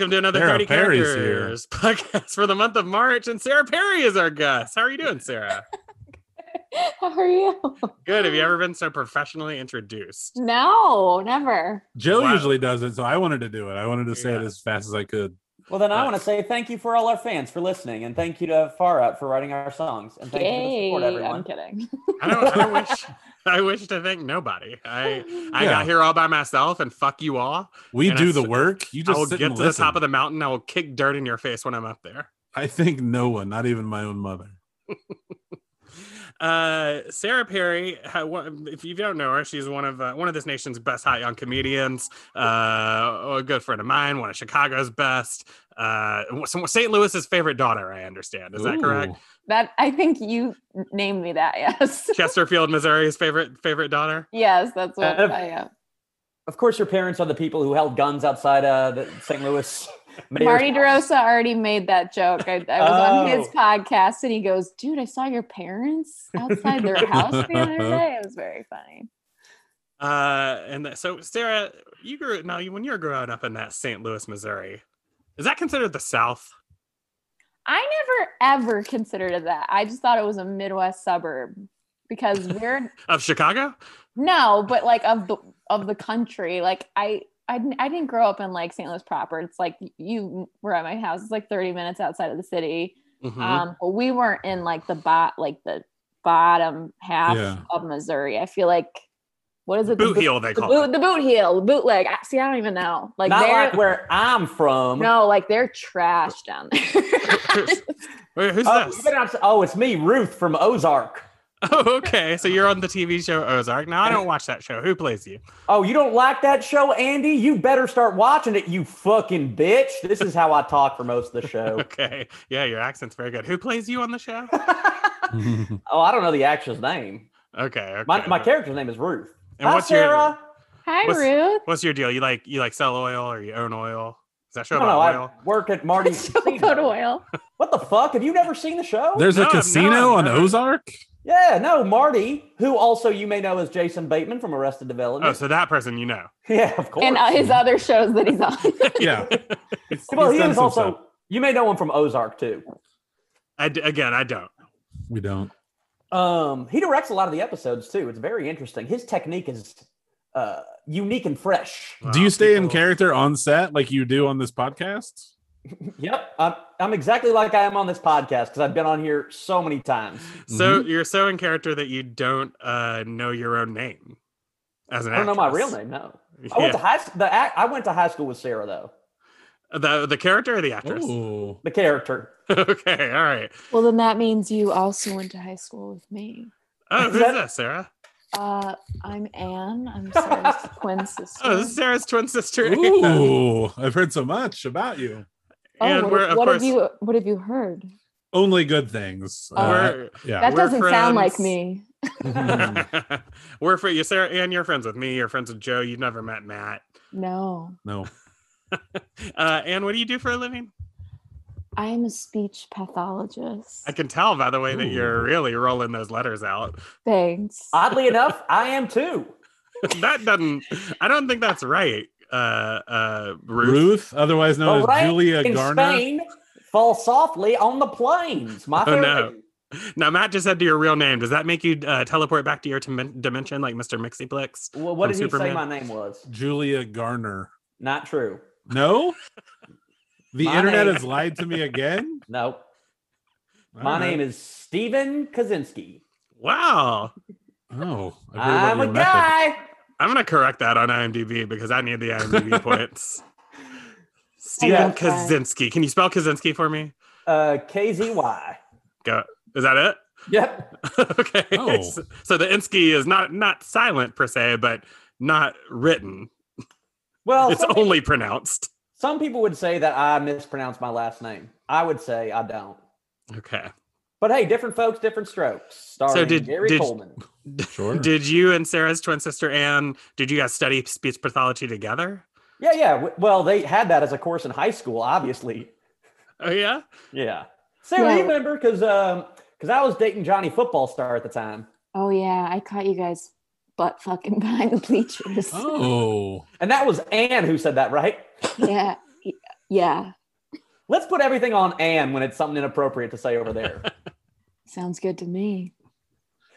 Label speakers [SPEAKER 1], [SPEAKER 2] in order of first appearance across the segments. [SPEAKER 1] Uh, another
[SPEAKER 2] Sarah
[SPEAKER 1] 30
[SPEAKER 2] Perry's
[SPEAKER 1] characters podcast for the month of March. And Sarah Perry is our guest. How are you doing, Sarah?
[SPEAKER 3] How are you?
[SPEAKER 1] Good. Have you ever been so professionally introduced?
[SPEAKER 3] No, never.
[SPEAKER 2] Joe
[SPEAKER 1] Wow.
[SPEAKER 2] usually does it, so I wanted to do it. I wanted to say it
[SPEAKER 1] Yeah.
[SPEAKER 2] as fast as I could.
[SPEAKER 4] Well, then I
[SPEAKER 1] Nice.
[SPEAKER 4] want to say thank you for all our fans for listening, and thank you to Far Out for writing our songs, and thank you for the support,
[SPEAKER 3] Yay. I'm
[SPEAKER 4] everyone.
[SPEAKER 3] kidding.
[SPEAKER 1] I don't, I don't wish I wish to thank nobody. I I
[SPEAKER 2] Yeah.
[SPEAKER 1] got here all by myself and fuck you all.
[SPEAKER 2] We
[SPEAKER 1] And I
[SPEAKER 2] do
[SPEAKER 1] s-
[SPEAKER 2] the work. You
[SPEAKER 1] I
[SPEAKER 2] just
[SPEAKER 1] will
[SPEAKER 2] sit
[SPEAKER 1] get to
[SPEAKER 2] and
[SPEAKER 1] the
[SPEAKER 2] listen.
[SPEAKER 1] top of the mountain. I will kick dirt in your face when I'm up there.
[SPEAKER 2] I think no one, not even my own mother.
[SPEAKER 1] Uh, Sarah Perry, ha- wha- if you don't know her, she's one of uh, one of this nation's best hot young comedians. Uh, a good friend of mine, one of Chicago's best. Uh, some- St. Louis's favorite daughter, I understand. Is that correct?
[SPEAKER 2] Ooh.
[SPEAKER 3] That I think you named me that. Yes.
[SPEAKER 1] Chesterfield, Missouri's favorite favorite daughter.
[SPEAKER 3] yes, that's what
[SPEAKER 4] Adam.
[SPEAKER 3] I am.
[SPEAKER 4] Of course, your parents are the people who held guns outside uh, the St. Louis. mayor's
[SPEAKER 3] Marty
[SPEAKER 4] house.
[SPEAKER 3] DeRosa already made that joke. I, I was on his
[SPEAKER 4] Oh.
[SPEAKER 3] podcast and he goes, Dude, I saw your parents outside their house the other day. It was very funny.
[SPEAKER 1] Uh, and that, so Sarah, you grew now you, when you were growing up in that St. Louis, Missouri, is that considered the South?
[SPEAKER 3] I never ever considered it that. I just thought it was a Midwest suburb because we're
[SPEAKER 1] of Chicago.
[SPEAKER 3] no, but like of the of the country. Like I I didn't, I didn't grow up in like St. Louis proper. It's like you were at my house. It's like 30 minutes outside of the city.
[SPEAKER 1] Mhm.
[SPEAKER 4] Uh,
[SPEAKER 3] Um, but we weren't in like the bot like the bottom half
[SPEAKER 2] Yeah.
[SPEAKER 3] of Missouri. I feel like what is it?
[SPEAKER 1] boot
[SPEAKER 3] the,
[SPEAKER 1] heel, they
[SPEAKER 3] The
[SPEAKER 1] call
[SPEAKER 3] boot,
[SPEAKER 1] it.
[SPEAKER 3] the boot heel, the bootleg. I, see, I don't even know. Like
[SPEAKER 4] Not
[SPEAKER 3] they're
[SPEAKER 4] like where I'm from.
[SPEAKER 3] no, like they're trash down there.
[SPEAKER 1] Wait, who's
[SPEAKER 4] Oh, you
[SPEAKER 1] this?
[SPEAKER 4] better not say- oh, it's me, Ruth from Ozark.
[SPEAKER 1] Oh, okay. So you're on the TV show Ozark. Now I don't watch that show. Who plays you?
[SPEAKER 4] Oh, you don't like that show, Andy? You better start watching it, you fucking bitch. This is how I talk for most of the show.
[SPEAKER 1] Okay. Yeah, your accent's very good. Who plays you on the show?
[SPEAKER 4] oh, I don't know the actress name.
[SPEAKER 1] Okay. okay.
[SPEAKER 4] My, my character's name is Ruth.
[SPEAKER 1] And
[SPEAKER 4] Hi,
[SPEAKER 1] what's your-
[SPEAKER 4] Sarah.
[SPEAKER 3] Hi,
[SPEAKER 1] What's-
[SPEAKER 3] Ruth.
[SPEAKER 1] What's your deal? You like you like sell oil or you own oil? Is that show
[SPEAKER 4] No,
[SPEAKER 1] about
[SPEAKER 4] no,
[SPEAKER 1] oil?
[SPEAKER 4] I work at Marty's.
[SPEAKER 3] So put
[SPEAKER 4] Casino.
[SPEAKER 3] oil.
[SPEAKER 4] What the fuck? Have you never seen the show?
[SPEAKER 2] There's
[SPEAKER 1] No,
[SPEAKER 2] a
[SPEAKER 1] I've
[SPEAKER 2] casino
[SPEAKER 1] not.
[SPEAKER 2] on
[SPEAKER 1] No.
[SPEAKER 2] Ozark.
[SPEAKER 4] yeah, no, Marty, who also you may know as Jason Bateman from Arrested
[SPEAKER 1] Oh,
[SPEAKER 4] Development.
[SPEAKER 1] so that person you know.
[SPEAKER 4] yeah, of course.
[SPEAKER 3] And uh, his other shows that he's on.
[SPEAKER 2] Yeah. He's-
[SPEAKER 4] well,
[SPEAKER 2] he's
[SPEAKER 4] he
[SPEAKER 2] done
[SPEAKER 4] is
[SPEAKER 2] some
[SPEAKER 4] also.
[SPEAKER 2] stuff.
[SPEAKER 4] You may know him from Ozark too.
[SPEAKER 1] I d- again, I don't.
[SPEAKER 2] We don't.
[SPEAKER 4] Um, he directs a lot of the episodes too. It's very interesting. His technique is uh, unique and fresh.
[SPEAKER 1] Wow,
[SPEAKER 2] do you stay in
[SPEAKER 1] people-
[SPEAKER 2] character on set like you do on this podcast?
[SPEAKER 4] Yep, I'm, I'm exactly like I am on this podcast because I've been on here so many times.
[SPEAKER 1] So
[SPEAKER 2] Mm-hmm.
[SPEAKER 1] you're so in character that you don't uh, know your own name as an
[SPEAKER 4] I don't know my
[SPEAKER 1] actress.
[SPEAKER 4] real name. No,
[SPEAKER 1] Yeah.
[SPEAKER 4] I went to high. The act, I went to high school with Sarah though.
[SPEAKER 1] the the character or the actress?
[SPEAKER 2] Oh,
[SPEAKER 4] The character.
[SPEAKER 1] okay, all right.
[SPEAKER 3] well, then that means you also went to high school with me.
[SPEAKER 1] Oh,
[SPEAKER 4] Is
[SPEAKER 1] who's
[SPEAKER 4] that-
[SPEAKER 1] this, Sarah?
[SPEAKER 3] Uh, I'm Anne. I'm Sarah's twin sister.
[SPEAKER 1] Oh, this is Sarah's twin sister. Anne.
[SPEAKER 2] Ooh, I've heard so much about you.
[SPEAKER 3] Oh,
[SPEAKER 1] and
[SPEAKER 3] what,
[SPEAKER 1] we're
[SPEAKER 3] have-
[SPEAKER 1] of
[SPEAKER 3] what
[SPEAKER 1] course
[SPEAKER 3] have you? What have you heard?
[SPEAKER 2] Only good things.
[SPEAKER 3] Oh.
[SPEAKER 2] Uh,
[SPEAKER 1] we're
[SPEAKER 2] yeah.
[SPEAKER 3] That
[SPEAKER 1] we're
[SPEAKER 3] doesn't sound like
[SPEAKER 1] friends.
[SPEAKER 3] me.
[SPEAKER 2] Mhm.
[SPEAKER 1] we're for you, Sarah, and you're friends with me. You're friends with Joe. You've never met Matt.
[SPEAKER 3] No,
[SPEAKER 2] no.
[SPEAKER 1] Uh, and what do you do for a living?
[SPEAKER 3] I'm a speech pathologist.
[SPEAKER 1] I can tell by the way that you're
[SPEAKER 2] Ooh.
[SPEAKER 1] really rolling those letters out.
[SPEAKER 3] Thanks.
[SPEAKER 4] Oddly enough, I am too.
[SPEAKER 1] that doesn't. I don't think that's right. Uh, uh, Ruth.
[SPEAKER 2] Ruth, otherwise known
[SPEAKER 4] But
[SPEAKER 2] as
[SPEAKER 4] right
[SPEAKER 2] Julia
[SPEAKER 4] in
[SPEAKER 2] Garner.
[SPEAKER 4] Spain, fall softly on the plains. My
[SPEAKER 1] Oh, no.
[SPEAKER 4] favorite.
[SPEAKER 1] Now Matt just said to your real name. Does that make you uh, teleport back to your dimen- dimension like Mr. Mixyplex?
[SPEAKER 4] Well, what
[SPEAKER 1] From
[SPEAKER 4] did he
[SPEAKER 1] Superman.
[SPEAKER 4] say my name was?
[SPEAKER 2] Julia Garner.
[SPEAKER 4] Not true.
[SPEAKER 2] No? The
[SPEAKER 4] My
[SPEAKER 2] internet
[SPEAKER 4] name-
[SPEAKER 2] has lied to me again?
[SPEAKER 4] No.
[SPEAKER 2] All
[SPEAKER 4] my
[SPEAKER 2] right.
[SPEAKER 4] name is Steven Kaczynski.
[SPEAKER 1] Wow.
[SPEAKER 2] Oh, I've heard about
[SPEAKER 4] I'm a
[SPEAKER 2] your method.
[SPEAKER 4] guy.
[SPEAKER 1] I'm gonna correct that on IMDb because I need the IMDb points. Steven
[SPEAKER 4] Yeah.
[SPEAKER 1] Kaczynski. Can you spell Kaczynski for me?
[SPEAKER 4] Uh, KZY.
[SPEAKER 1] Go. Is that it?
[SPEAKER 4] Yep.
[SPEAKER 1] okay.
[SPEAKER 2] Oh.
[SPEAKER 1] So, so the Insky is not not silent per se, but not written.
[SPEAKER 4] Well,
[SPEAKER 1] it's
[SPEAKER 4] some, people,
[SPEAKER 1] only pronounced.
[SPEAKER 4] some people would say that I mispronounced my last name. I would say I don't.
[SPEAKER 1] Okay.
[SPEAKER 4] But hey, different folks, different strokes. Starring
[SPEAKER 1] did-
[SPEAKER 4] Gary
[SPEAKER 1] did-
[SPEAKER 4] Coleman.
[SPEAKER 2] Sure.
[SPEAKER 1] Did you and Sarah's twin sister Anne? Did you guys study speech pathology together?
[SPEAKER 4] Yeah, yeah. W- Well, they had that as a course in high school, obviously.
[SPEAKER 1] Oh yeah.
[SPEAKER 4] Yeah. Sarah, you
[SPEAKER 3] Yeah.
[SPEAKER 4] remember because um because I was dating Johnny Football Star at the time,
[SPEAKER 3] oh yeah, I caught you guys butt fucking behind the bleachers.
[SPEAKER 2] oh.
[SPEAKER 4] and that was Anne who said that, right?
[SPEAKER 3] Yeah, y- yeah.
[SPEAKER 4] Let's put everything on Anne when it's something inappropriate to say over there.
[SPEAKER 3] Sounds good to me.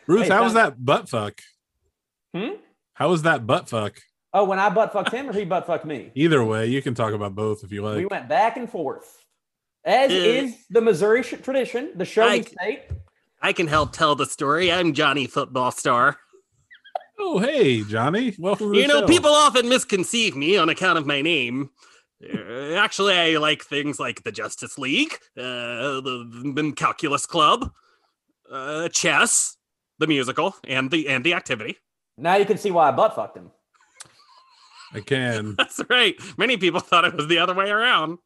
[SPEAKER 2] Bruce,
[SPEAKER 4] Hey,
[SPEAKER 2] how was
[SPEAKER 4] Tom.
[SPEAKER 2] that butt fuck?
[SPEAKER 4] Hmm?
[SPEAKER 2] How was that butt fuck?
[SPEAKER 4] oh, when I butt fucked him or he butt fucked me?
[SPEAKER 2] Either way, you can talk about both if you like.
[SPEAKER 4] we went back and forth. As
[SPEAKER 1] Yeah.
[SPEAKER 4] is the Missouri sh- tradition, the show me
[SPEAKER 1] I-
[SPEAKER 4] state.
[SPEAKER 1] I can help tell the story. I'm Johnny Football Star.
[SPEAKER 2] oh, hey, Johnny. Welcome to the
[SPEAKER 1] You know,
[SPEAKER 2] show.
[SPEAKER 1] people often misconceive me on account of my name. Uh, actually, I like things like the Justice League, uh, the, the Calculus Club, uh, chess, the musical, and the and the activity.
[SPEAKER 4] Now you can see why I butt fucked him.
[SPEAKER 2] I can.
[SPEAKER 1] That's right. Many people thought it was the other way around.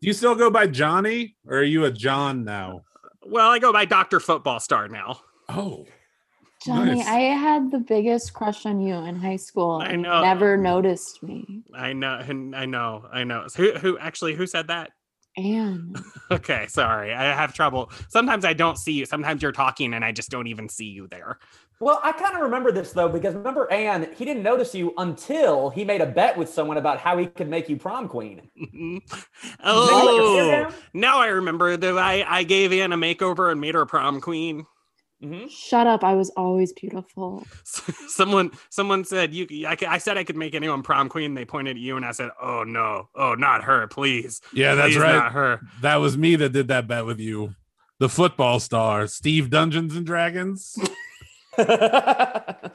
[SPEAKER 2] Do you still go by Johnny or are you a John now?
[SPEAKER 1] Well, I go by Doctor Football Star now.
[SPEAKER 2] Oh,
[SPEAKER 3] Johnny,
[SPEAKER 2] Nice.
[SPEAKER 3] I had the biggest crush on you in high school.
[SPEAKER 1] I
[SPEAKER 3] and you
[SPEAKER 1] know.
[SPEAKER 3] Never noticed me.
[SPEAKER 1] I know, I know, I know. Who who actually who said that?
[SPEAKER 3] Anne.
[SPEAKER 1] Okay, sorry. I have trouble. Sometimes I don't see you. Sometimes you're talking and I just don't even see you there.
[SPEAKER 4] Well, I kind of remember this though, because remember, Anne, he didn't notice you until he made a bet with someone about how he could make you prom queen.
[SPEAKER 1] oh, now I remember that I, I gave Anne a makeover and made her prom queen.
[SPEAKER 4] hmm
[SPEAKER 3] Shut up. I was always beautiful.
[SPEAKER 1] Someone someone said you. I, ca- I said I could make anyone prom queen. They pointed at you and I said, "Oh no, oh not her, please."
[SPEAKER 2] yeah, that's
[SPEAKER 1] Please,
[SPEAKER 2] right.
[SPEAKER 1] Not her.
[SPEAKER 2] That was me that did that bet with you. The football star, Steve Dungeons and Dragons. I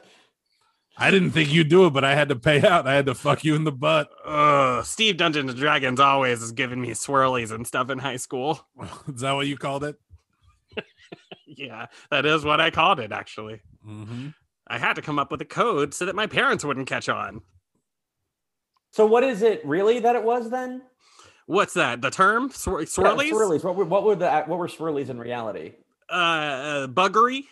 [SPEAKER 2] didn't think you'd do it, but I had to pay out. I had to fuck you in the butt.
[SPEAKER 1] Ugh, Steve Dungeons and Dragons always is giving me swirlies and stuff in high school.
[SPEAKER 2] Is that what you called it?
[SPEAKER 1] Yeah, that is what I called it actually.
[SPEAKER 2] Mm-hmm.
[SPEAKER 1] I had to come up with a code so that my parents wouldn't catch on.
[SPEAKER 4] so, what is it really that it was then?
[SPEAKER 1] What's that? The term Swir-
[SPEAKER 4] Yeah,
[SPEAKER 1] swirlies?
[SPEAKER 4] swirlies. What were, what were the what were swirlies in reality?
[SPEAKER 1] Uh, uh, buggery,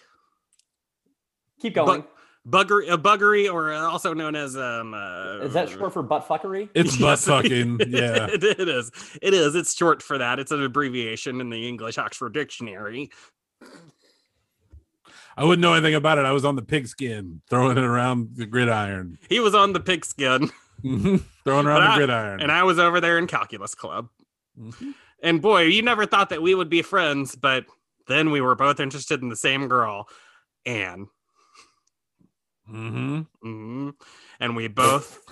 [SPEAKER 4] Keep going.
[SPEAKER 1] buggery, uh, buggery, or uh, also known as um. Uh,
[SPEAKER 4] is that short for butt fuckery?
[SPEAKER 2] It's butt
[SPEAKER 1] Yes.
[SPEAKER 2] fucking. Yeah.
[SPEAKER 1] it, it is. It is. It's short for that. It's an abbreviation in the English Oxford Dictionary.
[SPEAKER 2] I wouldn't know anything about it. I was on the pigskin, throwing it around the gridiron,
[SPEAKER 1] He was on the pigskin,
[SPEAKER 2] Mhm. throwing
[SPEAKER 1] Mm-hmm. But
[SPEAKER 2] around the
[SPEAKER 1] I-
[SPEAKER 2] gridiron.
[SPEAKER 1] and I was over there in Calculus Club.
[SPEAKER 2] Mhm.
[SPEAKER 1] And boy, you never thought that we would be friends, but then we were both interested in the same girl, Anne.
[SPEAKER 2] Mhm.
[SPEAKER 1] Mhm. And we both.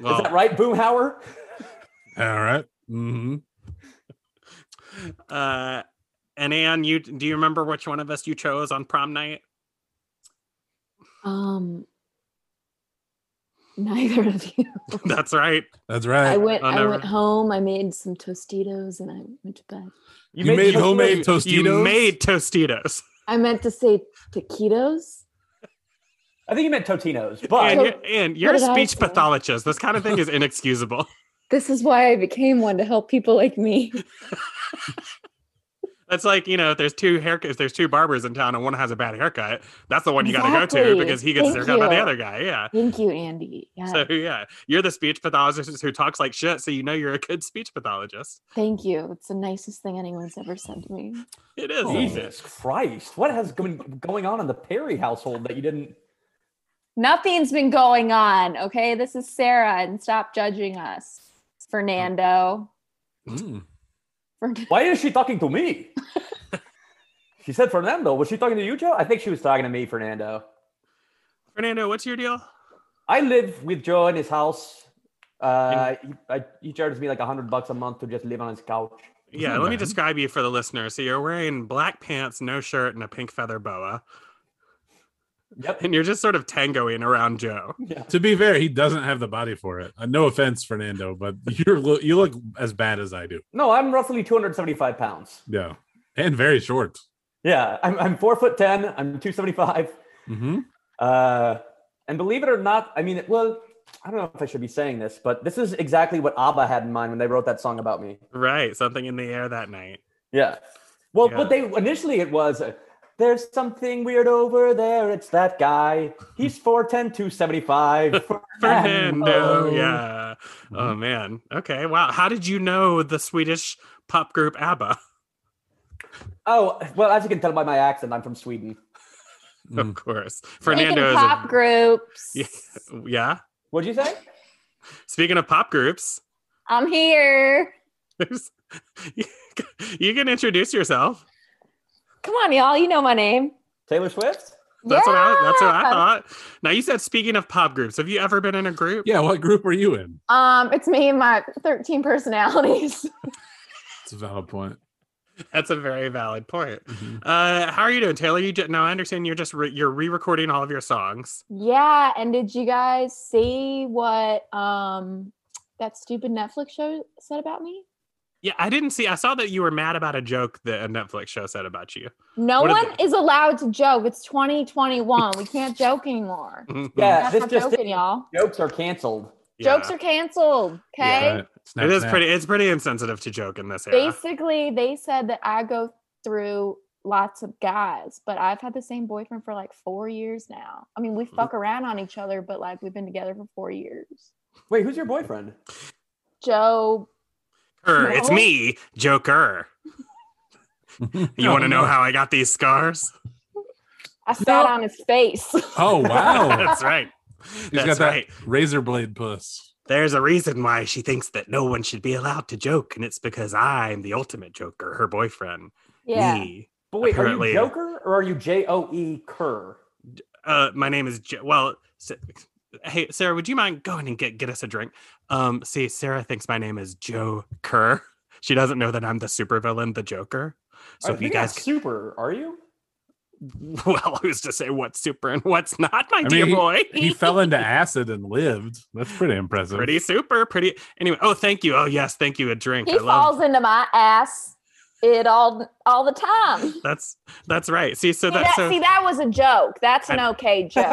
[SPEAKER 1] Well,
[SPEAKER 4] Is that right, Boomhauer?
[SPEAKER 2] All right. Mhm.
[SPEAKER 1] Uh, and Anne, you do you remember which one of us you chose on prom night?
[SPEAKER 3] Um neither of you.
[SPEAKER 1] That's right.
[SPEAKER 2] That's
[SPEAKER 3] I
[SPEAKER 2] right.
[SPEAKER 3] went
[SPEAKER 1] I
[SPEAKER 3] I
[SPEAKER 1] never-
[SPEAKER 3] went home, I made some Tostitos and I went to bed.
[SPEAKER 2] you, made, homemade
[SPEAKER 4] toast.
[SPEAKER 2] Tostitos.
[SPEAKER 1] You made Tostitos.
[SPEAKER 3] I meant to say taquitos.
[SPEAKER 4] I think you meant Totinos,
[SPEAKER 1] And,
[SPEAKER 4] but
[SPEAKER 3] So-
[SPEAKER 1] you- and you're a
[SPEAKER 3] what did I
[SPEAKER 1] speech
[SPEAKER 3] say?
[SPEAKER 1] pathologist. This kind of thing is inexcusable.
[SPEAKER 3] This is why I became one to help people like me.
[SPEAKER 1] That's like, you know, if there's two haircuts, if there's two barbers in town and one has a bad haircut, that's the one you got to go to
[SPEAKER 3] Exactly.
[SPEAKER 1] because he gets his
[SPEAKER 3] Thank
[SPEAKER 1] haircut by the
[SPEAKER 3] you.
[SPEAKER 1] other guy. Yeah.
[SPEAKER 3] Thank you, Andy. Yeah.
[SPEAKER 1] So, yeah, you're the speech pathologist who talks like shit. So, you know, you're a good speech pathologist.
[SPEAKER 3] Thank you. It's the nicest thing anyone's ever said to me.
[SPEAKER 1] It is.
[SPEAKER 4] Jesus Christ, what has been going on in the Perry household that you didn't?
[SPEAKER 3] Nothing's been going on. Okay. This is Sarah, and stop judging us. Fernando.
[SPEAKER 2] Mm.
[SPEAKER 3] Fern-
[SPEAKER 4] Why is she talking to me? she said Fernando. Was she talking to you, Joe? I think she was talking to me, Fernando.
[SPEAKER 1] Fernando, what's your deal?
[SPEAKER 4] I live with Joe in his house. Uh, he, I, he charges me like a hundred bucks a month to just live on his couch.
[SPEAKER 1] Yeah,
[SPEAKER 2] not
[SPEAKER 1] let me
[SPEAKER 2] bad.
[SPEAKER 1] describe you for the listener. So you're wearing black pants, no shirt, and a pink feather boa,
[SPEAKER 4] Yep.
[SPEAKER 1] and you're just sort of tangoing around Joe.
[SPEAKER 4] Yeah.
[SPEAKER 2] To be fair, he doesn't have the body for it. Uh, no offense, Fernando, but you're lo- you look as bad as I do.
[SPEAKER 4] No, I'm roughly 275 pounds.
[SPEAKER 2] Yeah, and very short.
[SPEAKER 4] Yeah, I'm, I'm four foot ten. I'm 275.
[SPEAKER 2] Mm-hmm.
[SPEAKER 4] Uh, and believe it or not, I mean, it- well, I don't know if I should be saying this, but this is exactly what ABBA had in mind when they wrote that song about me.
[SPEAKER 1] Right, something in the air that night.
[SPEAKER 4] Yeah. Well,
[SPEAKER 1] Yeah.
[SPEAKER 4] but they initially it was uh, there's something weird over there. It's that guy. He's 4'10, 275.
[SPEAKER 1] Fernando,
[SPEAKER 4] Fernando.
[SPEAKER 1] yeah. Oh man. Okay. Wow. How did you know the Swedish pop group ABBA?
[SPEAKER 4] Oh, well, as you can tell by my accent, I'm from Sweden.
[SPEAKER 1] Of course.
[SPEAKER 3] Making
[SPEAKER 1] Fernando is
[SPEAKER 3] pop
[SPEAKER 1] a,
[SPEAKER 3] groups.
[SPEAKER 1] Yeah. yeah.
[SPEAKER 4] What'd you say?
[SPEAKER 1] Speaking of pop groups,
[SPEAKER 3] I'm here.
[SPEAKER 1] There's, you can introduce yourself.
[SPEAKER 3] Come on, y'all. You know my name.
[SPEAKER 4] Taylor Swift?
[SPEAKER 1] That's what I that's what I
[SPEAKER 3] Yeah.
[SPEAKER 1] thought. Now you said speaking of pop groups, have you ever been in a group?
[SPEAKER 2] Yeah, what group are you in?
[SPEAKER 3] Um, it's me and my 13 personalities.
[SPEAKER 2] It's a valid point.
[SPEAKER 1] That's a very valid point.
[SPEAKER 2] Mhm.
[SPEAKER 1] Uh, how are you doing, Taylor? You just, now I understand you're just re- you're re-recording all of your songs.
[SPEAKER 3] yeah, and did you guys see what um that stupid Netflix show said about me?
[SPEAKER 1] Yeah, I didn't see. I saw that you were mad about a joke that a Netflix show said about you.
[SPEAKER 3] No
[SPEAKER 1] What did
[SPEAKER 3] one is allowed to joke. It's 2021. we can't joke anymore.
[SPEAKER 2] Mm-hmm.
[SPEAKER 4] Yeah,
[SPEAKER 3] That's
[SPEAKER 4] this
[SPEAKER 3] not
[SPEAKER 4] just
[SPEAKER 3] joking, y'all.
[SPEAKER 4] Jokes are canceled.
[SPEAKER 1] Yeah.
[SPEAKER 3] Jokes are canceled. Okay.
[SPEAKER 2] All right. Snap,
[SPEAKER 1] it is
[SPEAKER 2] snap.
[SPEAKER 1] pretty. It's pretty insensitive to joke in this era.
[SPEAKER 3] Basically, they said that I go through lots of guys, but I've had the same boyfriend for like four years now. I mean, we
[SPEAKER 1] Mm-hmm.
[SPEAKER 3] fuck around on each other, but like we've been together for four years.
[SPEAKER 4] Wait, who's your boyfriend?
[SPEAKER 3] Joe,
[SPEAKER 1] Her, it's
[SPEAKER 3] No.
[SPEAKER 1] me, Joker. You
[SPEAKER 2] Oh,
[SPEAKER 1] want to know how I got these scars?
[SPEAKER 3] I sat on his face.
[SPEAKER 2] Oh wow,
[SPEAKER 1] That's right.
[SPEAKER 2] he's
[SPEAKER 1] That's
[SPEAKER 2] got that
[SPEAKER 1] right.
[SPEAKER 2] razor blade puss.
[SPEAKER 1] There's a reason why she thinks that no one should be allowed to joke, and it's because I'm the ultimate joker, her boyfriend.
[SPEAKER 3] yeah.
[SPEAKER 1] Me.
[SPEAKER 4] But wait, are
[SPEAKER 1] Apparently-
[SPEAKER 4] you Joker or are you J O E Kerr?
[SPEAKER 1] Uh, my name is J- well. S- hey, Sarah, would you mind going and get get us a drink? Um, see, Sarah thinks my name is Joe Kerr. She doesn't know that I'm the supervillain, the Joker. So
[SPEAKER 4] I
[SPEAKER 1] if you
[SPEAKER 4] think that's
[SPEAKER 1] guys,
[SPEAKER 4] super, are you?
[SPEAKER 1] well, who's to say what's super and what's not, my
[SPEAKER 2] I
[SPEAKER 1] dear
[SPEAKER 2] mean,
[SPEAKER 1] boy?
[SPEAKER 2] He fell into acid and lived. That's pretty impressive.
[SPEAKER 1] pretty super, pretty. Anyway, oh, thank you. Oh yes, thank you. A drink.
[SPEAKER 3] He
[SPEAKER 1] I love.
[SPEAKER 3] falls into my ass it all all the time.
[SPEAKER 1] That's that's right. See, so
[SPEAKER 3] see,
[SPEAKER 1] that's
[SPEAKER 3] that,
[SPEAKER 1] so.
[SPEAKER 3] see, that was a joke. That's an
[SPEAKER 1] I-
[SPEAKER 3] okay joke.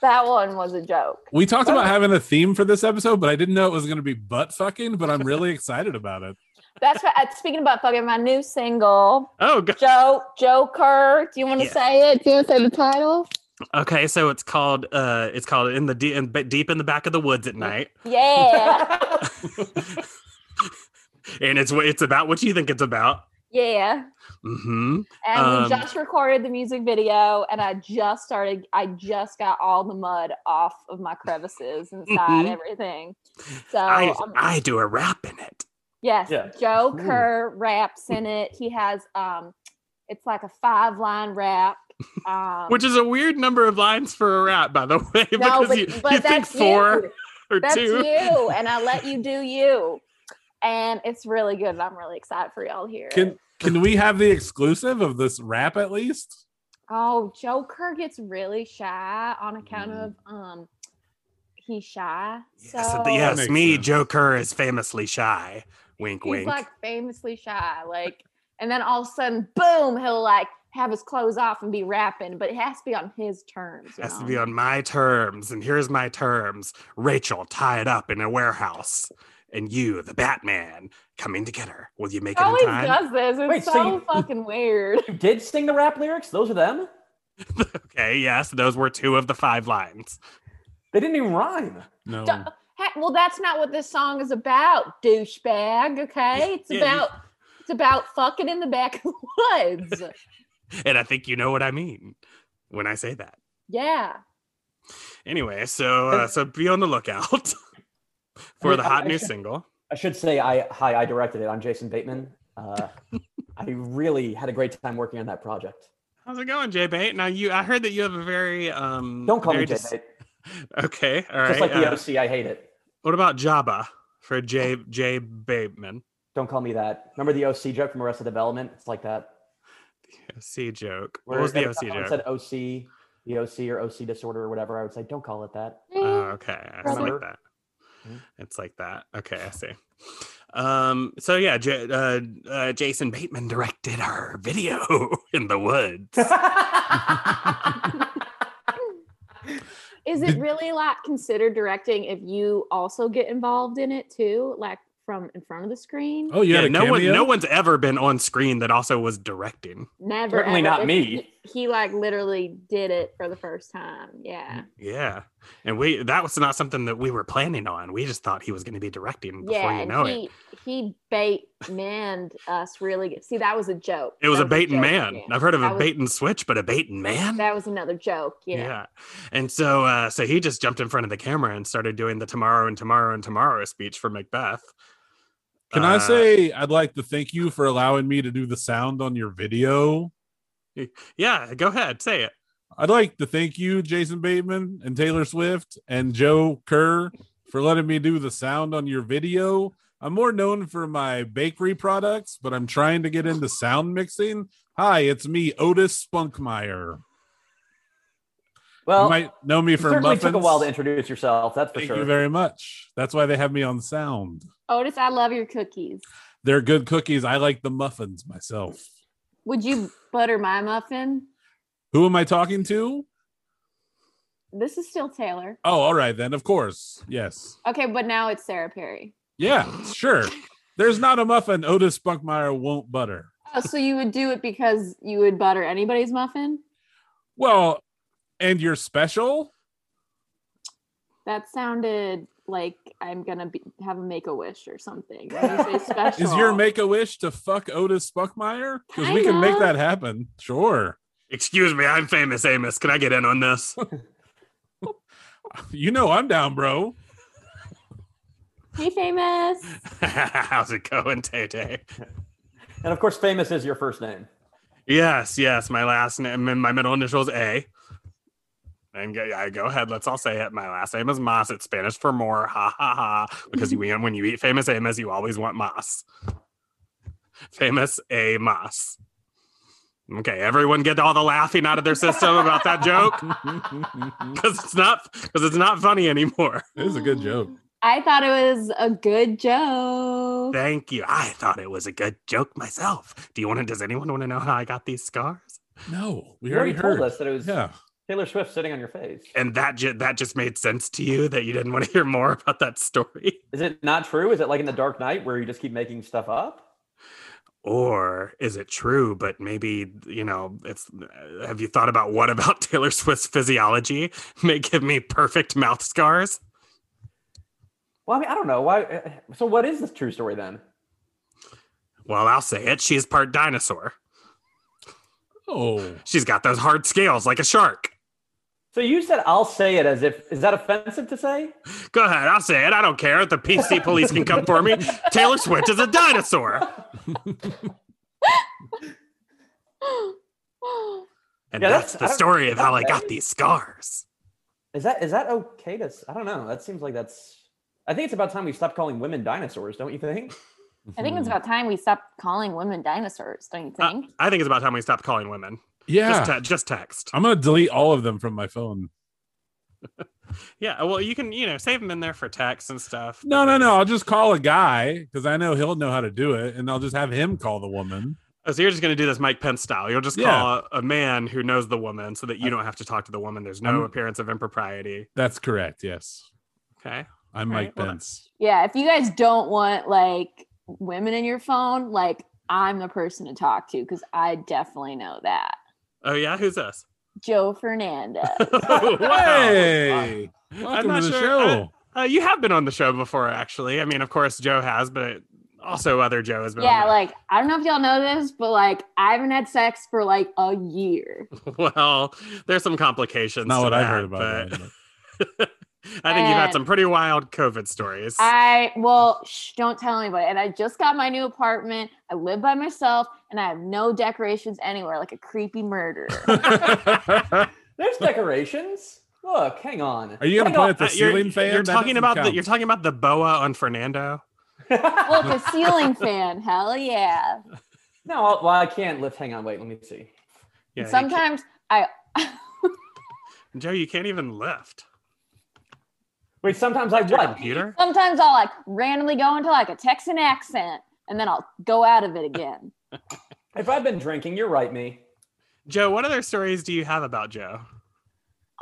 [SPEAKER 3] that one was a joke.
[SPEAKER 2] We talked
[SPEAKER 3] Oh.
[SPEAKER 2] about having a theme for this episode, but I didn't know it was going to be butt fucking. But I'm really excited about it.
[SPEAKER 3] That's what, uh, speaking about fucking my new single.
[SPEAKER 1] Oh, go-
[SPEAKER 3] Joe Joker. Do you want to
[SPEAKER 1] Yeah.
[SPEAKER 3] say it? Do you want to say the title?
[SPEAKER 1] okay. So it's called uh, it's called in the de- in, but deep in the back of the woods at night,
[SPEAKER 3] Yeah,
[SPEAKER 1] and it's wh- it's about what you think it's about.
[SPEAKER 3] yeah.
[SPEAKER 1] Mm-hmm.
[SPEAKER 3] And
[SPEAKER 1] Um,
[SPEAKER 3] we just recorded the music video, and I just started. I just got all the mud off of my crevices inside
[SPEAKER 1] Mhm.
[SPEAKER 3] everything. So
[SPEAKER 1] I
[SPEAKER 3] um,
[SPEAKER 1] I do a rap in it.
[SPEAKER 3] yes,
[SPEAKER 4] Yeah.
[SPEAKER 3] Joe
[SPEAKER 2] Ooh.
[SPEAKER 3] Kerr raps in it. He has um, it's like a five line rap. Um,
[SPEAKER 1] Which is a weird number of lines for a rap, by the way,
[SPEAKER 3] no,
[SPEAKER 1] because
[SPEAKER 3] but,
[SPEAKER 1] you,
[SPEAKER 3] but
[SPEAKER 1] you think
[SPEAKER 3] that's
[SPEAKER 1] four
[SPEAKER 3] you.
[SPEAKER 1] or
[SPEAKER 3] That's
[SPEAKER 1] two.
[SPEAKER 3] you, and I let you do you. And it's really good. and I'm really excited for y'all to hear. it.
[SPEAKER 2] Can can we have the exclusive of this rap at least?
[SPEAKER 3] Oh, Joker gets really shy on account
[SPEAKER 2] Mm.
[SPEAKER 3] of um he's shy.
[SPEAKER 1] Yes,
[SPEAKER 3] so
[SPEAKER 1] yes,
[SPEAKER 2] makes
[SPEAKER 1] me,
[SPEAKER 2] sense.
[SPEAKER 1] Joe Kerr, is famously shy. Wink,
[SPEAKER 3] he's
[SPEAKER 1] wink.
[SPEAKER 3] like famously shy. Like and then all of a sudden, boom, he'll like have his clothes off and be rapping, but it has to be on his terms. you
[SPEAKER 1] Has to
[SPEAKER 3] know?
[SPEAKER 1] be on my terms, and here's my terms. Rachel tied up in a warehouse, and you, the Batman, coming to get her. Will you make
[SPEAKER 3] Oh, he
[SPEAKER 1] it
[SPEAKER 3] always
[SPEAKER 1] in time?
[SPEAKER 3] does this. It's
[SPEAKER 4] Wait,
[SPEAKER 3] so,
[SPEAKER 4] so you-
[SPEAKER 3] fucking weird.
[SPEAKER 4] you did sing the rap lyrics? Those are them?
[SPEAKER 1] Okay, yes, those were two of the five lines.
[SPEAKER 4] They didn't even rhyme.
[SPEAKER 1] Oh.
[SPEAKER 2] No.
[SPEAKER 3] Duh. Heck, well, that's not what this song is about, douchebag. Okay, it's
[SPEAKER 1] yeah, you-
[SPEAKER 3] about it's about fucking in the back of the woods.
[SPEAKER 1] And I think you know what I mean when I say that.
[SPEAKER 3] yeah.
[SPEAKER 1] Anyway, so uh, so be on the lookout for
[SPEAKER 4] mean,
[SPEAKER 1] the
[SPEAKER 4] I-
[SPEAKER 1] hot
[SPEAKER 4] I
[SPEAKER 1] new
[SPEAKER 4] should-
[SPEAKER 1] single.
[SPEAKER 4] I should say I hi, I directed it. I'm Jason Bateman. Uh, I really had a great time working on that project.
[SPEAKER 1] How's it going, Jay Bate? Now you, I heard that you have a very um.
[SPEAKER 4] Don't call
[SPEAKER 1] very
[SPEAKER 4] me Jay
[SPEAKER 1] dis-
[SPEAKER 4] Bate.
[SPEAKER 1] Okay, all right.
[SPEAKER 4] Just like the Oh.
[SPEAKER 1] uh,
[SPEAKER 4] OC, I hate it.
[SPEAKER 1] what about Jabba for Jay Jay Bateman?
[SPEAKER 4] Don't call me that. Remember the OC joke from Arrested Development? It's like that.
[SPEAKER 1] OC joke. What
[SPEAKER 4] Where
[SPEAKER 1] was the
[SPEAKER 4] every
[SPEAKER 1] OC
[SPEAKER 4] time someone
[SPEAKER 1] joke?
[SPEAKER 4] Said OC, the OC or OC disorder or whatever. I would say, don't call it that.
[SPEAKER 1] Oh, okay. I see like
[SPEAKER 4] Remember?
[SPEAKER 1] that.
[SPEAKER 4] Mhm.
[SPEAKER 1] It's like that. Okay, I see. Um, so yeah, J- uh, uh, Jason Bateman directed our video in the woods.
[SPEAKER 3] Is it really like considered directing if you also get involved in it too, like from in front of the screen?
[SPEAKER 2] Oh, you
[SPEAKER 1] yeah,
[SPEAKER 2] had a
[SPEAKER 1] no one,
[SPEAKER 2] cameo?
[SPEAKER 1] no one's ever been on screen that also was directing.
[SPEAKER 3] Never.
[SPEAKER 4] Certainly
[SPEAKER 3] ever.
[SPEAKER 4] not
[SPEAKER 3] If
[SPEAKER 4] me.
[SPEAKER 3] He, he, like literally did it for the first time. Yeah.
[SPEAKER 1] Mm, Yeah, and we that was not something that we were planning on. We just thought he was going to be directing before
[SPEAKER 3] Yeah.
[SPEAKER 1] you know
[SPEAKER 3] And
[SPEAKER 1] it.
[SPEAKER 3] he he bait manned us really good. See, that was a joke.
[SPEAKER 1] It was
[SPEAKER 3] That
[SPEAKER 1] a bait and
[SPEAKER 3] joke,
[SPEAKER 1] man. I've heard of
[SPEAKER 3] That
[SPEAKER 1] a
[SPEAKER 3] was-
[SPEAKER 1] bait and switch, but a bait and man.
[SPEAKER 3] That was another joke. Yeah.
[SPEAKER 1] and so uh, so he just jumped in front of the camera and started doing the tomorrow and tomorrow and tomorrow speech for Macbeth.
[SPEAKER 2] Can I
[SPEAKER 1] Uh,
[SPEAKER 2] say I'd like to thank you for allowing me to do the sound on your video?
[SPEAKER 1] Yeah, go ahead, say it.
[SPEAKER 2] I'd like to thank you, Jason Bateman and Taylor Swift and Joe Kerr, for letting me do the sound on your video. I'm more known for my bakery products, but I'm trying to get into sound mixing. Hi, it's me, Otis Spunkmeyer.
[SPEAKER 4] Well,
[SPEAKER 2] you might know me
[SPEAKER 4] it
[SPEAKER 2] from
[SPEAKER 4] certainly
[SPEAKER 2] muffins.
[SPEAKER 4] took a while to introduce yourself. That's for
[SPEAKER 2] Thank
[SPEAKER 4] sure.
[SPEAKER 2] you very much. That's why they have me on sound.
[SPEAKER 3] Otis, I love your cookies.
[SPEAKER 2] They're good cookies. I like the muffins myself.
[SPEAKER 3] Would you butter my muffin?
[SPEAKER 2] Who am I talking to?
[SPEAKER 3] This is still Taylor.
[SPEAKER 2] Oh, all right then. Of course. Yes.
[SPEAKER 3] Okay, but now it's Sarah Perry.
[SPEAKER 2] Yeah, sure. There's not a muffin Otis Spunkmeyer won't butter.
[SPEAKER 3] Oh, so you would do it because you would butter anybody's muffin?
[SPEAKER 2] Well, and you're special?
[SPEAKER 3] That sounded like I'm gonna be, have a make a wish or something. When you say special,
[SPEAKER 2] Is your make a wish to fuck Otis Spunkmeyer? Because we
[SPEAKER 3] Kinda.
[SPEAKER 2] can make that happen. Sure.
[SPEAKER 1] Excuse me, I'm famous Amos. Can I get in on this?
[SPEAKER 2] You know I'm down, bro.
[SPEAKER 3] hey famous?
[SPEAKER 1] How's it going, Tay Tay?
[SPEAKER 4] And of course, famous is your first name.
[SPEAKER 1] Yes, yes. My last name and my middle initial is A. And go, I go ahead. Let's all say it. My last name is Moss. It's Spanish for more. Ha ha ha. Because you when you eat famous Amos, you always want Moss. Famous A Moss. Okay, everyone get all the laughing out of their system about that joke
[SPEAKER 2] it
[SPEAKER 1] because it's not because it's not funny anymore.
[SPEAKER 2] was a good joke.
[SPEAKER 3] I thought it was a good joke.
[SPEAKER 1] Thank you. I thought it was a good joke myself. Do you want to? Does anyone want to know how I got these scars?
[SPEAKER 2] No, we
[SPEAKER 4] You
[SPEAKER 2] already
[SPEAKER 4] already
[SPEAKER 2] heard.
[SPEAKER 4] told us that it was
[SPEAKER 2] Yeah.
[SPEAKER 4] Taylor Swift sitting on your face.
[SPEAKER 1] and that ju- that just made sense to you that you didn't want to hear more about that story
[SPEAKER 4] Is it not true? Is it like in The Dark Knight where you just keep making stuff up?
[SPEAKER 1] or is it true but maybe you know it's uh, have you thought about what about taylor swift's physiology may give me perfect mouth scars
[SPEAKER 4] Well, I mean, I don't know why. uh, So, what is this true story then?
[SPEAKER 1] well i'll say it she's part dinosaur
[SPEAKER 2] Oh.
[SPEAKER 1] she's got those hard scales like a shark
[SPEAKER 4] So you said I'll say it as if is that offensive to say?
[SPEAKER 1] go ahead i'll say it i don't care the pc police can come for me taylor swift is a dinosaur and
[SPEAKER 4] Yeah,
[SPEAKER 1] that's,
[SPEAKER 4] that's- I
[SPEAKER 1] the
[SPEAKER 4] don't-
[SPEAKER 1] story of how i
[SPEAKER 4] okay.
[SPEAKER 1] got these scars
[SPEAKER 4] Is that is that okay to? s- I don't know. That seems like that's. I think it's about time we stopped calling women dinosaurs, don't you think?
[SPEAKER 3] I think it's about time we stopped calling women dinosaurs, don't you
[SPEAKER 1] Uh,
[SPEAKER 3] think?
[SPEAKER 1] i think it's about time we stopped calling women
[SPEAKER 2] Yeah.
[SPEAKER 1] just, te- just text
[SPEAKER 2] I'm going to delete all of them from my phone.
[SPEAKER 1] Yeah, uh, well, you can you know save them in there for text and stuff.
[SPEAKER 2] No, no, no. I'll just call a guy because I know he'll know how to do it, and I'll just have him call the woman.
[SPEAKER 1] Oh, so you're just gonna do this Mike Pence style. You'll just
[SPEAKER 2] Yeah. Uh,
[SPEAKER 1] call a, a man who knows the woman, so that you don't have to talk to the woman. There's no
[SPEAKER 2] I'm-
[SPEAKER 1] appearance of impropriety.
[SPEAKER 2] That's correct. Yes,
[SPEAKER 1] Okay.
[SPEAKER 2] I'm
[SPEAKER 1] All right,
[SPEAKER 2] Mike
[SPEAKER 1] well,
[SPEAKER 2] Pence.
[SPEAKER 3] yeah, if you guys don't want like women in your phone, like I'm the person to talk to because I definitely know that.
[SPEAKER 1] Oh yeah, who's this?
[SPEAKER 3] Joe Fernandez.
[SPEAKER 1] wow.
[SPEAKER 2] Hey,
[SPEAKER 1] I'm
[SPEAKER 2] welcome
[SPEAKER 1] not
[SPEAKER 2] to the
[SPEAKER 1] sure-
[SPEAKER 2] show.
[SPEAKER 1] Uh, you have been on the show before, actually. I mean, of course, Joe has, but also other Joe has been.
[SPEAKER 3] yeah,
[SPEAKER 1] on
[SPEAKER 3] like I don't know if y'all know this, but like I haven't had sex for like a year.
[SPEAKER 1] the- well, there's some complications.
[SPEAKER 2] not
[SPEAKER 1] to
[SPEAKER 2] what I've
[SPEAKER 1] that,
[SPEAKER 2] heard about.
[SPEAKER 1] but-
[SPEAKER 2] that,
[SPEAKER 1] I think you've had
[SPEAKER 3] Uh,
[SPEAKER 1] some pretty wild COVID stories.
[SPEAKER 3] I well, shh, don't tell anybody. And I just got my new apartment. I live by myself, and I have no decorations anywhere, like a creepy murderer.
[SPEAKER 2] but-
[SPEAKER 4] There's decorations. Look, hang on.
[SPEAKER 2] Are you going to point at the
[SPEAKER 1] Uh, you're,
[SPEAKER 2] ceiling fan?
[SPEAKER 1] you're
[SPEAKER 2] That
[SPEAKER 1] talking
[SPEAKER 2] doesn't
[SPEAKER 1] about the,
[SPEAKER 2] count.
[SPEAKER 1] you're talking about the boa on Fernando.
[SPEAKER 3] Look, a ceiling fan. Hell yeah.
[SPEAKER 4] no, I'll, well, I can't lift. Hang on, wait, let me see.
[SPEAKER 1] Yeah, you can't-
[SPEAKER 3] Sometimes I
[SPEAKER 1] Joe, you can't even lift.
[SPEAKER 4] Wait, sometimes I
[SPEAKER 1] Your
[SPEAKER 4] what?
[SPEAKER 1] computer?
[SPEAKER 3] sometimes I'll like randomly go into like a Texan accent and then I'll go out of it again.
[SPEAKER 4] If I've been drinking, you're right, me.
[SPEAKER 1] Joe, what other stories do you have about Joe?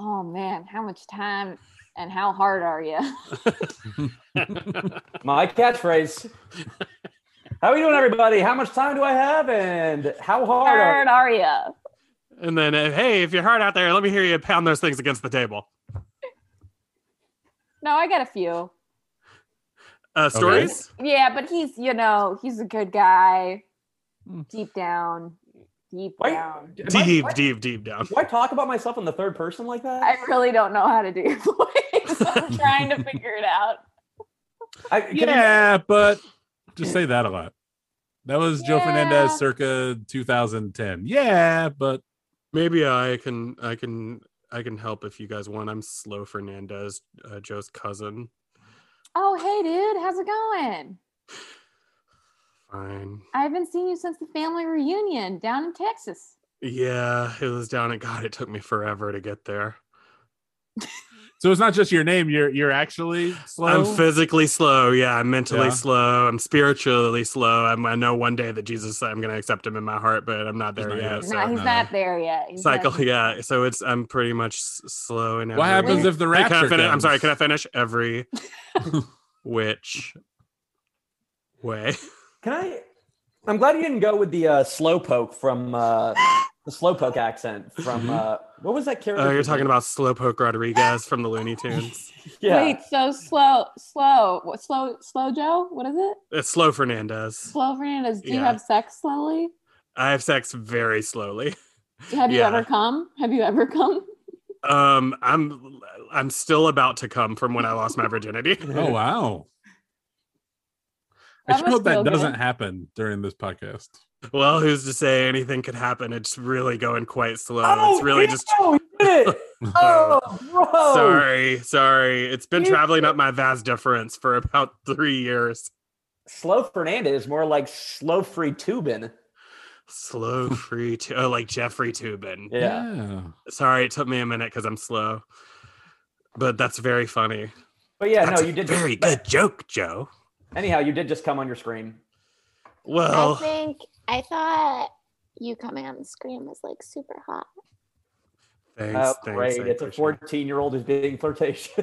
[SPEAKER 3] oh man, how much time and how hard are you?
[SPEAKER 4] My catchphrase. How are you doing, everybody? How much time do I have, and how hard? Are-
[SPEAKER 3] Hard are you?
[SPEAKER 1] And then, uh, hey, if you're hard out there, let me hear you pound those things against the table.
[SPEAKER 3] No, I got a few.
[SPEAKER 1] Uh, stories?
[SPEAKER 3] Yeah, but he's, you know, he's a good guy.
[SPEAKER 2] Hmm.
[SPEAKER 3] Deep down. Deep
[SPEAKER 4] Why-
[SPEAKER 3] down.
[SPEAKER 4] Am I-
[SPEAKER 1] Deep,
[SPEAKER 4] why-
[SPEAKER 1] deep, deep down.
[SPEAKER 4] Do I talk about myself in the third person like that?
[SPEAKER 3] I really don't know how to do your voice. I'm trying to figure it out.
[SPEAKER 4] I, can you-
[SPEAKER 2] yeah, but Just say that a lot. That was Joe
[SPEAKER 3] Yeah.
[SPEAKER 2] Fernandez circa 2010. Yeah, but
[SPEAKER 1] Maybe I can I can I can help if you guys want. I'm Slow Fernandez, uh, Joe's cousin.
[SPEAKER 3] Oh, hey, dude, how's it going?
[SPEAKER 1] Fine.
[SPEAKER 3] I haven't seen you since the family reunion down in Texas.
[SPEAKER 1] Yeah, it was down at God. It took me forever to get there.
[SPEAKER 2] so it's not just your name. You're you're actually slow.
[SPEAKER 1] I'm physically slow. Yeah, I'm mentally
[SPEAKER 2] Yeah.
[SPEAKER 1] slow. I'm spiritually slow. I'm, I know one day that Jesus, I'm going to accept him in my heart, but I'm not
[SPEAKER 2] He's
[SPEAKER 1] there
[SPEAKER 2] not
[SPEAKER 1] yet.
[SPEAKER 2] yet.
[SPEAKER 1] So
[SPEAKER 3] no, he's
[SPEAKER 2] no.
[SPEAKER 3] not there yet. He's not
[SPEAKER 1] cycle.
[SPEAKER 3] there.
[SPEAKER 1] Yeah, so it's I'm pretty much s- slow in every.
[SPEAKER 2] What happens if the
[SPEAKER 1] Hey, can I
[SPEAKER 2] rapture?
[SPEAKER 1] finish- I'm
[SPEAKER 2] comes?
[SPEAKER 1] sorry. Can I finish every which way?
[SPEAKER 4] Can I? I'm glad you didn't go with the uh, slowpoke from uh, the slowpoke accent from uh, what was that character?
[SPEAKER 1] Mm-hmm. Oh, you're talking about Slowpoke Rodriguez from the Looney Tunes.
[SPEAKER 4] yeah.
[SPEAKER 3] Wait, so slow, slow, what, slow, slow, Joe? What is it?
[SPEAKER 1] It's Slow Fernandez.
[SPEAKER 3] Slow Fernandez, do you
[SPEAKER 1] Yeah.
[SPEAKER 3] have sex slowly?
[SPEAKER 1] I have sex very slowly.
[SPEAKER 3] Have you
[SPEAKER 1] Yeah.
[SPEAKER 3] ever come? Have you ever come?
[SPEAKER 1] Um, I'm I'm still about to come from when I lost my virginity.
[SPEAKER 2] Oh wow. I
[SPEAKER 3] That
[SPEAKER 2] just
[SPEAKER 3] must
[SPEAKER 2] hope that
[SPEAKER 3] feel good.
[SPEAKER 2] doesn't happen during this podcast.
[SPEAKER 1] Well, who's to say anything could happen? It's really going quite slow. Oh,
[SPEAKER 4] Oh,
[SPEAKER 1] it's really
[SPEAKER 4] ew,
[SPEAKER 1] just
[SPEAKER 4] you did it. Oh, bro.
[SPEAKER 1] sorry, sorry. It's been
[SPEAKER 3] You-
[SPEAKER 1] traveling up my vast difference for about three years.
[SPEAKER 4] Slow Fernandez, more like slow free tubin.
[SPEAKER 1] Slow free to oh, like Jeffrey Tubin.
[SPEAKER 4] Yeah.
[SPEAKER 1] Sorry, it took me a minute because I'm slow. But that's very funny.
[SPEAKER 4] But yeah,
[SPEAKER 1] That's
[SPEAKER 4] no,
[SPEAKER 1] a
[SPEAKER 4] you did.
[SPEAKER 1] very good
[SPEAKER 4] but
[SPEAKER 1] joke, Joe.
[SPEAKER 4] Anyhow, you did just come on your screen. Oh.
[SPEAKER 1] Well,
[SPEAKER 5] I think I thought you coming on the screen was like super hot.
[SPEAKER 1] thanks,
[SPEAKER 4] Oh,
[SPEAKER 1] thanks.
[SPEAKER 4] great.
[SPEAKER 1] I
[SPEAKER 4] it's a
[SPEAKER 1] appreciate it.
[SPEAKER 4] 14 year old who's being flirtatious.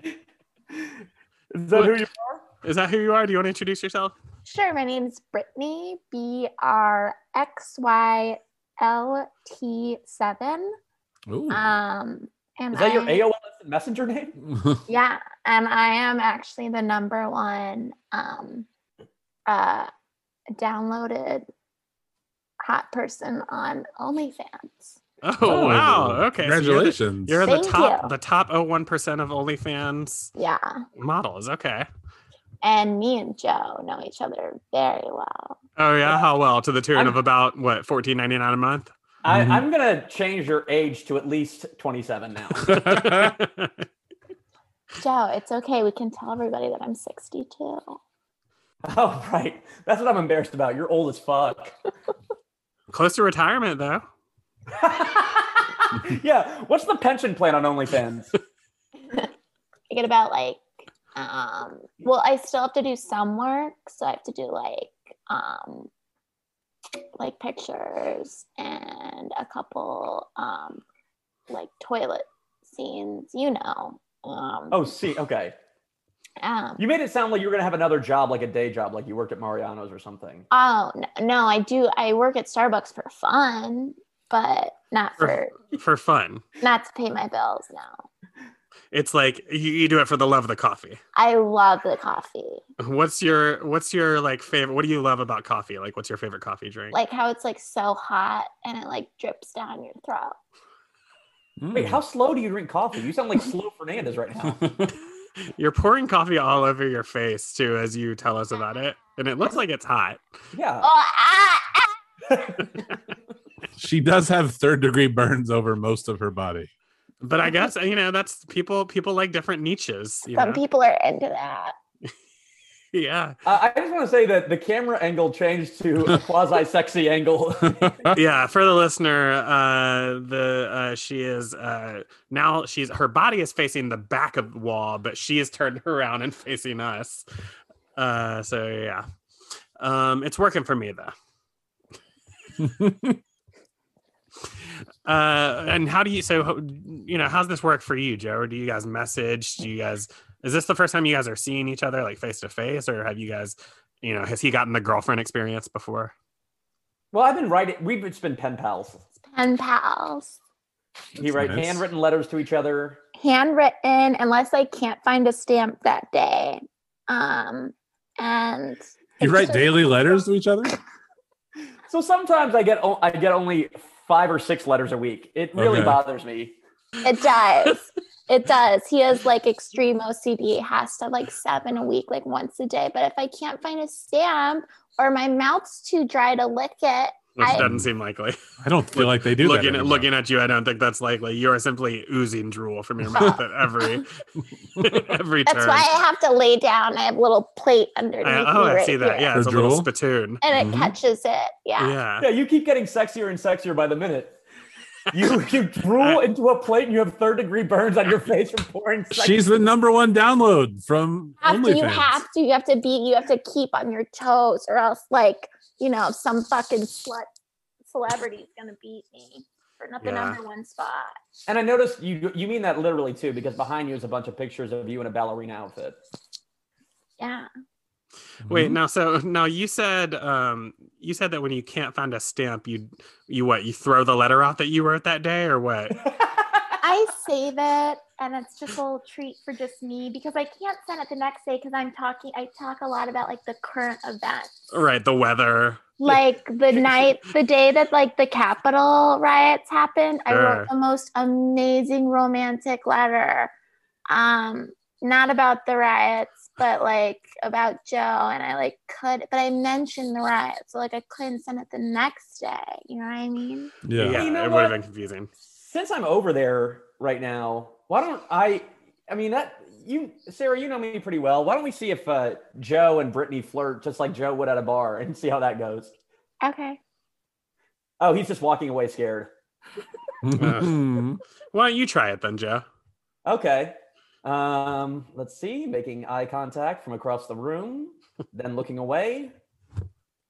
[SPEAKER 2] Yeah.
[SPEAKER 4] Is that who you are?
[SPEAKER 1] Is that who you are? Do you want to introduce yourself?
[SPEAKER 5] Sure, my name's Brittany, B R X Y L T 7.
[SPEAKER 2] Ooh.
[SPEAKER 1] Uh,
[SPEAKER 5] Um, and
[SPEAKER 4] Is that your
[SPEAKER 5] I-
[SPEAKER 4] AOL instant messenger name?
[SPEAKER 2] Oh,
[SPEAKER 5] Yeah, and I am actually the number one um, uh, downloaded hot person on OnlyFans.
[SPEAKER 1] Oh,
[SPEAKER 2] Oh,
[SPEAKER 1] wow. Okay. so you're the-
[SPEAKER 2] Congratulations.
[SPEAKER 1] You're the
[SPEAKER 5] Thank
[SPEAKER 1] top,
[SPEAKER 5] you.
[SPEAKER 1] the top 01% of OnlyFans
[SPEAKER 5] Yeah,
[SPEAKER 1] models. Okay.
[SPEAKER 5] and me and Joe know each other very well.
[SPEAKER 1] Oh yeah, how well? To the tune
[SPEAKER 4] I'm-
[SPEAKER 1] of about what fourteen ninety nine a month.
[SPEAKER 4] I,
[SPEAKER 1] Mm-hmm.
[SPEAKER 2] Mhm.
[SPEAKER 4] I'm going to change your age to at least 27 now.
[SPEAKER 5] Joe, it's okay. We can tell everybody that I'm 62.
[SPEAKER 4] oh, right. That's what I'm embarrassed about. You're old as fuck.
[SPEAKER 1] Close to retirement though.
[SPEAKER 4] yeah. What's the pension plan on OnlyFans?
[SPEAKER 5] I get about like, um, well, I still have to do some work, so I have to do like, um, like pictures and a couple, um, like toilet scenes, you know. Um,
[SPEAKER 4] Oh, see. Okay.
[SPEAKER 5] um,
[SPEAKER 4] You made it sound like you were going to have another job, like a day job, like you worked at Mariano's or something.
[SPEAKER 5] oh no, no, I do. I work at Starbucks for fun, but not for
[SPEAKER 1] For- For fun.
[SPEAKER 5] not to pay my bills. No,
[SPEAKER 1] It's like you, you do it for the love of the coffee.
[SPEAKER 5] I love the coffee.
[SPEAKER 1] What's your what's your like favorite what do you love about coffee? Like what's your favorite coffee drink?
[SPEAKER 5] Like how it's like so hot and it like drips down your throat.
[SPEAKER 4] Wait,
[SPEAKER 2] Mm.
[SPEAKER 1] Hmm.
[SPEAKER 4] how slow do you drink coffee? You sound like Slow Fernandez right now.
[SPEAKER 1] You're pouring coffee all over your face too as you tell us about it. And it looks like it's hot.
[SPEAKER 4] Yeah.
[SPEAKER 5] Oh, ah, ah.
[SPEAKER 2] she does have third degree burns over most of her body.
[SPEAKER 1] But I guess you know that's people people like different niches. You
[SPEAKER 5] Some
[SPEAKER 1] know?
[SPEAKER 5] people are into that.
[SPEAKER 1] Yeah.
[SPEAKER 4] Uh, I just want to say that the camera angle changed to a quasi sexy angle.
[SPEAKER 1] yeah for the listener uh the uh she is uh now she's her body is facing the back of the wall but she is turned around and facing us uh so yeah um it's working for me though uh and how do you so ho- you know how's this work for you joe or do you guys message do you guys is this the first time you guys are seeing each other like face to face or have you guys you know has he gotten the girlfriend experience before
[SPEAKER 4] well, I've been writing, we've just been pen pals.
[SPEAKER 5] Pen pals,
[SPEAKER 4] He write
[SPEAKER 2] nice.
[SPEAKER 4] handwritten letters to each other.
[SPEAKER 5] handwritten, unless I can't find a stamp that day. Um, and
[SPEAKER 2] You write
[SPEAKER 5] pictures-
[SPEAKER 2] daily letters to each other?
[SPEAKER 4] So sometimes I get o- I get only five or six letters a week. It really
[SPEAKER 2] Okay.
[SPEAKER 4] bothers me.
[SPEAKER 5] It does. It does. He has like extreme OCD. He has to have like seven a week, like once a day. But if I can't find a stamp or my mouth's too dry to lick it,
[SPEAKER 1] which
[SPEAKER 5] I-
[SPEAKER 1] doesn't seem likely.
[SPEAKER 2] I don't feel
[SPEAKER 1] Look-
[SPEAKER 2] like they do
[SPEAKER 1] looking
[SPEAKER 2] that.
[SPEAKER 1] at
[SPEAKER 2] anymore.
[SPEAKER 1] looking at you, I don't think that's likely. You are simply oozing drool from your mouth at every every
[SPEAKER 5] that's
[SPEAKER 1] turn.
[SPEAKER 5] why I have to lay down. I have a little plate underneath
[SPEAKER 1] I-
[SPEAKER 5] me
[SPEAKER 1] oh, I
[SPEAKER 5] right
[SPEAKER 1] see that.
[SPEAKER 5] here.
[SPEAKER 1] Yeah, Mm-hmm. it's
[SPEAKER 2] The
[SPEAKER 1] a little
[SPEAKER 2] drool?
[SPEAKER 1] spittoon.
[SPEAKER 5] And it
[SPEAKER 2] Mhm.
[SPEAKER 5] catches it. Yeah.
[SPEAKER 1] Yeah.
[SPEAKER 4] Yeah, you keep getting sexier and sexier by the minute. You you drool into a plate and you have third degree burns on your face from pouring. sex-
[SPEAKER 2] She's the number one download from
[SPEAKER 5] Have to, you
[SPEAKER 2] OnlyFans.
[SPEAKER 5] have to, you have to be, you have to keep on your toes or else like, you know, some fucking slut celebrity's gonna beat me for not the
[SPEAKER 1] Yeah.
[SPEAKER 5] number one spot.
[SPEAKER 4] and I noticed you you mean that literally too because behind you is a bunch of pictures of you in a ballerina outfit.
[SPEAKER 5] Yeah.
[SPEAKER 2] Mm-hmm.
[SPEAKER 1] Wait, now so now you said um you said that when you can't find a stamp you you what you throw the letter out that you wrote that day or what?
[SPEAKER 5] I save it and it's just a little treat for just me because I can't send it the next day because I'm talking I talk a lot about like the current events.
[SPEAKER 1] right, the weather.
[SPEAKER 5] Like the night the day that like the Capitol riots happened, I
[SPEAKER 1] Sure.
[SPEAKER 5] wrote the most amazing romantic letter. Um not about the riots, but like about Joe and I like could but I mentioned the riots, so like I couldn't send it the next day. You know what I mean?
[SPEAKER 2] Mm-hmm. Yeah.
[SPEAKER 4] You know
[SPEAKER 1] it would have
[SPEAKER 4] what?
[SPEAKER 1] been confusing.
[SPEAKER 4] Since I'm over there right now, why don't I? I mean that you Sarah, you know me pretty well. Why don't we see if uh, Joe and Brittany flirt just like Joe would at a bar and see how that goes?
[SPEAKER 5] Okay.
[SPEAKER 4] Oh, he's just walking away scared.
[SPEAKER 1] uh,
[SPEAKER 2] Mhm.
[SPEAKER 1] Why don't you try it then, Joe?
[SPEAKER 4] Okay. Um, let's see. Making eye contact from across the room, then looking away,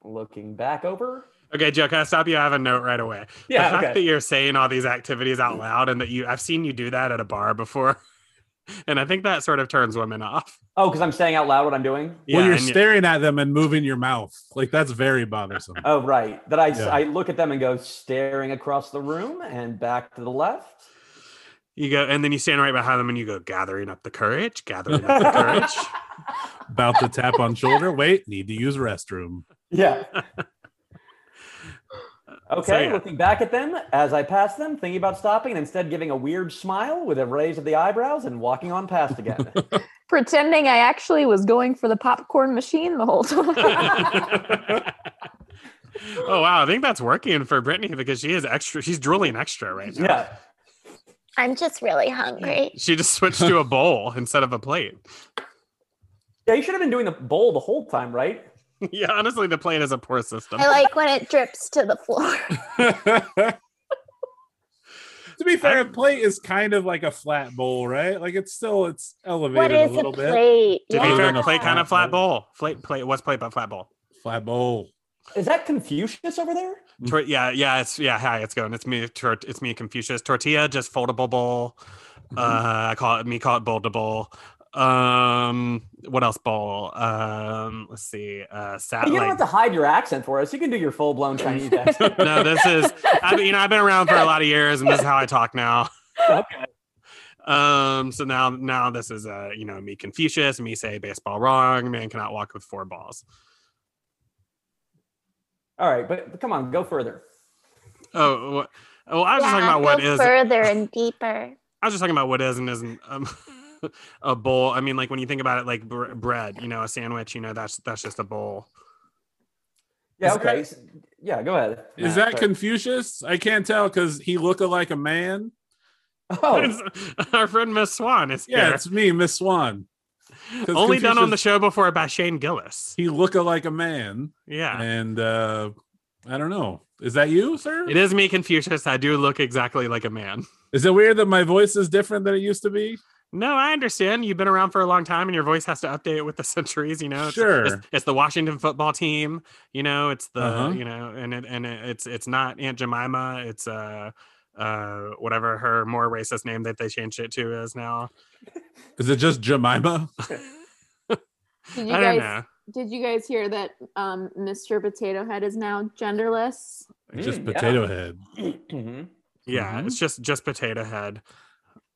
[SPEAKER 4] looking back over.
[SPEAKER 1] Okay, Joe, can I stop you? I have a note right away. the
[SPEAKER 4] Yeah.
[SPEAKER 1] fact that
[SPEAKER 4] Okay.
[SPEAKER 1] you're saying all these activities out loud and that you I've seen you do that at a bar before. And I think that sort of turns women off.
[SPEAKER 4] Oh, because I'm saying out loud what I'm doing.
[SPEAKER 2] well, you're
[SPEAKER 1] and you-
[SPEAKER 2] staring at them and moving your mouth. Like that's very bothersome.
[SPEAKER 4] Oh, right. That I s-
[SPEAKER 2] Yeah.
[SPEAKER 4] I look at them and go staring across the room and back to the left.
[SPEAKER 1] you go and then you stand right behind them and you go gathering up the courage, gathering up the courage.
[SPEAKER 2] About to tap on shoulder. Wait, need to use restroom.
[SPEAKER 4] Yeah. Okay,
[SPEAKER 1] yeah.
[SPEAKER 4] looking back at them as I pass them, thinking about stopping and instead giving a weird smile with a raise of the eyebrows and walking on past again.
[SPEAKER 3] Pretending I actually was going for the popcorn machine the whole time.
[SPEAKER 1] oh wow, I think that's working for Brittany because she is extra. She's drooling extra right now.
[SPEAKER 4] yeah.
[SPEAKER 5] I'm just really hungry.
[SPEAKER 1] She just switched to a bowl instead of a plate.
[SPEAKER 4] Yeah, you should have been doing the bowl the whole time, right?
[SPEAKER 1] yeah, honestly, the plate is a poor system.
[SPEAKER 5] I like when it drips to the floor.
[SPEAKER 2] to be fair, a plate is kind of like a flat bowl, right? Like it's still it's elevated
[SPEAKER 5] what is
[SPEAKER 2] a
[SPEAKER 5] a,
[SPEAKER 2] little bit.
[SPEAKER 5] plate?
[SPEAKER 1] to be
[SPEAKER 2] Yeah.
[SPEAKER 1] fair,
[SPEAKER 2] Yeah.
[SPEAKER 1] plate kind of
[SPEAKER 2] Flat
[SPEAKER 1] flat bowl. Plate, plate. What's plate but flat bowl?
[SPEAKER 2] Flat bowl.
[SPEAKER 4] Is that Confucius over there?
[SPEAKER 1] Tor- yeah, yeah, it's yeah. Hi, it's going. It's me. Tor- it's me, Confucius. Tortilla, just foldable bowl.
[SPEAKER 4] Mm-hmm.
[SPEAKER 1] Uh, I call it me. Call it bowl to bowl. Um, what else bowl? Um, let's see. Uh, sat,
[SPEAKER 4] you don't
[SPEAKER 1] like-
[SPEAKER 4] have to hide your accent for us. You can do your full blown Chinese accent.
[SPEAKER 1] no, this is I mean, you know I've been around for a lot of years, and this is how I talk now.
[SPEAKER 4] Oh, Okay.
[SPEAKER 1] Um, so now now this is uh, you know me Confucius, me say baseball wrong, man cannot walk with four balls.
[SPEAKER 4] All right, but come on, go further.
[SPEAKER 1] Oh, what, well, I was just talking about what
[SPEAKER 5] go
[SPEAKER 1] is.
[SPEAKER 5] further and deeper.
[SPEAKER 1] I was just talking about what is and isn't um, a bowl. I mean, like when you think about it, like br- bread, you know, a sandwich, you know, that's that's just a bowl.
[SPEAKER 4] Yeah,
[SPEAKER 2] Is
[SPEAKER 4] okay. S- Yeah, go ahead.
[SPEAKER 2] Is
[SPEAKER 4] Matt,
[SPEAKER 2] that
[SPEAKER 4] sorry.
[SPEAKER 2] Confucius? I can't tell because he look like a man.
[SPEAKER 4] Oh,
[SPEAKER 1] Our friend Miss Swan is
[SPEAKER 2] Yeah, it's me, Miss Swan.
[SPEAKER 1] here.
[SPEAKER 2] 'cause
[SPEAKER 1] Only done on the
[SPEAKER 2] Confucius-
[SPEAKER 1] show before by Shane Gillis.
[SPEAKER 2] He look like a man,
[SPEAKER 1] Yeah.
[SPEAKER 2] and uh I don't know. Is that you, sir?
[SPEAKER 1] It is me, Confucius. I do look exactly like a man.
[SPEAKER 2] Is it weird that my voice is different than it used to be?
[SPEAKER 1] No, I understand. You've been around for a long time, and your voice has to update with the centuries. You know, It's- It's,
[SPEAKER 2] Sure.
[SPEAKER 1] it's, the Washington football team. You know, it's the
[SPEAKER 2] Uh-huh.
[SPEAKER 1] you know, and it and it, it's it's not Aunt Jemima. It's uh uh whatever her more racist name that they changed it to is now.
[SPEAKER 2] Is it just Jemima?
[SPEAKER 3] Did you
[SPEAKER 1] I don't
[SPEAKER 3] guys
[SPEAKER 1] know.
[SPEAKER 3] did you guys hear that um Mr. Potato Head is now genderless?
[SPEAKER 2] just
[SPEAKER 4] Mm, yeah.
[SPEAKER 2] potato head.
[SPEAKER 4] Mhm.
[SPEAKER 1] Yeah,
[SPEAKER 2] Mhm.
[SPEAKER 1] it's just just potato head.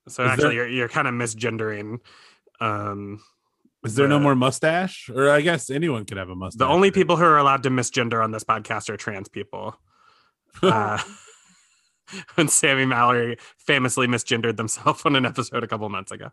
[SPEAKER 1] So
[SPEAKER 2] Is
[SPEAKER 1] actually,
[SPEAKER 2] there-
[SPEAKER 1] you're you're kind of misgendering. Um,
[SPEAKER 2] Is there no
[SPEAKER 1] Uh,
[SPEAKER 2] more mustache? Or I guess anyone could have a mustache.
[SPEAKER 1] the only
[SPEAKER 2] right?
[SPEAKER 1] people who are allowed to misgender on this podcast are trans people. Uh, when Sammy Mallory famously misgendered themselves on an episode a couple months ago.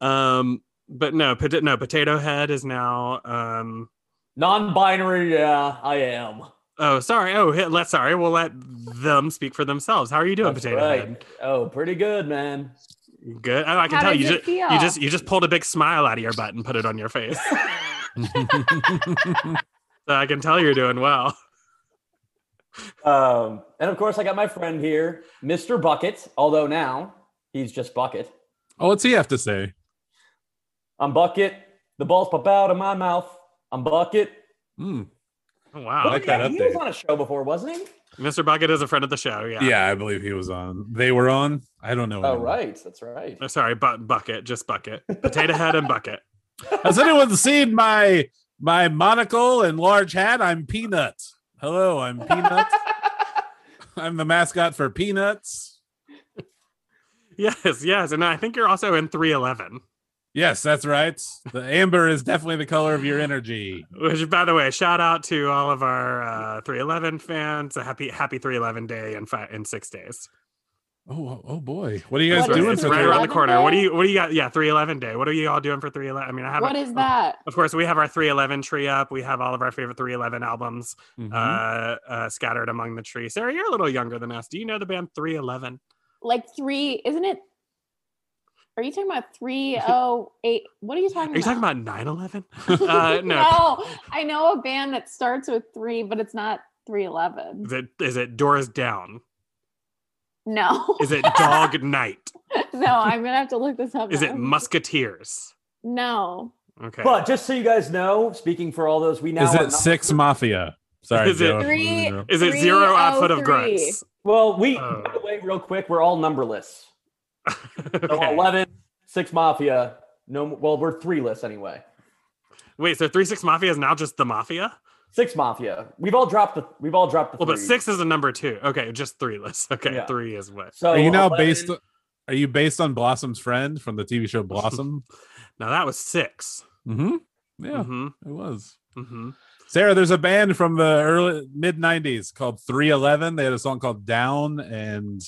[SPEAKER 1] Um, but no, pot- no, Potato Head is now. Um,
[SPEAKER 4] Non-binary, yeah, I am.
[SPEAKER 1] oh, sorry. Oh, hit, let sorry. We'll let them speak for themselves. How are you doing,
[SPEAKER 4] That's
[SPEAKER 1] Potato
[SPEAKER 4] right.
[SPEAKER 1] Head?
[SPEAKER 4] Oh, pretty good, man.
[SPEAKER 1] Good. Oh, I can
[SPEAKER 3] How
[SPEAKER 1] tell
[SPEAKER 3] did
[SPEAKER 1] you
[SPEAKER 3] it
[SPEAKER 1] just
[SPEAKER 3] feel?
[SPEAKER 1] you just you just pulled a big smile out of your butt and put it on your face. so I can tell you're doing well.
[SPEAKER 4] Um, and of course, I got my friend here, Mr. Bucket. Although now he's just Bucket.
[SPEAKER 2] Oh, what's he have to say?
[SPEAKER 4] I'm Bucket. The balls pop out of my mouth. I'm Bucket.
[SPEAKER 2] Hmm.
[SPEAKER 1] Oh,
[SPEAKER 4] Wasn't
[SPEAKER 1] Wow.
[SPEAKER 2] like
[SPEAKER 4] he-
[SPEAKER 2] that
[SPEAKER 4] He
[SPEAKER 2] update.
[SPEAKER 4] was on a show before, wasn't he?
[SPEAKER 1] Mr. Bucket is a friend of the show. Yeah.
[SPEAKER 2] Yeah. I believe he was on. They were on. I don't know.
[SPEAKER 4] Oh,
[SPEAKER 2] anymore.
[SPEAKER 4] right. That's right.
[SPEAKER 1] Oh, sorry, but bucket, just bucket, potato head and bucket.
[SPEAKER 2] Has anyone seen my my monocle and large hat? I'm Peanut. Hello, I'm Peanut. I'm the mascot for Peanuts.
[SPEAKER 1] Yes, yes, and I think you're also in 311.
[SPEAKER 2] Yes, that's right. The amber is definitely the color of your energy.
[SPEAKER 1] Which, by the way, shout out to all of our uh, 311 fans. A happy, happy 311 day in five in six days.
[SPEAKER 2] Oh, oh, oh boy. What are you guys
[SPEAKER 1] It's
[SPEAKER 3] What is
[SPEAKER 2] doing
[SPEAKER 1] it's
[SPEAKER 2] for
[SPEAKER 1] right
[SPEAKER 2] three-
[SPEAKER 1] around the
[SPEAKER 3] 311
[SPEAKER 1] corner. What do
[SPEAKER 3] day?
[SPEAKER 1] you, what do you got? Yeah, 311 day. What are you all doing for 311? I mean, I have.
[SPEAKER 3] What
[SPEAKER 1] a-
[SPEAKER 3] is that?
[SPEAKER 1] Of course, we have our 311 tree up. We have all of our favorite 311 albums
[SPEAKER 2] Mhm.
[SPEAKER 1] uh, uh, scattered among the tree. Sarah, you're a little younger than us. Do you know the band 311?
[SPEAKER 3] Like three? Isn't it? Are you talking about three oh eight? What are you talking
[SPEAKER 1] Are you talking
[SPEAKER 3] about?
[SPEAKER 1] about 911? Uh, no.
[SPEAKER 3] no, I know a band that starts with three, but it's not three eleven.
[SPEAKER 1] Is it, is it Doors Down?
[SPEAKER 3] No,
[SPEAKER 1] Is it Dog Night?
[SPEAKER 3] no, I'm gonna have to look this up.
[SPEAKER 1] Is
[SPEAKER 3] now.
[SPEAKER 1] it Musketeers?
[SPEAKER 3] No,
[SPEAKER 1] Okay.
[SPEAKER 4] But just so you guys know, speaking for all those, we now
[SPEAKER 2] Is
[SPEAKER 4] are
[SPEAKER 2] it
[SPEAKER 4] not-
[SPEAKER 2] six mafia? Sorry,
[SPEAKER 1] Is it-
[SPEAKER 2] Joe.
[SPEAKER 3] Three-
[SPEAKER 1] is it zero odd foot of
[SPEAKER 3] 303.
[SPEAKER 1] grunts?
[SPEAKER 4] Well, we
[SPEAKER 1] Oh.
[SPEAKER 4] by the way, real quick, we're all numberless. So
[SPEAKER 1] Okay.
[SPEAKER 4] 11, six mafia. No, well, we're three less anyway.
[SPEAKER 1] Wait, so three six mafia is now just the mafia?
[SPEAKER 4] Six mafia. We've all dropped the. We've all dropped the.
[SPEAKER 1] Well, but
[SPEAKER 4] three.
[SPEAKER 1] six is a number two. Okay, just three list. Okay,
[SPEAKER 4] Yeah.
[SPEAKER 1] three is what?
[SPEAKER 4] So
[SPEAKER 2] Are you now
[SPEAKER 4] 11
[SPEAKER 2] based? Are you based on Blossom's friend from the TV show Blossom?
[SPEAKER 1] Now that was six.
[SPEAKER 2] mm-hmm. Yeah,
[SPEAKER 1] hmm
[SPEAKER 2] it was.
[SPEAKER 1] hmm
[SPEAKER 2] Sarah, there's a band from the early mid '90s called 311. They had a song called "Down" and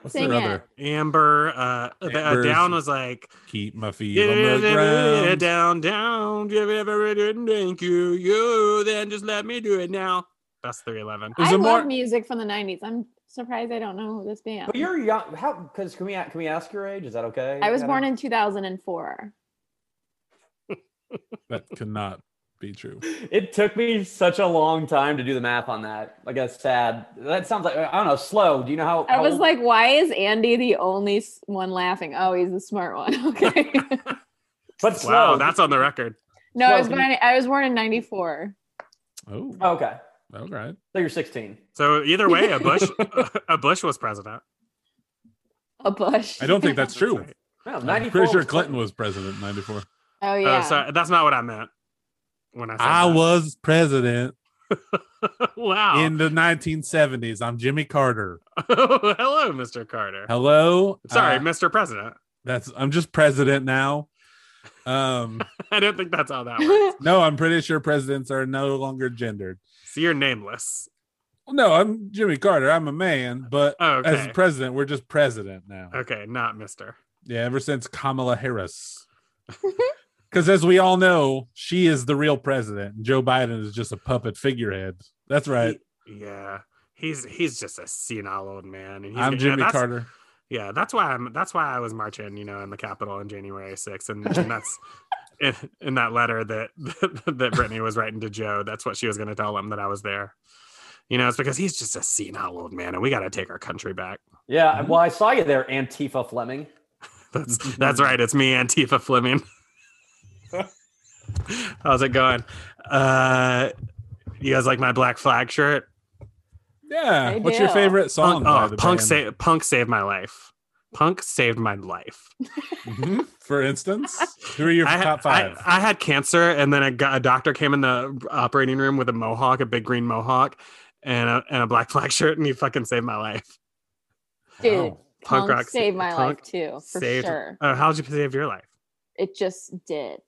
[SPEAKER 2] what's
[SPEAKER 3] Sing
[SPEAKER 2] their
[SPEAKER 3] it.
[SPEAKER 2] other?
[SPEAKER 1] Amber, uh, the- uh,
[SPEAKER 2] Amber's-
[SPEAKER 1] down was like
[SPEAKER 2] Keep my feet on the
[SPEAKER 1] down,
[SPEAKER 2] ground.
[SPEAKER 1] down, down. Give it every thank you, you. Then just let me do it now. That's three eleven.
[SPEAKER 2] Is
[SPEAKER 3] I
[SPEAKER 2] it
[SPEAKER 3] love
[SPEAKER 2] more-
[SPEAKER 3] music from the '90s. I'm surprised I don't know this band.
[SPEAKER 4] But you're young. How? Because can we a- can we ask your age? Is that okay?
[SPEAKER 3] I was born in 2004.
[SPEAKER 2] That could not be true.
[SPEAKER 4] It took me such a long time to do the math on that. Like that's sad. That sounds like I don't know. Slow. Do you know how?
[SPEAKER 3] I
[SPEAKER 4] how
[SPEAKER 3] was
[SPEAKER 4] old-
[SPEAKER 3] like, why is Andy the only s- one laughing? Oh, he's the smart one. Okay.
[SPEAKER 4] but slow.
[SPEAKER 1] Wow, that's on the record.
[SPEAKER 3] no, I was
[SPEAKER 4] Well,
[SPEAKER 3] born. I was born in '94.
[SPEAKER 2] Oh,
[SPEAKER 4] okay.
[SPEAKER 2] all right.
[SPEAKER 4] So you're 16.
[SPEAKER 1] So either way, a Bush, a Bush was president.
[SPEAKER 3] A bush.
[SPEAKER 2] I don't think that's true.
[SPEAKER 1] right.
[SPEAKER 4] No,
[SPEAKER 2] I'm
[SPEAKER 4] 94.
[SPEAKER 2] pretty sure Clinton was president in '94.
[SPEAKER 3] Oh
[SPEAKER 1] Oh,
[SPEAKER 3] yeah.
[SPEAKER 1] sorry, that's not what I meant. When I said
[SPEAKER 2] I
[SPEAKER 1] that.
[SPEAKER 2] was president
[SPEAKER 1] wow.
[SPEAKER 2] in the 1970s. I'm Jimmy Carter.
[SPEAKER 1] Hello, Mr. Carter.
[SPEAKER 2] Hello.
[SPEAKER 1] Sorry,
[SPEAKER 2] Uh,
[SPEAKER 1] Mr. President.
[SPEAKER 2] That's I'm just president now. Um
[SPEAKER 1] I don't think that's how that works.
[SPEAKER 2] no, I'm pretty sure presidents are no longer gendered.
[SPEAKER 1] so you're nameless.
[SPEAKER 2] No, I'm Jimmy Carter. I'm a man, but
[SPEAKER 1] Oh,
[SPEAKER 2] as
[SPEAKER 1] okay.
[SPEAKER 2] president, we're just president now.
[SPEAKER 1] okay, not Mr.
[SPEAKER 2] Yeah, ever since Kamala Harris. Cuz as we all know, she is the real president. and Joe Biden is just a puppet figurehead. That's right.
[SPEAKER 1] Yeah. He's he's just a senile old man. And he's
[SPEAKER 2] I'm
[SPEAKER 1] yeah,
[SPEAKER 2] Jimmy
[SPEAKER 1] that's-
[SPEAKER 2] Carter.
[SPEAKER 1] Yeah, that's why I'm that's why I was marching, you know, in the Capitol on January 6th. And, and that's in, in that letter that that Brittany was writing to Joe. That's what she was gonna tell him that I was there. You know, it's because he's just a senile old man and we gotta take our country back.
[SPEAKER 4] Yeah. Well, I saw you there, Antifa Fleming.
[SPEAKER 1] That's that's
[SPEAKER 2] Mm-hmm.
[SPEAKER 1] right. It's me, Antifa Fleming. How's it going? Uh, you guys like my black flag shirt?
[SPEAKER 2] Yeah.
[SPEAKER 3] I
[SPEAKER 2] What's your
[SPEAKER 3] do.
[SPEAKER 2] favorite
[SPEAKER 1] Punk,
[SPEAKER 2] song? by
[SPEAKER 1] oh,
[SPEAKER 2] the
[SPEAKER 1] punk,
[SPEAKER 2] band?
[SPEAKER 1] sa- punk saved my life. Punk saved my life.
[SPEAKER 2] Mhm. For instance, who are your
[SPEAKER 1] I,
[SPEAKER 2] top
[SPEAKER 1] I-
[SPEAKER 2] five?
[SPEAKER 1] I, had cancer, and then a, gu- a doctor came in the operating room with a mohawk, a big green mohawk, and a, and a black flag shirt, and he fucking saved my life.
[SPEAKER 3] Dude,
[SPEAKER 2] Wow.
[SPEAKER 1] Oh, Punk
[SPEAKER 3] punk,
[SPEAKER 1] rock-
[SPEAKER 3] saved my
[SPEAKER 1] punk
[SPEAKER 3] life too, for
[SPEAKER 1] saved-
[SPEAKER 3] sure.
[SPEAKER 1] Uh, how'd you save your life?
[SPEAKER 3] It just did.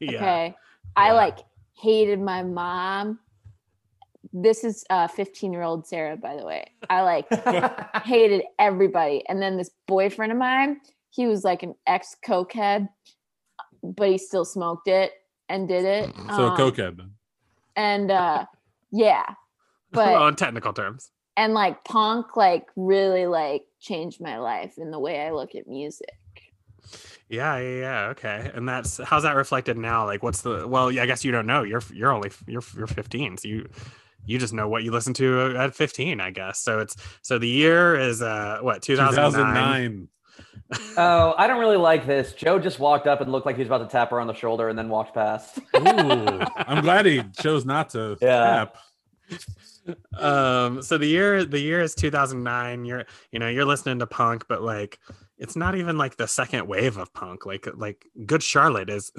[SPEAKER 1] Yeah.
[SPEAKER 3] Okay. I
[SPEAKER 1] Yeah.
[SPEAKER 3] like hated my mom this is uh 15 year old Sarah, by the way. I like hated everybody. And then this boyfriend of mine, he was like an ex cokehead, but he still smoked it and did it.
[SPEAKER 2] Mm-hmm. So
[SPEAKER 3] Um,
[SPEAKER 2] cokehead. then.
[SPEAKER 3] And uh, yeah,
[SPEAKER 1] well,
[SPEAKER 3] but
[SPEAKER 1] in technical terms.
[SPEAKER 3] and like punk, like really like changed my life in the way I look at music.
[SPEAKER 1] Yeah, yeah, yeah. Okay, and that's how's that reflected now? Like, what's the? Well, yeah, I guess you don't know. You're you're only you're you're 15, so you you just know what you listen to at 15, I guess. So it's so the year is uh what 2009.
[SPEAKER 2] 2009.
[SPEAKER 4] Oh, I don't really like this. Joe just walked up and looked like he was about to tap her on the shoulder and then walked past.
[SPEAKER 2] Ooh, I'm glad he chose not to
[SPEAKER 4] Yeah.
[SPEAKER 2] tap.
[SPEAKER 1] Um, so the year the year is 2009. You're you know you're listening to punk, but like it's not even like the second wave of punk. Like like Good Charlotte is.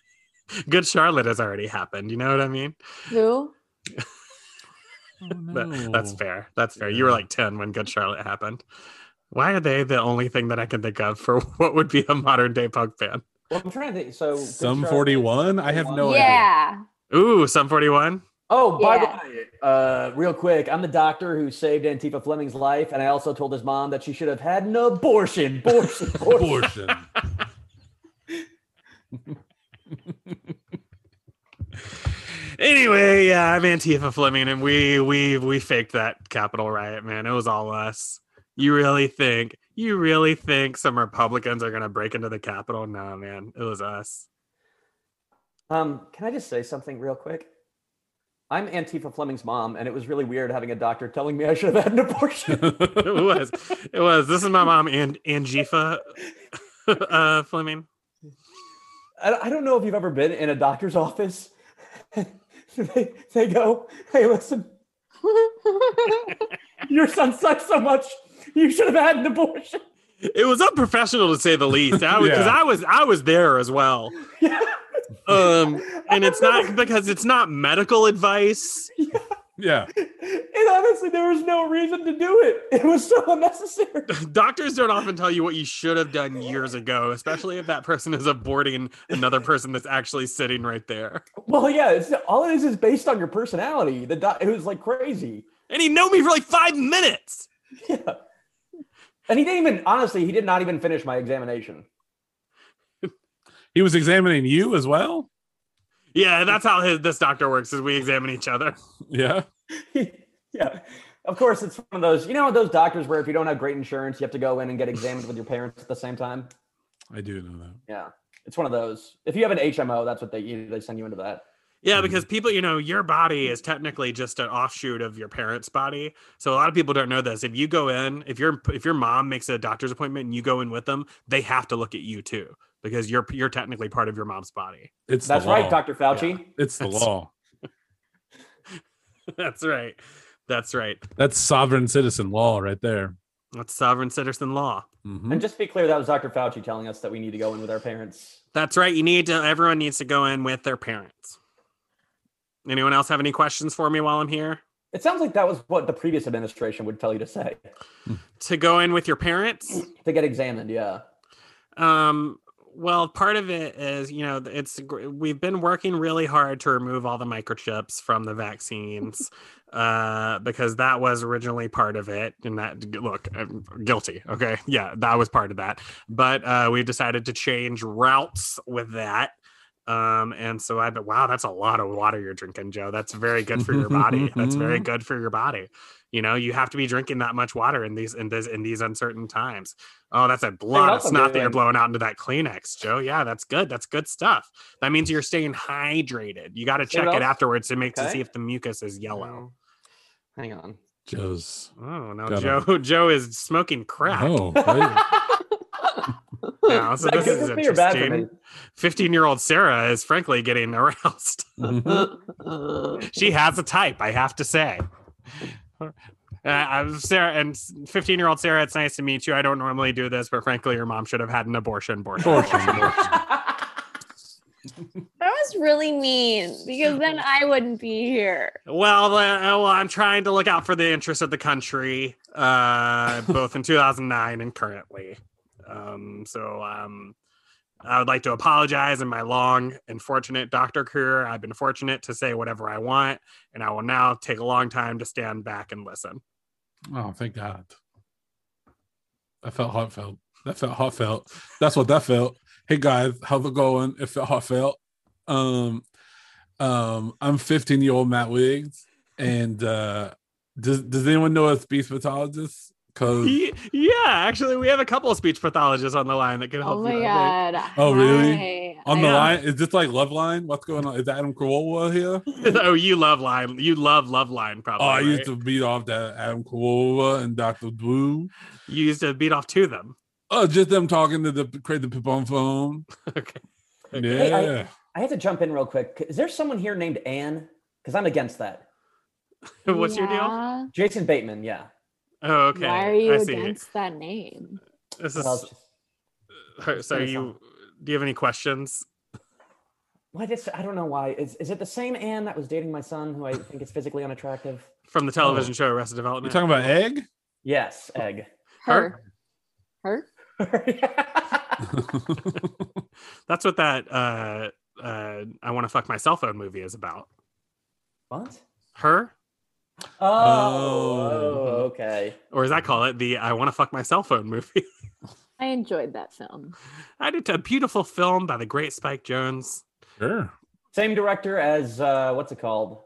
[SPEAKER 1] Good Charlotte has already happened. You know what I mean?
[SPEAKER 3] Who?
[SPEAKER 1] That- that's fair. That's fair. You were
[SPEAKER 2] Oh. Yeah.
[SPEAKER 1] like 10 when Good Charlotte happened. Why are they the only thing that I can think of for what would be a modern day punk band?
[SPEAKER 4] Well, I'm trying to think. So
[SPEAKER 2] Some
[SPEAKER 4] Good Charlotte-
[SPEAKER 2] 41? I have no idea.
[SPEAKER 3] yeah.
[SPEAKER 1] Ooh, Sum 41.
[SPEAKER 4] Oh, by
[SPEAKER 3] Yeah.
[SPEAKER 4] the way, uh, real quick, I'm the doctor who saved Antifa Fleming's life, and I also told his mom that she should have had an abortion. Abortion. abortion.
[SPEAKER 2] Abortion.
[SPEAKER 1] Anyway, yeah, I'm Antifa Fleming, and we we we faked that Capitol riot, man. It was all us. You really think you really think some Republicans are gonna break into the Capitol? Nah, man, it was us.
[SPEAKER 4] um, can I just say something real quick? I'm Antifa Fleming's mom, and it was really weird having a doctor telling me I should have had an abortion.
[SPEAKER 1] It was. it was. This is my mom and Angifa uh, Fleming.
[SPEAKER 4] I, I don't know if you've ever been in a doctor's office. they, they go, hey, listen, your son sucks so much. You should have had an abortion.
[SPEAKER 1] It was unprofessional to say the least. I was because
[SPEAKER 2] Yeah.
[SPEAKER 1] I was I was there as well.
[SPEAKER 4] Yeah.
[SPEAKER 1] Um, and it's not because it's not medical advice.
[SPEAKER 2] yeah.
[SPEAKER 4] And honestly, there was no reason to do it. It was so unnecessary.
[SPEAKER 1] Doctors don't often tell you what you should have done years ago, especially if that person is aborting another person that's actually sitting right there.
[SPEAKER 4] Well, yeah, it's, all it is is based on your personality. The doc, it was like crazy.
[SPEAKER 1] And he know me for like five minutes.
[SPEAKER 4] And he didn't even, honestly, he did not even finish my examination.
[SPEAKER 2] He was examining you as well?
[SPEAKER 1] Yeah, that's how his, this doctor works. Is we examine each other.
[SPEAKER 2] Yeah.
[SPEAKER 4] yeah. Of course, it's one of those, you know, those doctors where if you don't have great insurance, you have to go in and get examined with your parents at the same time.
[SPEAKER 2] I do know that.
[SPEAKER 4] Yeah. It's one of those. If you have an HMO, that's what they you, they send you into that.
[SPEAKER 1] Yeah,
[SPEAKER 2] Mhm.
[SPEAKER 1] because people, you know, your body is technically just an offshoot of your parents' body. So a lot of people don't know this. If you go in, if your if your mom makes a doctor's appointment and you go in with them, they have to look at you too because you're you're technically part of your mom's body.
[SPEAKER 2] It's
[SPEAKER 4] That's
[SPEAKER 2] the law.
[SPEAKER 4] right, Dr. Fauci.
[SPEAKER 1] Mm-hmm.
[SPEAKER 2] It's the
[SPEAKER 1] That's-
[SPEAKER 2] law.
[SPEAKER 1] That's right. That's right.
[SPEAKER 2] That's sovereign citizen law right there.
[SPEAKER 1] That's sovereign citizen law.
[SPEAKER 2] Mhm.
[SPEAKER 4] And just to be clear, that was Dr. Fauci telling us that we need to go in with our parents.
[SPEAKER 1] That's right. You need to everyone needs to go in with their parents. Anyone else have any questions for me while I'm here?
[SPEAKER 4] It sounds like that was what the previous administration would tell you to say
[SPEAKER 1] To go in with your parents?
[SPEAKER 4] to get examined. Yeah.
[SPEAKER 1] Um, well, part of it is, you know, it's gr- we've been working really hard to remove all the microchips from the vaccines uh, because that was originally part of it. And that, look, I'm guilty. Okay. Yeah, that was part of that. But uh, we've decided to change routes with that. Um, and so I, but wow, that's a lot of water you're drinking, Joe. That's very good for your body. that's very good for your body. You know, you have to be drinking that much water in these in this in these uncertain times. Oh, that's a lot of
[SPEAKER 4] else I'm
[SPEAKER 1] snot that you're
[SPEAKER 4] doing-
[SPEAKER 1] blowing out into that Kleenex, Joe. Yeah, that's good. That's good stuff. That means you're staying hydrated. You got to check
[SPEAKER 4] what
[SPEAKER 1] it
[SPEAKER 4] else?
[SPEAKER 1] afterwards to make to
[SPEAKER 4] Okay.
[SPEAKER 1] see if the mucus is yellow.
[SPEAKER 4] Hang on.
[SPEAKER 2] Joe's.
[SPEAKER 1] Oh no,
[SPEAKER 2] Got
[SPEAKER 1] Joe! Joe is smoking crack.
[SPEAKER 2] Oh, right.
[SPEAKER 1] Now, so
[SPEAKER 4] Is
[SPEAKER 1] this
[SPEAKER 4] that good
[SPEAKER 1] is
[SPEAKER 4] for me or bad for me?
[SPEAKER 1] interesting. Fifteen-year-old Sarah is frankly getting aroused.
[SPEAKER 2] Mhm.
[SPEAKER 1] she has a type, I have to say. Uh, I'm Sarah, and 15 year old Sarah, it's nice to meet you. I don't normally do this, but frankly, your mom should have had an abortion. abortion,
[SPEAKER 2] Abortion,
[SPEAKER 1] abortion, abortion.
[SPEAKER 3] That was really mean because then I wouldn't be here.
[SPEAKER 1] Well, uh, well, I'm trying to look out for the interests of the country, uh, both in 2009 and currently. Um, so, um, I would like to apologize in my long and fortunate doctor career. I've been fortunate to say whatever I want, and I will now take a long time to stand back and listen.
[SPEAKER 2] Oh, thank God. That felt heartfelt. That felt heartfelt. That's what that felt. Hey guys, how's it going? It felt heartfelt. Um, um, I'm 15 year old Matt Wiggs, and uh, does does anyone know a speech pathologist? Cause
[SPEAKER 1] Ye- Yeah, actually, we have a couple of speech pathologists on the line that can help.
[SPEAKER 3] Oh
[SPEAKER 1] you,
[SPEAKER 3] my
[SPEAKER 1] I
[SPEAKER 3] god.
[SPEAKER 2] Oh, really?
[SPEAKER 3] Hi.
[SPEAKER 2] on
[SPEAKER 3] I
[SPEAKER 2] the
[SPEAKER 3] know.
[SPEAKER 2] line, is this like Love Line? What's going on? Is Adam Carolla here?
[SPEAKER 1] think. oh, you love line. You love love line. Probably.
[SPEAKER 2] Oh, I
[SPEAKER 1] right?
[SPEAKER 2] used to beat off that Adam Carolla and Dr. Blue.
[SPEAKER 1] You used to beat off to them.
[SPEAKER 2] Oh, just them talking to the crazy people on phone.
[SPEAKER 1] okay.
[SPEAKER 2] Yeah.
[SPEAKER 1] Okay.
[SPEAKER 4] I have to jump in real quick. Is there someone here named Anne? Because I'm against that.
[SPEAKER 1] What's your deal?
[SPEAKER 3] Yeah.
[SPEAKER 4] Jason Bateman, yeah.
[SPEAKER 1] Oh, okay.
[SPEAKER 3] Why are you
[SPEAKER 1] I see.
[SPEAKER 3] against that name?
[SPEAKER 1] This
[SPEAKER 4] Well, it's
[SPEAKER 1] is.
[SPEAKER 4] just-
[SPEAKER 1] So
[SPEAKER 4] Renaissance.
[SPEAKER 1] you do you have any questions?
[SPEAKER 4] Well, I just I don't know why. Is is it the same Anne that was dating my son, who I think is physically unattractive?
[SPEAKER 1] from the
[SPEAKER 4] Oh.
[SPEAKER 1] television show Arrested
[SPEAKER 2] You
[SPEAKER 1] Development.
[SPEAKER 2] talking about egg?
[SPEAKER 4] Yes, egg.
[SPEAKER 1] Her?
[SPEAKER 3] Her. Her?
[SPEAKER 1] That's what that uh, uh, I want to fuck my cell phone movie is about.
[SPEAKER 4] what?
[SPEAKER 1] Her,
[SPEAKER 4] Oh,
[SPEAKER 2] Oh.
[SPEAKER 4] oh, okay.
[SPEAKER 1] or as I call it, the I want to fuck my cell phone movie.
[SPEAKER 3] I enjoyed that film.
[SPEAKER 1] I did a beautiful film by the great Spike Jones.
[SPEAKER 2] sure.
[SPEAKER 4] Same director as uh, what's it called?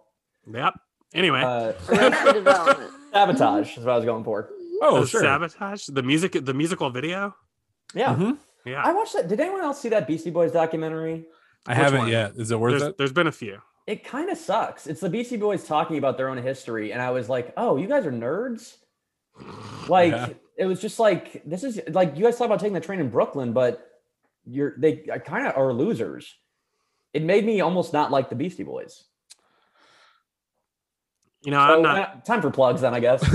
[SPEAKER 1] Yep. Anyway,
[SPEAKER 4] Uh,
[SPEAKER 3] Arrested Development.
[SPEAKER 4] sabotage is what I was going for.
[SPEAKER 2] Oh,
[SPEAKER 1] the
[SPEAKER 2] sure.
[SPEAKER 1] sabotage the music, the musical video.
[SPEAKER 4] Yeah,
[SPEAKER 1] Mm-hmm.
[SPEAKER 2] Mhm.
[SPEAKER 1] Yeah,
[SPEAKER 4] I watched that. Did anyone else see that Beastie Boys documentary?
[SPEAKER 2] I
[SPEAKER 1] Which
[SPEAKER 2] haven't
[SPEAKER 1] one?
[SPEAKER 2] yet. Is it worth
[SPEAKER 1] there's,
[SPEAKER 2] it?
[SPEAKER 1] there's been a few.
[SPEAKER 4] It kind of sucks. It's the Beastie Boys talking about their own history, and I was like, oh, you guys are nerds. Like
[SPEAKER 2] Yeah.
[SPEAKER 4] it was just like this is like you guys talk about taking the train in Brooklyn, but you're they kind of are losers. It made me almost not like the Beastie Boys.
[SPEAKER 1] You know,
[SPEAKER 4] So,
[SPEAKER 1] I'm not.
[SPEAKER 4] uh, time for plugs then, I guess.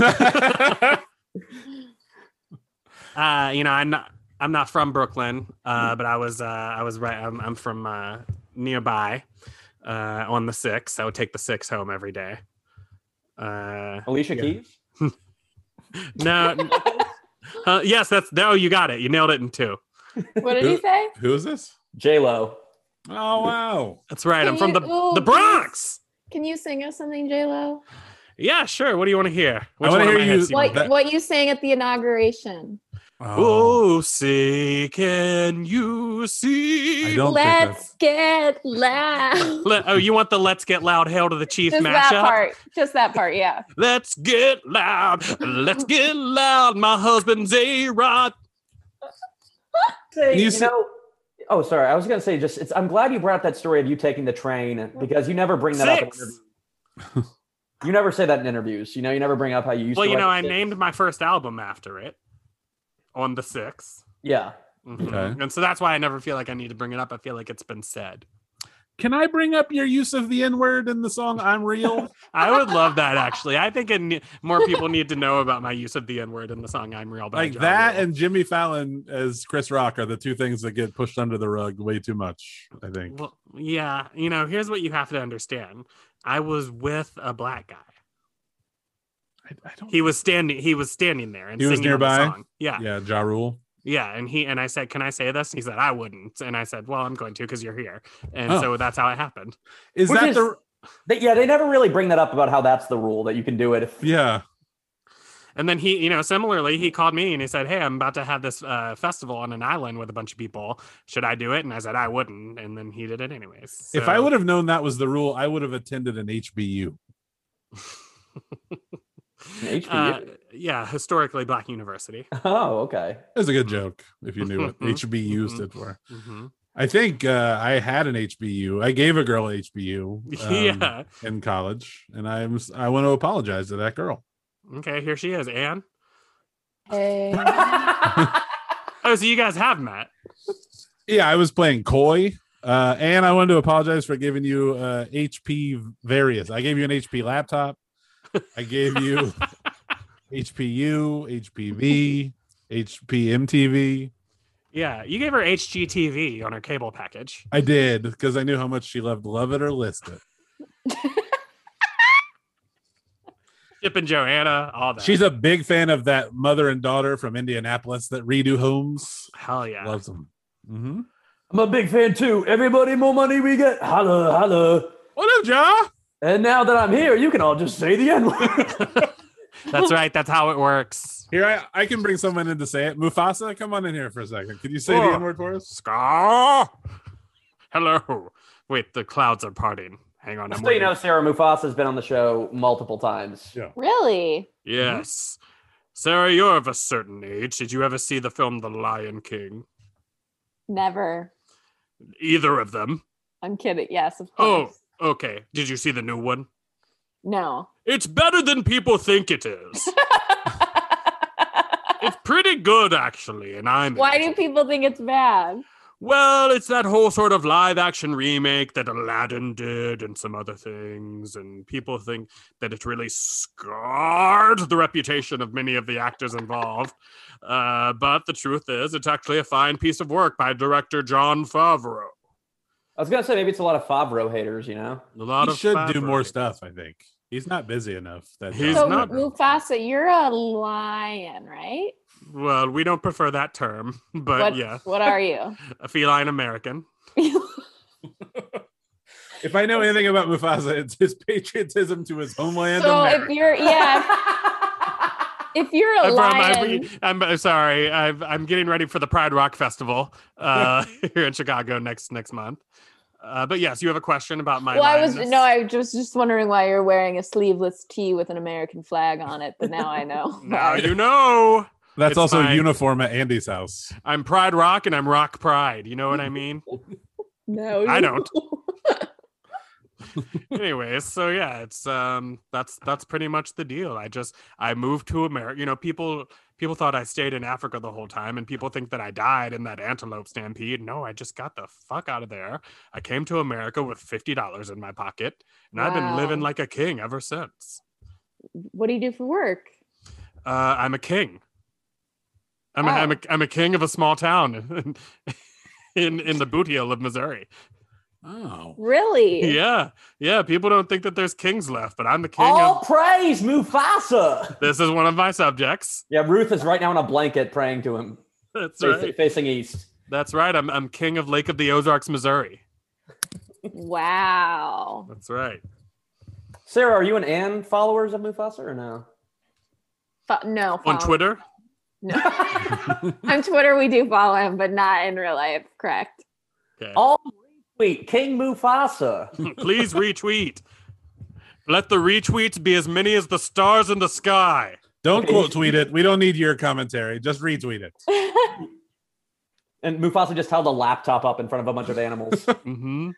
[SPEAKER 1] uh, you know, I'm not I'm not from Brooklyn, uh, but I was uh, I was right. I'm, I'm from uh, nearby uh, on the six. I would take the six home every day. Uh,
[SPEAKER 4] Alicia
[SPEAKER 1] Yeah.
[SPEAKER 4] Keys.
[SPEAKER 1] no, n- uh, yes, that's no. You got it. You nailed it in two.
[SPEAKER 3] What did he say?
[SPEAKER 2] Who is this?
[SPEAKER 4] J Lo.
[SPEAKER 2] Oh wow.
[SPEAKER 1] That's right. I'm from
[SPEAKER 3] Can
[SPEAKER 1] the
[SPEAKER 3] you- ooh,
[SPEAKER 1] the Bronx.
[SPEAKER 3] Can you sing us something, J Lo?
[SPEAKER 1] Yeah, sure. What do you want to hear? Which
[SPEAKER 2] wanna
[SPEAKER 1] one of
[SPEAKER 2] hear
[SPEAKER 1] my
[SPEAKER 2] you-
[SPEAKER 1] hits do
[SPEAKER 2] Well,
[SPEAKER 1] want
[SPEAKER 3] What
[SPEAKER 2] that-
[SPEAKER 3] what you sang at the inauguration?
[SPEAKER 2] Oh,
[SPEAKER 1] Oh, see, can you
[SPEAKER 2] I
[SPEAKER 1] see?
[SPEAKER 2] don't think
[SPEAKER 3] Let's
[SPEAKER 2] that's
[SPEAKER 3] get loud.
[SPEAKER 1] Let- oh, you want the "Let's Get Loud" "Hail to the Chief"
[SPEAKER 3] Just that
[SPEAKER 1] mashup?
[SPEAKER 3] part. Just that part. Yeah.
[SPEAKER 1] Let's get loud. Let's get loud. My husband's a rod.
[SPEAKER 4] Say,
[SPEAKER 2] You
[SPEAKER 4] you,
[SPEAKER 2] see-
[SPEAKER 4] know. Oh, sorry. I was gonna say just. It's, I'm glad you brought up that story of you taking the train because you never bring that up.
[SPEAKER 1] Six.
[SPEAKER 4] In interviews. you never say that in interviews. You know, you never bring up how you used.
[SPEAKER 1] Well,
[SPEAKER 4] to
[SPEAKER 1] you
[SPEAKER 4] like
[SPEAKER 1] know,
[SPEAKER 4] the
[SPEAKER 1] I
[SPEAKER 4] six.
[SPEAKER 1] named my first album after it on the 6th.
[SPEAKER 4] Yeah.
[SPEAKER 1] Mhm.
[SPEAKER 2] Okay.
[SPEAKER 1] And so that's why I never feel like I need to bring it up. I feel like it's been said.
[SPEAKER 2] Can I bring up your use of the N word in the song "I'm Real"?
[SPEAKER 1] I would love that actually. I think it, ne- more people need to know about my use of the N word in the song "I'm Real." by
[SPEAKER 2] like
[SPEAKER 1] Ja
[SPEAKER 2] that
[SPEAKER 1] Rule.
[SPEAKER 2] and Jimmy Fallon as Chris Rock are the two things that get pushed under the rug way too much. I think.
[SPEAKER 1] well, yeah, you know, here's what you have to understand. I was with a black guy.
[SPEAKER 2] I, I don't.
[SPEAKER 1] He was standing. He was standing there and
[SPEAKER 2] He was
[SPEAKER 1] singing on the
[SPEAKER 2] nearby?
[SPEAKER 1] song. Yeah.
[SPEAKER 2] yeah, Ja Rule.
[SPEAKER 1] yeah and he and i said can i say this and he said i wouldn't and i said well i'm going to because you're here and
[SPEAKER 2] Oh.
[SPEAKER 1] so that's how it happened
[SPEAKER 2] Is
[SPEAKER 4] Which
[SPEAKER 2] that
[SPEAKER 4] is-
[SPEAKER 2] the?
[SPEAKER 4] They, yeah, they never really bring that up about how that's the rule that you can do it. If,
[SPEAKER 2] Yeah.
[SPEAKER 1] and then he you know similarly he called me and he said hey i'm about to have this uh, festival on an island with a bunch of people should i do it and i said i wouldn't and then he did it anyways
[SPEAKER 2] if
[SPEAKER 1] So-
[SPEAKER 2] I would have known that was the rule, I would have attended an HBU.
[SPEAKER 4] An HBU?
[SPEAKER 1] Uh, yeah historically black university
[SPEAKER 4] Oh, okay.
[SPEAKER 2] It was a
[SPEAKER 1] Mm-hmm.
[SPEAKER 2] good joke if you knew what HBU stood for.
[SPEAKER 1] hmm
[SPEAKER 2] I think uh, I had an HBU. I gave a girl HBU. um,
[SPEAKER 1] yeah
[SPEAKER 2] In college, and I'm s- I want to apologize to that girl.
[SPEAKER 1] okay here she is anne
[SPEAKER 3] Hey.
[SPEAKER 1] oh so you guys have met
[SPEAKER 2] Yeah, I was playing coy. Uh, and I wanted to apologize for giving you uh, HP various. I gave you an HP laptop. I gave you HPU, HPV, HPMTV.
[SPEAKER 1] yeah you gave her hgtv on her cable package
[SPEAKER 2] I did because I knew how much she loved Love It or List It.
[SPEAKER 1] chip and joanna all that
[SPEAKER 2] She's a big fan of that mother and daughter from Indianapolis that redo homes.
[SPEAKER 1] hell yeah Mm-hmm.
[SPEAKER 2] Loves them. hmm
[SPEAKER 4] I'm a big fan too. Everybody, more money we get. Holla, holla.
[SPEAKER 1] What up, Joe?
[SPEAKER 4] And now that I'm here, you can all just say the N word.
[SPEAKER 1] That's right. That's how it works.
[SPEAKER 2] Here, I, I can bring someone in to say it. Mufasa, come on in here for a second. Could you say
[SPEAKER 1] Sure.
[SPEAKER 2] the N word for us?
[SPEAKER 1] Scar. Hello. Wait, the clouds are parting. Hang on. I'm
[SPEAKER 4] Just so you know,
[SPEAKER 1] waiting.
[SPEAKER 4] Sarah Mufasa's been on the show multiple times.
[SPEAKER 2] Yeah.
[SPEAKER 3] Really?
[SPEAKER 4] mm-hmm.
[SPEAKER 1] Yes. Sarah, you're of a certain age. Did you ever see the film The Lion King?
[SPEAKER 3] Never.
[SPEAKER 1] Either of them.
[SPEAKER 3] I'm kidding. Yes, of
[SPEAKER 1] Oh.
[SPEAKER 3] course.
[SPEAKER 1] Okay. Did you see the new one?
[SPEAKER 3] No.
[SPEAKER 1] It's better than people think it is. it's pretty good, actually, and I'm. in
[SPEAKER 3] Why
[SPEAKER 1] it.
[SPEAKER 3] do people think it's bad?
[SPEAKER 1] Well, it's that whole sort of live action remake that Aladdin did and some other things, and people think that it really scarred the reputation of many of the actors involved. Uh, but the truth is, it's actually a fine piece of work by director John Favreau.
[SPEAKER 4] I was gonna say maybe it's a lot of Favreau haters, you know.
[SPEAKER 1] A lot
[SPEAKER 2] He
[SPEAKER 1] of
[SPEAKER 2] should do
[SPEAKER 1] Favreau.
[SPEAKER 2] more stuff, I think. He's not busy enough. That
[SPEAKER 1] He's
[SPEAKER 3] so
[SPEAKER 1] not-
[SPEAKER 2] job.
[SPEAKER 3] Mufasa, you're a lion, right?
[SPEAKER 1] Well, we don't prefer that term, but
[SPEAKER 3] what,
[SPEAKER 1] yeah,
[SPEAKER 3] What are you?
[SPEAKER 1] a feline American.
[SPEAKER 2] If I know anything about Mufasa, it's his patriotism to his homeland.
[SPEAKER 3] so if
[SPEAKER 2] America.
[SPEAKER 3] you're yeah, if you're a
[SPEAKER 1] I'm, from- I'm-
[SPEAKER 3] lion,
[SPEAKER 1] I'm, I'm sorry. I've, I'm getting ready for the Pride Rock Festival uh, here in Chicago next next month. Uh, but yes, you have a question about my.
[SPEAKER 3] well, I was
[SPEAKER 1] lioness?
[SPEAKER 3] no, I was just- just wondering why you're wearing a sleeveless tee with an American flag on it, but now I know.
[SPEAKER 1] Now you know.
[SPEAKER 2] That's
[SPEAKER 1] It's
[SPEAKER 2] also
[SPEAKER 1] fine.
[SPEAKER 2] a uniform at Andy's house.
[SPEAKER 1] I'm Pride Rock and I'm Rock Pride. You know what I mean?
[SPEAKER 3] No,
[SPEAKER 1] I
[SPEAKER 3] you-
[SPEAKER 1] don't. Anyways, so yeah, it's um that's that's pretty much the deal. I just I moved to America. You know, people people thought I stayed in Africa the whole time and people think that I died in that antelope stampede. No, I just got the fuck out of there. I came to America with $50 in my pocket and I've been
[SPEAKER 3] Wow.
[SPEAKER 1] living like a king ever since.
[SPEAKER 3] What do you do for work?
[SPEAKER 1] Uh, I'm a king. I'm, a, I'm, a, I'm a king of a small town in, in the boot heel of Missouri.
[SPEAKER 2] Oh.
[SPEAKER 3] Really?
[SPEAKER 1] Yeah, yeah. People don't think that there's kings left, but I'm the king.
[SPEAKER 4] All
[SPEAKER 1] Of,
[SPEAKER 4] praise Mufasa.
[SPEAKER 1] this is one of my subjects.
[SPEAKER 4] Yeah, Ruth is right now in a blanket praying to him,
[SPEAKER 1] That's
[SPEAKER 4] fac-
[SPEAKER 1] right.
[SPEAKER 4] facing east.
[SPEAKER 1] That's right. I'm I'm king of Lake of the Ozarks, Missouri.
[SPEAKER 3] Wow.
[SPEAKER 1] That's right.
[SPEAKER 4] Sarah, are you and Anne followers of Mufasa or no?
[SPEAKER 3] Fo- no.
[SPEAKER 1] On
[SPEAKER 3] follow-
[SPEAKER 1] Twitter,
[SPEAKER 3] No. On Twitter, we do follow him, but not in real life. Correct.
[SPEAKER 4] All retweet King Mufasa.
[SPEAKER 1] please retweet. Let the retweets be as many as the stars in the sky.
[SPEAKER 2] Don't
[SPEAKER 4] Okay.
[SPEAKER 2] quote tweet it. We don't need your commentary. Just retweet it.
[SPEAKER 4] And Mufasa just held a laptop up in front of a bunch of animals.
[SPEAKER 1] hmm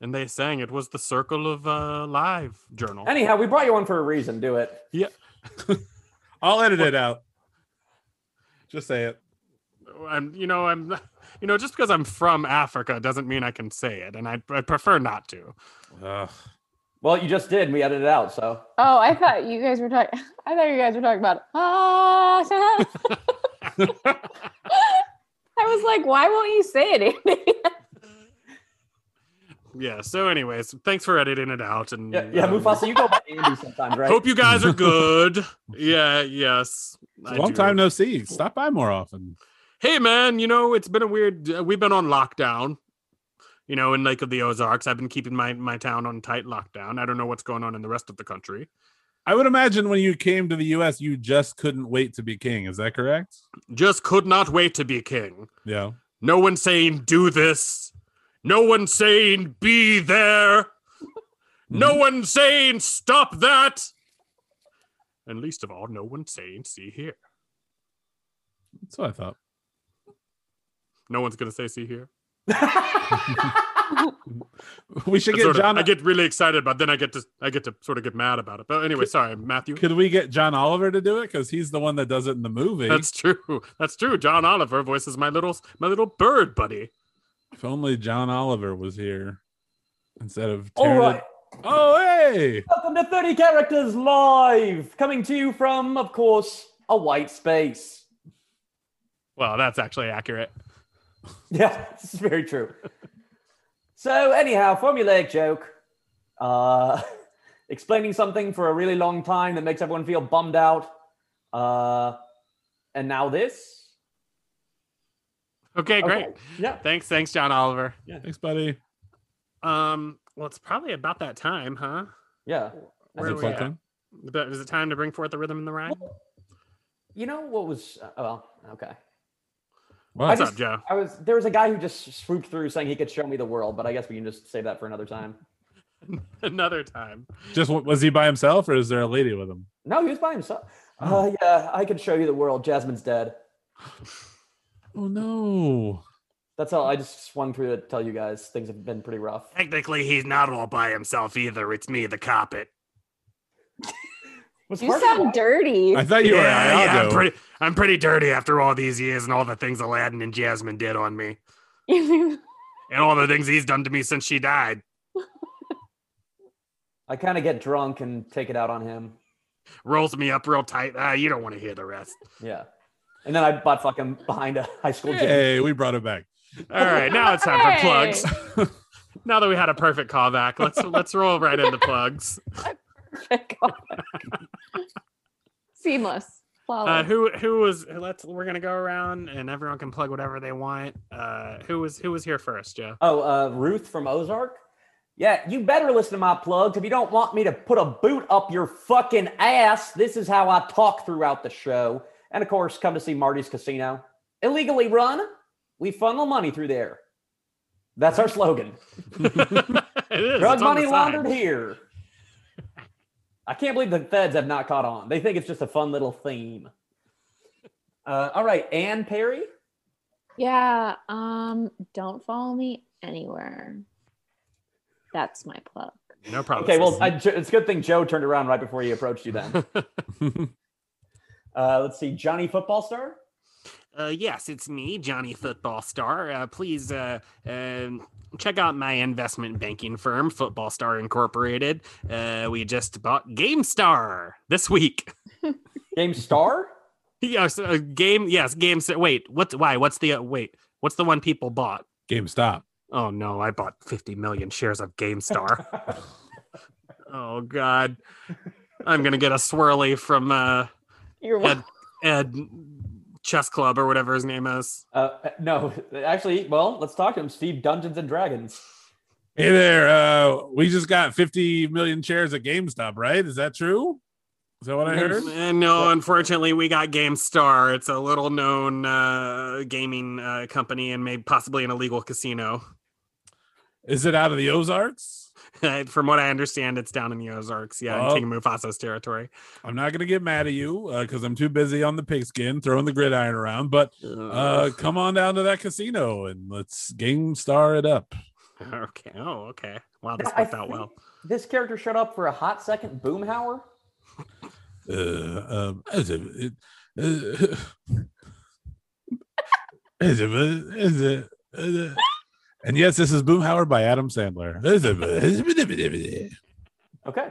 [SPEAKER 1] And they sang it was the circle of uh, live journal.
[SPEAKER 4] Anyhow, we brought you on for a reason. Do it.
[SPEAKER 2] I'll edit it out. Just say it.
[SPEAKER 1] I'm, you know, I'm, you know, just because I'm from Africa doesn't mean I can say it, and I, I prefer not to.
[SPEAKER 2] Ugh.
[SPEAKER 4] Well, you just did. And we edited it out. So
[SPEAKER 3] oh, I thought you guys were talking. I thought you guys were talking about. Ah. I was like, why won't you say it, Andy?
[SPEAKER 1] Yeah. So, anyways, thanks for editing it out, and
[SPEAKER 4] yeah, yeah
[SPEAKER 1] um,
[SPEAKER 4] Mufasa, you go by Andy sometimes, right?
[SPEAKER 1] Hope you guys are good. yeah. Yes.
[SPEAKER 2] It's
[SPEAKER 1] I
[SPEAKER 2] a long
[SPEAKER 1] do.
[SPEAKER 2] time no see. Stop by more often.
[SPEAKER 1] Hey, man. You know, it's been a weird. Uh, we've been on lockdown. You know, in Lake of the Ozarks, I've been keeping my my town on tight lockdown. I don't know what's going on in the rest of the country.
[SPEAKER 2] I would imagine when you came to the U.S., you just couldn't wait to be king. Is that correct?
[SPEAKER 1] Just could not wait to be king.
[SPEAKER 2] Yeah.
[SPEAKER 1] No one saying do this. No one saying be there. No
[SPEAKER 2] Hmm.
[SPEAKER 1] one saying stop that. And least of all, no one saying see here.
[SPEAKER 2] That's what I thought.
[SPEAKER 1] No one's gonna say see here.
[SPEAKER 2] We should
[SPEAKER 1] I,
[SPEAKER 2] get
[SPEAKER 1] sort of-
[SPEAKER 2] John.
[SPEAKER 1] I get really excited, but then I get to I get to sort of get mad about it. But anyway, sorry, Matthew.
[SPEAKER 2] Could we get John Oliver to do it? Because he's the one that does it in the movie.
[SPEAKER 1] That's true. That's true. John Oliver voices my little my little bird buddy.
[SPEAKER 2] If only John Oliver was here instead of.
[SPEAKER 4] All
[SPEAKER 2] tearing
[SPEAKER 4] right.
[SPEAKER 2] it- Oh hey!
[SPEAKER 4] Welcome to 30 Characters Live, coming to you from, of course, a white space.
[SPEAKER 1] Well, that's actually accurate.
[SPEAKER 4] Yeah, this is very true. so, anyhow, formulaic joke. Uh, explaining something for a really long time that makes everyone feel bummed out. Uh, and now this.
[SPEAKER 1] Okay, great.
[SPEAKER 4] Okay. Yeah.
[SPEAKER 1] Thanks, thanks, John Oliver.
[SPEAKER 2] Thanks, buddy.
[SPEAKER 1] Um, well, it's probably about that time, huh?
[SPEAKER 4] Yeah.
[SPEAKER 1] Where
[SPEAKER 4] Is it
[SPEAKER 1] are we
[SPEAKER 4] fun
[SPEAKER 1] at?
[SPEAKER 2] time?
[SPEAKER 1] But is it time to bring forth the rhythm and the rhyme?
[SPEAKER 4] You know what was? Uh, well, okay.
[SPEAKER 2] Wow.
[SPEAKER 1] What's
[SPEAKER 4] just-
[SPEAKER 1] up, Joe?
[SPEAKER 4] I was there was a guy who just swooped through saying he could show me the world, but I guess we can just save that for another time.
[SPEAKER 1] Another time.
[SPEAKER 2] Just wa- was he by himself, or is there a lady with him?
[SPEAKER 4] No, he was by himself. Uh, yeah, I could show you the world. Jasmine's dead.
[SPEAKER 2] Oh no!
[SPEAKER 4] That's all. I just swung through to tell you guys things have been pretty rough.
[SPEAKER 1] Technically, he's not all by himself either. It's me, the carpet.
[SPEAKER 4] Was
[SPEAKER 3] You
[SPEAKER 4] Harvey
[SPEAKER 3] sound
[SPEAKER 4] alive?
[SPEAKER 3] dirty.
[SPEAKER 2] I thought you were
[SPEAKER 1] I'm
[SPEAKER 2] Iago.
[SPEAKER 1] pretty, I'm pretty dirty after all these years and all the things Aladdin and Jasmine did on me, and all the things he's done to me since she died.
[SPEAKER 4] I kind of get drunk and take it out on him.
[SPEAKER 1] Rolls me up real tight. Ah, you don't want to hear the rest.
[SPEAKER 4] Yeah. And then I butt fuck him behind a high school gym.
[SPEAKER 2] hey, we brought it back.
[SPEAKER 1] All right, now it's time for
[SPEAKER 3] Hey.
[SPEAKER 1] plugs. now that we had a perfect callback, let's let's roll right into plugs.
[SPEAKER 3] Seamless.
[SPEAKER 1] Uh,
[SPEAKER 3] Flawless.
[SPEAKER 1] who who was let's we're gonna go around and everyone can plug whatever they want. Uh, who was who was here first, Joe?
[SPEAKER 4] Oh, uh, Ruth from Ozark? Yeah, you better listen to my plugs. If you don't want me to put a boot up your fucking ass, this is how I talk throughout the show. And of course, come to see Marty's Casino. Illegally run, we funnel money through there. That's our slogan.
[SPEAKER 1] it is
[SPEAKER 4] Drug
[SPEAKER 1] it's on the
[SPEAKER 4] money
[SPEAKER 1] side.
[SPEAKER 4] laundered here. I can't believe the feds have not caught on. They think it's just a fun little theme. Uh, all right, Ann Perry.
[SPEAKER 3] yeah. Um, don't follow me anywhere. That's my plug.
[SPEAKER 1] No problem.
[SPEAKER 4] Okay, well, I, Jo- it's a good thing Joe turned around right before he approached you then. Uh, let's see, Johnny Football Star.
[SPEAKER 1] Uh, yes, it's me, Johnny Football Star. Uh, please uh, um check out my investment banking firm, Football Star Incorporated. Uh, we just bought GameStar this week.
[SPEAKER 4] Game Star?
[SPEAKER 1] yes, uh, game. Yes, game. Wait, what's why? What's the uh, wait? What's the one people bought?
[SPEAKER 2] GameStop.
[SPEAKER 1] Oh no, I bought 50 million shares of GameStar. oh God, I'm gonna get a swirly from uh,
[SPEAKER 3] You're
[SPEAKER 5] Mm-hmm.
[SPEAKER 1] Ed, Ed Chess Club or whatever his name is.
[SPEAKER 4] Uh, no, actually, well, let's talk to him. Steve Dungeons and Dragons.
[SPEAKER 2] Hey there. Uh, we just got 50 million shares at GameStop, right? Is that true? Is that what I heard?
[SPEAKER 1] Uh, no, unfortunately, we got GameStar. It's a little known uh, gaming uh, company and maybe possibly an illegal casino.
[SPEAKER 2] Is it out of the Ozarks?
[SPEAKER 1] From what I understand, it's down in the Ozarks, yeah,
[SPEAKER 2] Oh.
[SPEAKER 1] in King Mufasa's territory.
[SPEAKER 2] I'm not going to get mad at you because I'm too busy on the pigskin throwing the gridiron around, but uh, come on down to that casino and let's GameStar it up.
[SPEAKER 1] okay. Oh, okay. Wow, this
[SPEAKER 4] I
[SPEAKER 1] worked out
[SPEAKER 4] think
[SPEAKER 1] well.
[SPEAKER 4] This character showed up for a hot second. Boomhauer?
[SPEAKER 2] Uh, um, is it, it, uh, is it, is it, is it- and yes, this is Boomhauer by Adam Sandler. Is it- is it-
[SPEAKER 4] Okay.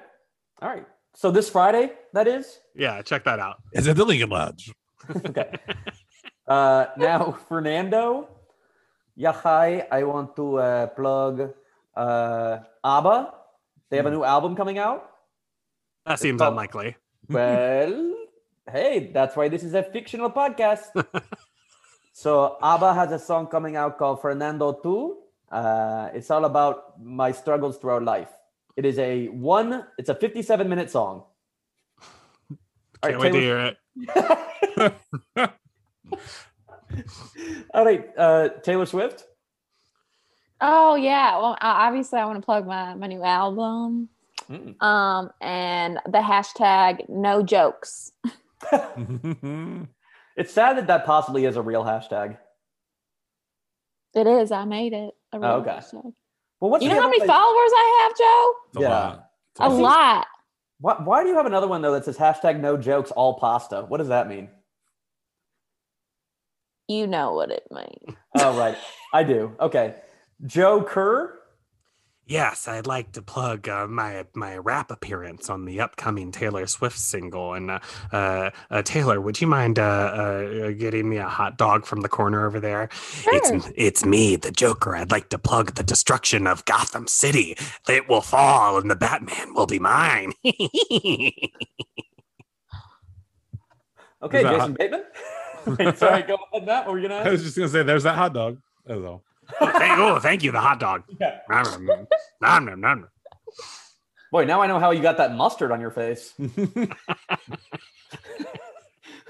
[SPEAKER 4] All right. So this Friday, that is?
[SPEAKER 1] Yeah, check that out.
[SPEAKER 2] is it the Lincoln Lodge?
[SPEAKER 4] Okay. uh, now, Fernando. Yeah, hi. I want to uh, plug uh, ABBA. They
[SPEAKER 1] Hmm.
[SPEAKER 4] have a new album coming out.
[SPEAKER 1] That seems
[SPEAKER 4] Oh.
[SPEAKER 1] unlikely.
[SPEAKER 4] Well, hey, that's why this is a fictional podcast. so ABBA has a song coming out called Fernando Too. Uh, it's all about my struggles throughout life. It is a one. It's a 57 minute song. All
[SPEAKER 1] Can't
[SPEAKER 4] right,
[SPEAKER 1] wait to
[SPEAKER 4] Taylor-
[SPEAKER 1] hear it.
[SPEAKER 4] all right, uh, Taylor Swift.
[SPEAKER 3] Oh yeah. Well, o- obviously, I want to plug my my new album.
[SPEAKER 4] Mm.
[SPEAKER 3] Um, and the hashtag no jokes.
[SPEAKER 4] It's sad that that possibly is a real hashtag.
[SPEAKER 3] It is. I made it. A real
[SPEAKER 4] okay.
[SPEAKER 3] hashtag.
[SPEAKER 4] Well, what's
[SPEAKER 3] You
[SPEAKER 4] the
[SPEAKER 3] know how
[SPEAKER 4] other
[SPEAKER 3] many
[SPEAKER 4] one-
[SPEAKER 3] followers I have, Joe?
[SPEAKER 2] It's a
[SPEAKER 4] Yeah.
[SPEAKER 2] lot. It's
[SPEAKER 3] A
[SPEAKER 2] lot.
[SPEAKER 3] lot.
[SPEAKER 4] Why, why do you have another one though that says hashtag No jokes, all pasta? What does that mean?
[SPEAKER 3] You know what it means.
[SPEAKER 4] Oh, right. I do. Okay. Joe Kerr.
[SPEAKER 1] Yes, I'd like to plug uh, my my rap appearance on the upcoming Taylor Swift single. And uh, uh, uh, Taylor, would you mind uh, uh, uh, getting me a hot dog from the corner over there? It's
[SPEAKER 3] Sure.
[SPEAKER 1] it's me, the Joker. I'd like to plug the destruction of Gotham City. It will fall, and the Batman will be mine.
[SPEAKER 4] Okay,
[SPEAKER 2] Is that
[SPEAKER 4] Jason Bateman. Wait, sorry, go ahead, Matt. What were you gonna
[SPEAKER 2] I
[SPEAKER 4] ask?
[SPEAKER 2] was just gonna say, there's that hot dog. É That's all.
[SPEAKER 1] Thank- oh, thank you, the hot dog.
[SPEAKER 4] Yeah.
[SPEAKER 1] Nom, nom, nom. Nom, nom, nom, nom.
[SPEAKER 4] Boy, now I know how you got that mustard on your face.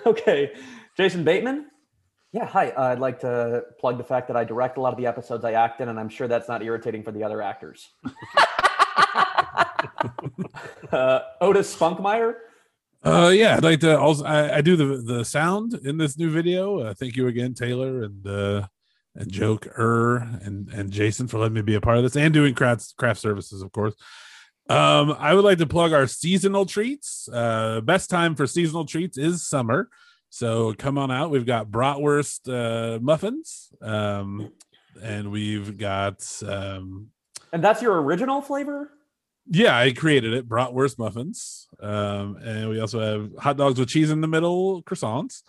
[SPEAKER 4] okay, Jason Bateman. Yeah, hi. Uh, I'd like to plug the fact that I direct a lot of the episodes I act in, and I'm sure that's not irritating for the other actors. uh, Otis Spunkmeyer.
[SPEAKER 2] Uh, yeah, I'd like to also. I, I do the the sound in this new video. Uh, thank you again, Taylor and uh, and Joke Er and and Jason for letting me be a part of this and doing crafts craft services, of course. Um, I would like to plug our seasonal treats. Uh, best time for seasonal treats is summer, so come on out. We've got bratwurst uh, muffins, um, and we've got um,
[SPEAKER 4] And that's your original flavor?
[SPEAKER 2] yeah, I created it. Bratwurst muffins, um, and we also have hot dogs with cheese in the middle, croissants,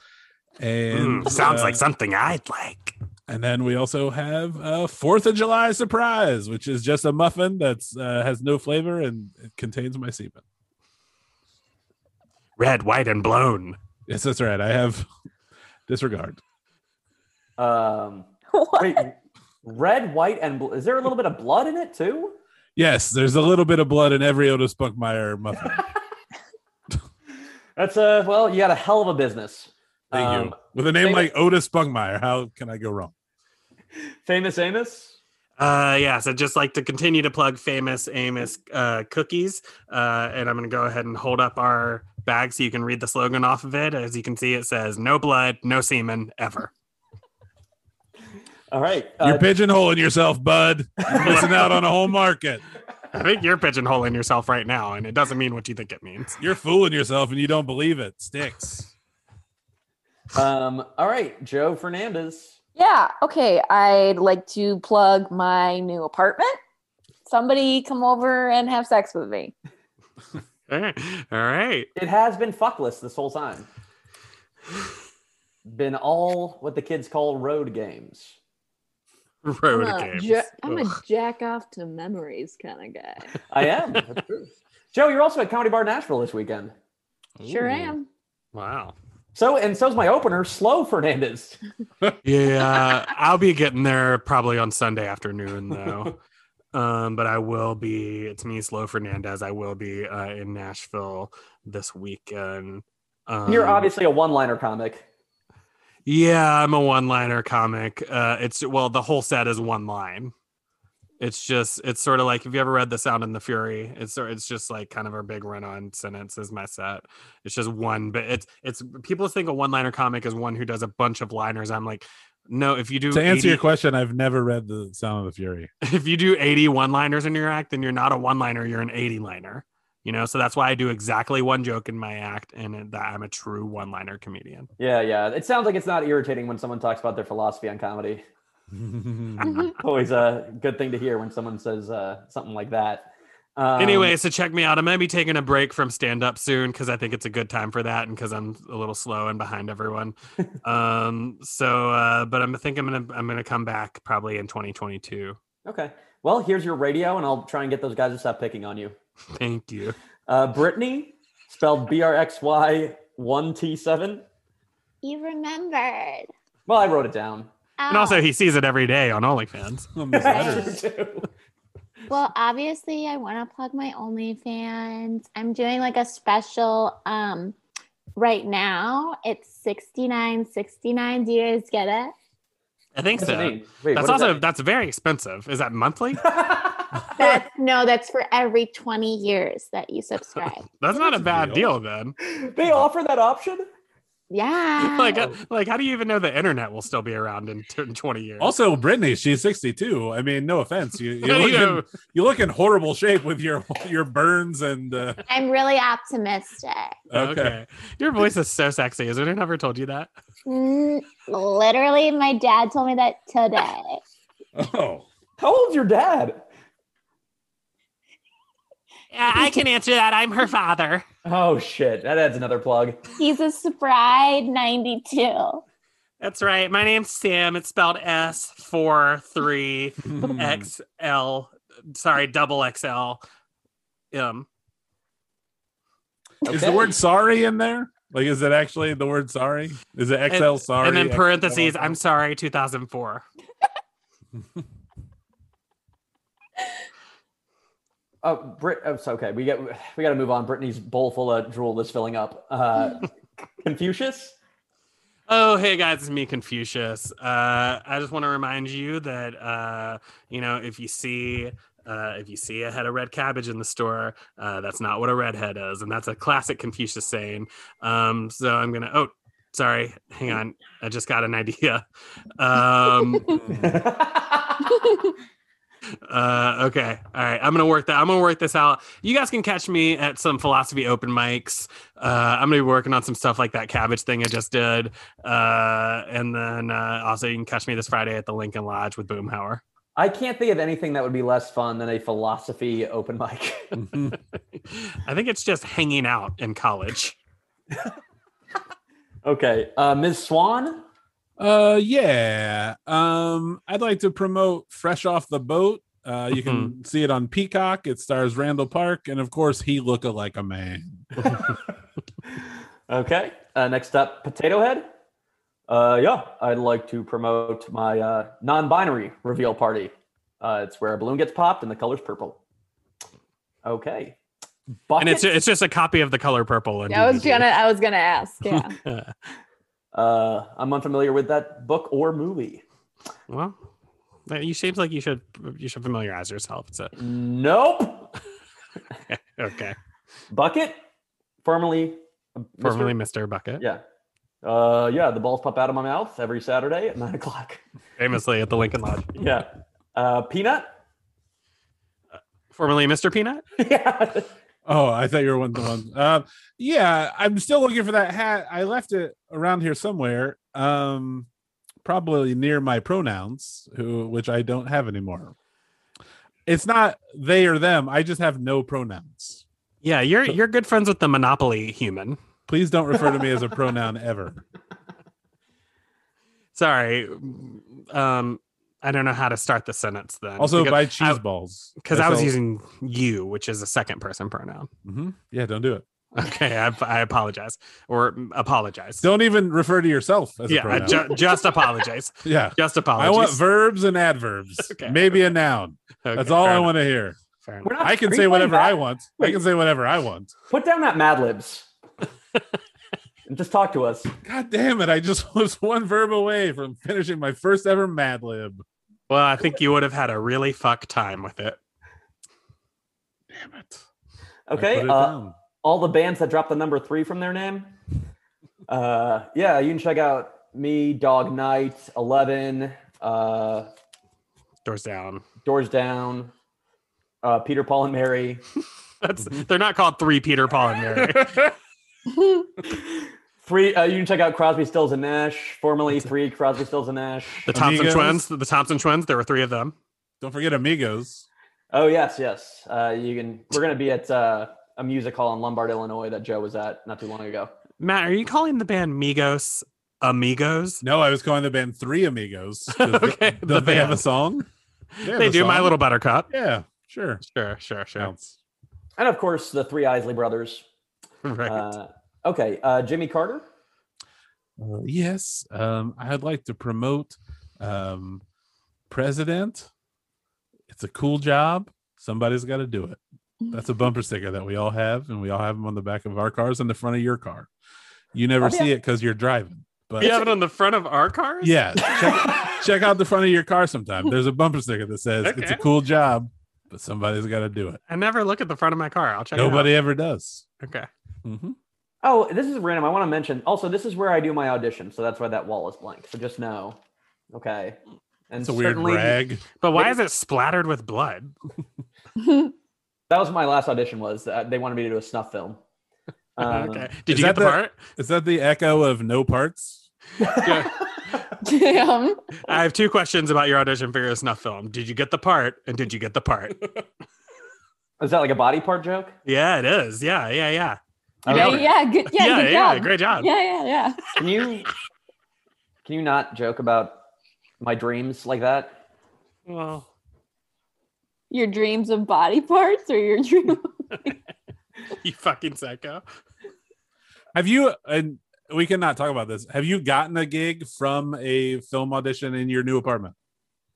[SPEAKER 2] and
[SPEAKER 1] Mm, sounds
[SPEAKER 2] uh,
[SPEAKER 1] like something I'd like.
[SPEAKER 2] And then we also have a Fourth of July surprise, which is just a muffin that's uh, has no flavor and it contains my semen.
[SPEAKER 1] Red, white, and blown.
[SPEAKER 2] Yes, that's right. I have disregard.
[SPEAKER 4] Um,
[SPEAKER 5] What?
[SPEAKER 4] wait, red, white, and blue. Is there a little bit of blood in it too?
[SPEAKER 2] Yes, there's a little bit of blood in every Otis Buckmeyer muffin.
[SPEAKER 4] That's a, well, you got a hell of a business.
[SPEAKER 2] Thank you.
[SPEAKER 4] Um,
[SPEAKER 2] With a name
[SPEAKER 4] they-
[SPEAKER 2] like Otis Buckmeyer, how can I go wrong?
[SPEAKER 4] Famous Amos.
[SPEAKER 1] Uh, yes, I'd just like to continue to plug famous Amos uh, cookies. Uh, and I'm going to go ahead and hold up our bag so you can read the slogan off of it. As you can see, it says, No blood, no semen, ever.
[SPEAKER 4] All right.
[SPEAKER 1] Uh,
[SPEAKER 2] You're pigeonholing yourself, bud. You're missing out on a whole market.
[SPEAKER 1] I think you're pigeonholing yourself right now, and it doesn't mean what you think it means.
[SPEAKER 2] You're fooling yourself and you don't believe it. Sticks.
[SPEAKER 4] Um, all right, Joe Fernandez.
[SPEAKER 3] Yeah. Okay. I'd like to plug my new apartment. Somebody come over and have sex with me.
[SPEAKER 1] All right. All right.
[SPEAKER 4] It has been fuckless this whole time. Been all what the kids call road games.
[SPEAKER 1] Road
[SPEAKER 3] I'm a,
[SPEAKER 1] games.
[SPEAKER 3] ja- I'm a
[SPEAKER 1] Ugh.
[SPEAKER 3] jack off to memories kind of guy.
[SPEAKER 4] I am. That's true. Joe, you're also at Comedy Bar Nashville this weekend.
[SPEAKER 3] Sure
[SPEAKER 1] Ooh,
[SPEAKER 3] am.
[SPEAKER 1] Wow.
[SPEAKER 4] So and so's my opener, Slow Fernandez.
[SPEAKER 1] Yeah, I'll be getting there probably on Sunday afternoon though. Um, but I will be. It's me, Slow Fernandez. I will be uh, in Nashville this weekend. Um,
[SPEAKER 4] You're obviously a one-liner comic.
[SPEAKER 1] Yeah, I'm a one-liner comic. Uh, it's well, the whole set is one line. It's just, it's sort of like if you ever read The Sound and the Fury, it's sor- it's just like kind of our big run-on sentence is my set. It's just one, but it's it's people think a one-liner comic is one who does a bunch of liners. I'm like, no, if you do
[SPEAKER 2] To answer
[SPEAKER 1] 80
[SPEAKER 2] your question, I've never read The Sound of the Fury.
[SPEAKER 1] if you do 80 one liners in your act, then you're not a one liner, you're an 80 liner. You know, so that's why I do exactly one joke in my act and it- that I'm a true one liner comedian.
[SPEAKER 4] Yeah, yeah. It sounds like it's not irritating when someone talks about their philosophy on comedy. Always a good thing to hear when someone says uh, something like that. Um,
[SPEAKER 1] anyway, so check me out. I might be taking a break from stand up soon because I think it's a good time for that and because I'm a little slow and behind everyone. um, so, uh, but I'm, I think I'm going to, I'm going to come back probably in 2022.
[SPEAKER 4] Okay. Well, here's your radio, and I'll try and get those guys to stop picking on you.
[SPEAKER 1] Thank you.
[SPEAKER 4] Uh, Brittany, spelled B R X Y one T seven.
[SPEAKER 5] You remembered.
[SPEAKER 4] Well, I wrote it down.
[SPEAKER 1] And
[SPEAKER 5] Oh,
[SPEAKER 1] also, he sees it every day on OnlyFans.
[SPEAKER 2] On this letter.
[SPEAKER 4] That's true, too.
[SPEAKER 5] well, obviously, I want to plug my OnlyFans. I'm doing like a special um right now. It's sixty nine sixty nine. Do you guys get it?
[SPEAKER 1] I think
[SPEAKER 4] What's it
[SPEAKER 1] so.
[SPEAKER 4] mean? Wait,
[SPEAKER 1] That's
[SPEAKER 4] what
[SPEAKER 1] also,
[SPEAKER 4] does
[SPEAKER 1] that's very expensive. Is that monthly?
[SPEAKER 4] that mean?
[SPEAKER 5] That's no, that's for every twenty years that you subscribe.
[SPEAKER 1] That's not a
[SPEAKER 2] a
[SPEAKER 1] bad deal,
[SPEAKER 2] deal.
[SPEAKER 1] then.
[SPEAKER 4] they offer that option.
[SPEAKER 3] Oh
[SPEAKER 5] Yeah.
[SPEAKER 1] like, uh, like, how do you even know the internet will still be around in, t- in 20 years?
[SPEAKER 2] Also, Brittany, she's 62. I mean, no offense. You, you,
[SPEAKER 1] You
[SPEAKER 2] look,
[SPEAKER 1] know.
[SPEAKER 2] in, you look in horrible shape with your your burns and uh,
[SPEAKER 5] I'm really optimistic.
[SPEAKER 1] okay. Your voice is so sexy. Has anyone ever told you that?
[SPEAKER 5] Mm, Literally, my dad told me that today.
[SPEAKER 2] Oh,
[SPEAKER 4] How old's your dad?
[SPEAKER 1] I can answer that. I'm her father.
[SPEAKER 4] Oh shit, that adds another plug.
[SPEAKER 5] He's a spry 92.
[SPEAKER 1] That's right. My name's Sam. It's spelled S four three
[SPEAKER 2] Hmm.
[SPEAKER 1] X L. Sorry, double XL. Um,
[SPEAKER 2] is
[SPEAKER 4] Okay.
[SPEAKER 2] the word sorry in there? Like, is it actually the word sorry? Is it XL sorry?
[SPEAKER 1] and then
[SPEAKER 2] XL?
[SPEAKER 1] parentheses, I'm sorry, 2004.
[SPEAKER 4] Oh, Brit. Oh, so, okay, we get we got to move on. Brittany's bowl full of drool is filling up. Uh, Confucius.
[SPEAKER 1] Oh, hey guys, it's me, Confucius. Uh, I just want to remind you that uh, you know if you see uh, if you see a head of red cabbage in the store, uh, that's not what a redhead is, and that's a classic Confucius saying. Um, so I'm gonna. Oh, sorry, hang on, I just got an idea. Um, uh okay all right i'm gonna work that i'm gonna work this out you guys can catch me at some philosophy open mics uh i'm gonna be working on some stuff like that cabbage thing i just did uh and then uh also you can catch me this friday at the lincoln lodge with boomhauer
[SPEAKER 4] I can't think of anything that would be less fun than a philosophy open mic.
[SPEAKER 1] i think it's just hanging out in college
[SPEAKER 4] okay, uh, Ms. Swan.
[SPEAKER 2] Uh, yeah. Um, I'd like to promote Fresh Off the Boat. Uh, you
[SPEAKER 1] Mm-hmm.
[SPEAKER 2] can see it on Peacock. It stars Randall Park, and of course, he look like a man.
[SPEAKER 4] Okay. Uh, next up, Potato Head. Uh, yeah, I'd like to promote my uh, non-binary reveal party. Uh, it's where a balloon gets popped and the color's purple. Okay. Bucket.
[SPEAKER 1] and it's it's just a copy of the color purple and
[SPEAKER 3] I was gonna I was gonna ask. Yeah.
[SPEAKER 4] uh, I'm unfamiliar with that book or movie.
[SPEAKER 1] well you seems like you should you should familiarize yourself so
[SPEAKER 4] Nope.
[SPEAKER 1] okay
[SPEAKER 4] Bucket. Formerly.
[SPEAKER 1] formerly mr bucket
[SPEAKER 4] Yeah. Uh, yeah, the balls pop out of my mouth every Saturday at nine o'clock.
[SPEAKER 1] famously at the lincoln lodge
[SPEAKER 4] Yeah. Uh, peanut.
[SPEAKER 1] formerly mr peanut
[SPEAKER 4] yeah.
[SPEAKER 2] Oh, I thought you were one of the ones. Um, yeah, I'm still looking for that hat. I left it around here somewhere. Um, probably near my pronouns, who which I don't have anymore. It's not they or them. I just have no pronouns.
[SPEAKER 1] Yeah, you're you're good friends with the Monopoly human.
[SPEAKER 2] Please don't refer to me as a pronoun ever.
[SPEAKER 1] Sorry, um, I don't know how to start the sentence then.
[SPEAKER 2] Also,
[SPEAKER 1] because,
[SPEAKER 2] buy
[SPEAKER 1] I-
[SPEAKER 2] cheese balls
[SPEAKER 1] 'cause I was
[SPEAKER 2] sell-
[SPEAKER 1] using you, which is a second person pronoun.
[SPEAKER 2] Mhm. Yeah, don't do it.
[SPEAKER 1] Okay, I, I apologize or mm, apologize.
[SPEAKER 2] Don't even refer to yourself as a
[SPEAKER 1] yeah, I
[SPEAKER 2] pronoun.
[SPEAKER 1] ju- just apologize.
[SPEAKER 2] yeah,
[SPEAKER 1] Just
[SPEAKER 2] I
[SPEAKER 1] apologize.
[SPEAKER 2] want verbs and adverbs.
[SPEAKER 1] Okay.
[SPEAKER 2] Maybe a noun. That's all I want to hear.
[SPEAKER 1] to.
[SPEAKER 4] We're not
[SPEAKER 2] I can
[SPEAKER 4] are
[SPEAKER 2] say
[SPEAKER 4] you playing
[SPEAKER 2] whatever I
[SPEAKER 4] Mad-
[SPEAKER 2] want. I
[SPEAKER 4] Wait.
[SPEAKER 2] can say whatever I want.
[SPEAKER 4] Put down that Mad Libs. and just talk to us.
[SPEAKER 2] God damn it! I just was one verb away from finishing my first ever Mad Lib.
[SPEAKER 1] Well, I think you would have had a really fuck time with it.
[SPEAKER 2] Damn it! I
[SPEAKER 4] Okay.
[SPEAKER 2] put it
[SPEAKER 4] Uh,
[SPEAKER 2] down.
[SPEAKER 4] all the bands that drop the number three from their name. Uh, yeah, you can check out me, Dog Night, Eleven, uh,
[SPEAKER 1] Doors down.
[SPEAKER 4] Doors Down, uh, Peter, Paul, and Mary.
[SPEAKER 1] That's
[SPEAKER 2] Mm-hmm.
[SPEAKER 1] they're not called three Peter Paul and Mary.
[SPEAKER 4] Three. Uh, you can check out Crosby, Stills, and Nash. Formerly three Crosby, Stills, and Nash.
[SPEAKER 1] The Thompson
[SPEAKER 2] Amigos.
[SPEAKER 1] twins. The Thompson twins. There were three of them.
[SPEAKER 2] Don't forget Amigos.
[SPEAKER 4] Oh yes, yes. Uh, you can. We're gonna be at uh, a music hall in Lombard, Illinois, that Joe was at not too long ago.
[SPEAKER 1] Matt, are you calling the band Migos Amigos?
[SPEAKER 2] No, I was calling the band Three Amigos. Does they-
[SPEAKER 1] Okay,
[SPEAKER 2] don't
[SPEAKER 1] the
[SPEAKER 2] they have a
[SPEAKER 1] band.
[SPEAKER 2] song? have
[SPEAKER 1] they
[SPEAKER 2] a
[SPEAKER 1] do My
[SPEAKER 2] song.
[SPEAKER 1] Little Buttercup.
[SPEAKER 2] Yeah, sure.
[SPEAKER 1] Sure, sure, sure.
[SPEAKER 2] Counts.
[SPEAKER 4] And of course, the three Isley brothers.
[SPEAKER 1] Right.
[SPEAKER 4] Uh, okay, uh, Jimmy Carter.
[SPEAKER 2] Uh, yes, um, I'd like to promote um, president. It's a cool job. Somebody's got to do it. That's a
[SPEAKER 4] Mm-hmm.
[SPEAKER 2] bumper sticker that we all have, and we all have them on the back of our cars and the front of your car. You never
[SPEAKER 4] Oh, yeah.
[SPEAKER 2] see it because you're driving, but
[SPEAKER 1] we have it on the front of our cars?
[SPEAKER 2] yeah, check, check out the front of your car sometime. There's a bumper sticker that says it's a
[SPEAKER 1] Okay.
[SPEAKER 2] cool job, but somebody's got to do it.
[SPEAKER 1] I never look at the front of my car. I'll check
[SPEAKER 2] Nobody
[SPEAKER 1] it
[SPEAKER 2] ever does.
[SPEAKER 1] out. Okay.
[SPEAKER 2] Mhm.
[SPEAKER 4] Oh, this is random. I want to mention also this is where I do my audition, so that's why that wall is blank. So just know. Okay. And
[SPEAKER 2] It's a weird
[SPEAKER 4] certainly-
[SPEAKER 2] brag.
[SPEAKER 1] But why is it splattered with blood?
[SPEAKER 4] That was my last audition. Was uh, they wanted me to do a snuff film?
[SPEAKER 3] Uh,
[SPEAKER 4] Um,
[SPEAKER 1] okay. Did
[SPEAKER 2] is
[SPEAKER 1] you get
[SPEAKER 2] that
[SPEAKER 1] the,
[SPEAKER 2] the-
[SPEAKER 1] part?
[SPEAKER 2] Is that the echo of no parts?
[SPEAKER 3] Damn.
[SPEAKER 1] I have two questions about your audition for your snuff film. Did you get the part? And did you get the part?
[SPEAKER 4] Um, Is that like a body part joke?
[SPEAKER 1] yeah, it is. Yeah, yeah, yeah.
[SPEAKER 4] I
[SPEAKER 3] Yeah,
[SPEAKER 4] don't know.
[SPEAKER 3] yeah, good, yeah,
[SPEAKER 1] yeah,
[SPEAKER 3] good
[SPEAKER 1] yeah,
[SPEAKER 3] job.
[SPEAKER 1] Great job.
[SPEAKER 3] Yeah, yeah, yeah.
[SPEAKER 4] Can you can you not joke about my dreams like that?
[SPEAKER 1] Well,
[SPEAKER 3] Your dreams of body parts or your dream
[SPEAKER 1] you fucking psycho.
[SPEAKER 2] Have you and we cannot talk about this. Have you gotten a gig from a film audition in your new apartment?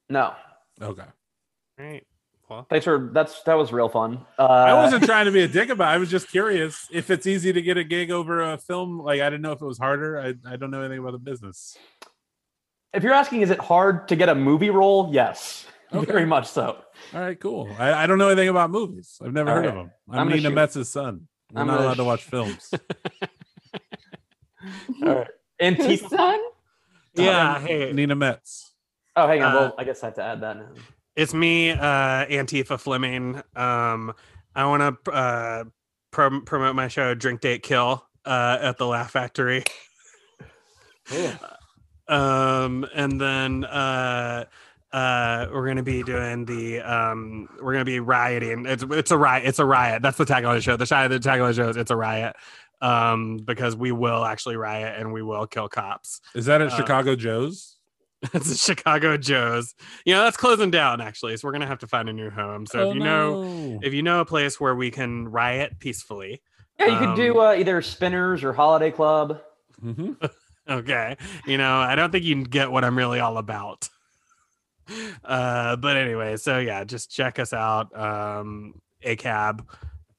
[SPEAKER 4] No,
[SPEAKER 2] Okay.
[SPEAKER 1] All right. Well,
[SPEAKER 4] thanks for that's that was real fun. Uh,
[SPEAKER 2] I wasn't trying to be a dick about. It. I was just curious if it's easy to get a gig over a film. Like I didn't know if it was harder. I, I don't know anything about the business.
[SPEAKER 4] If you're asking, is it hard to get a movie role? Yes,
[SPEAKER 2] Okay.
[SPEAKER 4] very much so.
[SPEAKER 2] All right, cool. I, I don't know anything about movies. I've never
[SPEAKER 4] All
[SPEAKER 2] heard
[SPEAKER 4] right.
[SPEAKER 2] of them.
[SPEAKER 4] I'm
[SPEAKER 2] I'm,
[SPEAKER 4] gonna
[SPEAKER 2] Nina
[SPEAKER 4] shoot.
[SPEAKER 2] Metz's son. We're
[SPEAKER 4] I'm
[SPEAKER 2] not
[SPEAKER 4] gonna
[SPEAKER 2] allowed to
[SPEAKER 4] sh-
[SPEAKER 2] watch films.
[SPEAKER 4] All right. And
[SPEAKER 3] His
[SPEAKER 4] T-
[SPEAKER 3] son?
[SPEAKER 1] yeah. Hey,
[SPEAKER 2] Nina Metz.
[SPEAKER 4] oh, hang on.
[SPEAKER 1] Uh,
[SPEAKER 4] well, I guess I have to add that. In.
[SPEAKER 1] It's me, uh, Antifa Fleming. Um, I want to uh, prom- promote my show Drink Date Kill uh, at the Laugh Factory.
[SPEAKER 4] Yeah.
[SPEAKER 1] Um, and then uh, uh, we're gonna be doing the um, we're gonna be rioting. It's it's a riot. It's a riot. That's the tagline of the show. The shy the tagline of the show is it's a riot um, because we will actually riot and we will kill cops.
[SPEAKER 2] Is that at
[SPEAKER 1] Uh,
[SPEAKER 2] Chicago Joe's?
[SPEAKER 1] it's the Chicago Joes. You know that's closing down actually, so we're gonna have to find a new home. So
[SPEAKER 2] Oh,
[SPEAKER 1] if you know if you know a place where we can riot peacefully
[SPEAKER 4] Yeah, you could
[SPEAKER 1] Um,
[SPEAKER 4] do uh, either Spinners or Holiday Club.
[SPEAKER 2] Mhm.
[SPEAKER 1] okay you know i don't think you can get what i'm really all about uh but anyway so yeah just check us out um a cab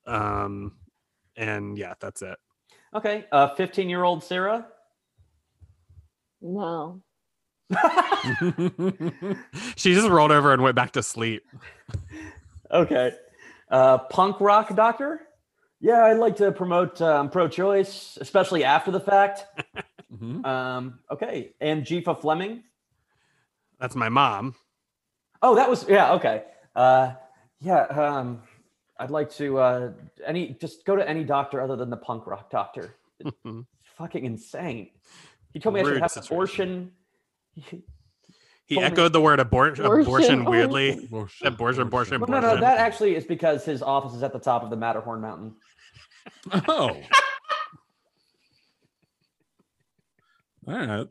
[SPEAKER 1] um and yeah that's it
[SPEAKER 4] Okay, uh, 15 year old Sarah.
[SPEAKER 3] No.
[SPEAKER 2] Mm-hmm.
[SPEAKER 1] she just rolled over and went back to sleep
[SPEAKER 4] okay, uh, punk rock doctor. Yeah, I'd like to promote um, pro choice, especially after the fact.
[SPEAKER 2] Mhm.
[SPEAKER 4] Um, okay, and Jifa Fleming.
[SPEAKER 1] that's my mom
[SPEAKER 4] Oh, that was yeah. Okay. Uh, yeah. Um, I'd like to uh, any just go to any doctor other than the punk rock doctor. Fucking insane. He told me I
[SPEAKER 1] Rude
[SPEAKER 4] should have an
[SPEAKER 1] situation.
[SPEAKER 4] abortion.
[SPEAKER 1] he
[SPEAKER 4] Told me-
[SPEAKER 1] echoed the word abor-
[SPEAKER 3] Oh Abortion,
[SPEAKER 1] abortion
[SPEAKER 3] oh.
[SPEAKER 1] weirdly
[SPEAKER 2] Well, shit.
[SPEAKER 1] That Borgia, Borgia,
[SPEAKER 4] Well, no, no, that actually is because his office is at the top of the Matterhorn Mountain.
[SPEAKER 2] Oh. All right.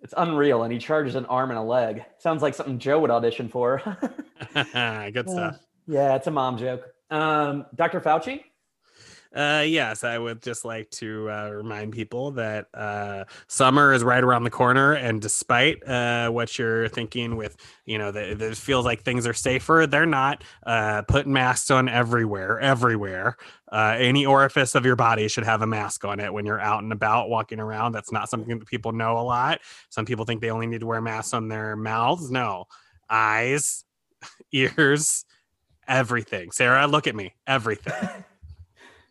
[SPEAKER 4] It's unreal, and he charges an arm and a leg. Sounds like something Joe would audition for.
[SPEAKER 1] good
[SPEAKER 4] Uh,
[SPEAKER 1] stuff
[SPEAKER 4] yeah, it's a mom joke. Um, Dr. Fauci.
[SPEAKER 1] Uh, yes, I would just like to uh, remind people that uh, summer is right around the corner, and despite uh, what you're thinking, with you know, that it feels like things are safer, they're not. Uh, put masks on everywhere, everywhere. Uh, any orifice of your body should have a mask on it when you're out and about walking around. That's not something that people know a lot. Some people think they only need to wear masks on their mouths. No, eyes, ears, everything. Sarah, look at me. Everything.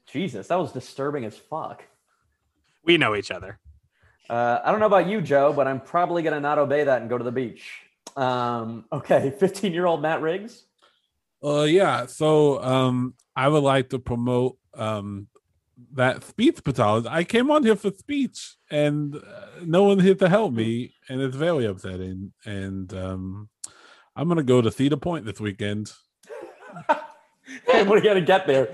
[SPEAKER 4] Jesus, that was disturbing as fuck.
[SPEAKER 1] We know each other.
[SPEAKER 4] Uh, I don't know about you, Joe, but I'm probably going to not obey that and go to the beach. Um, okay, 15 year old Matt Riggs.
[SPEAKER 2] Uh, yeah. So, um, I would like to promote um that speech pathologist. I came on here for speech, and uh, no one here to help me, and it's very upsetting. And um, I'm gonna go to Theta Point this weekend.
[SPEAKER 4] Hey, what are you going to get there?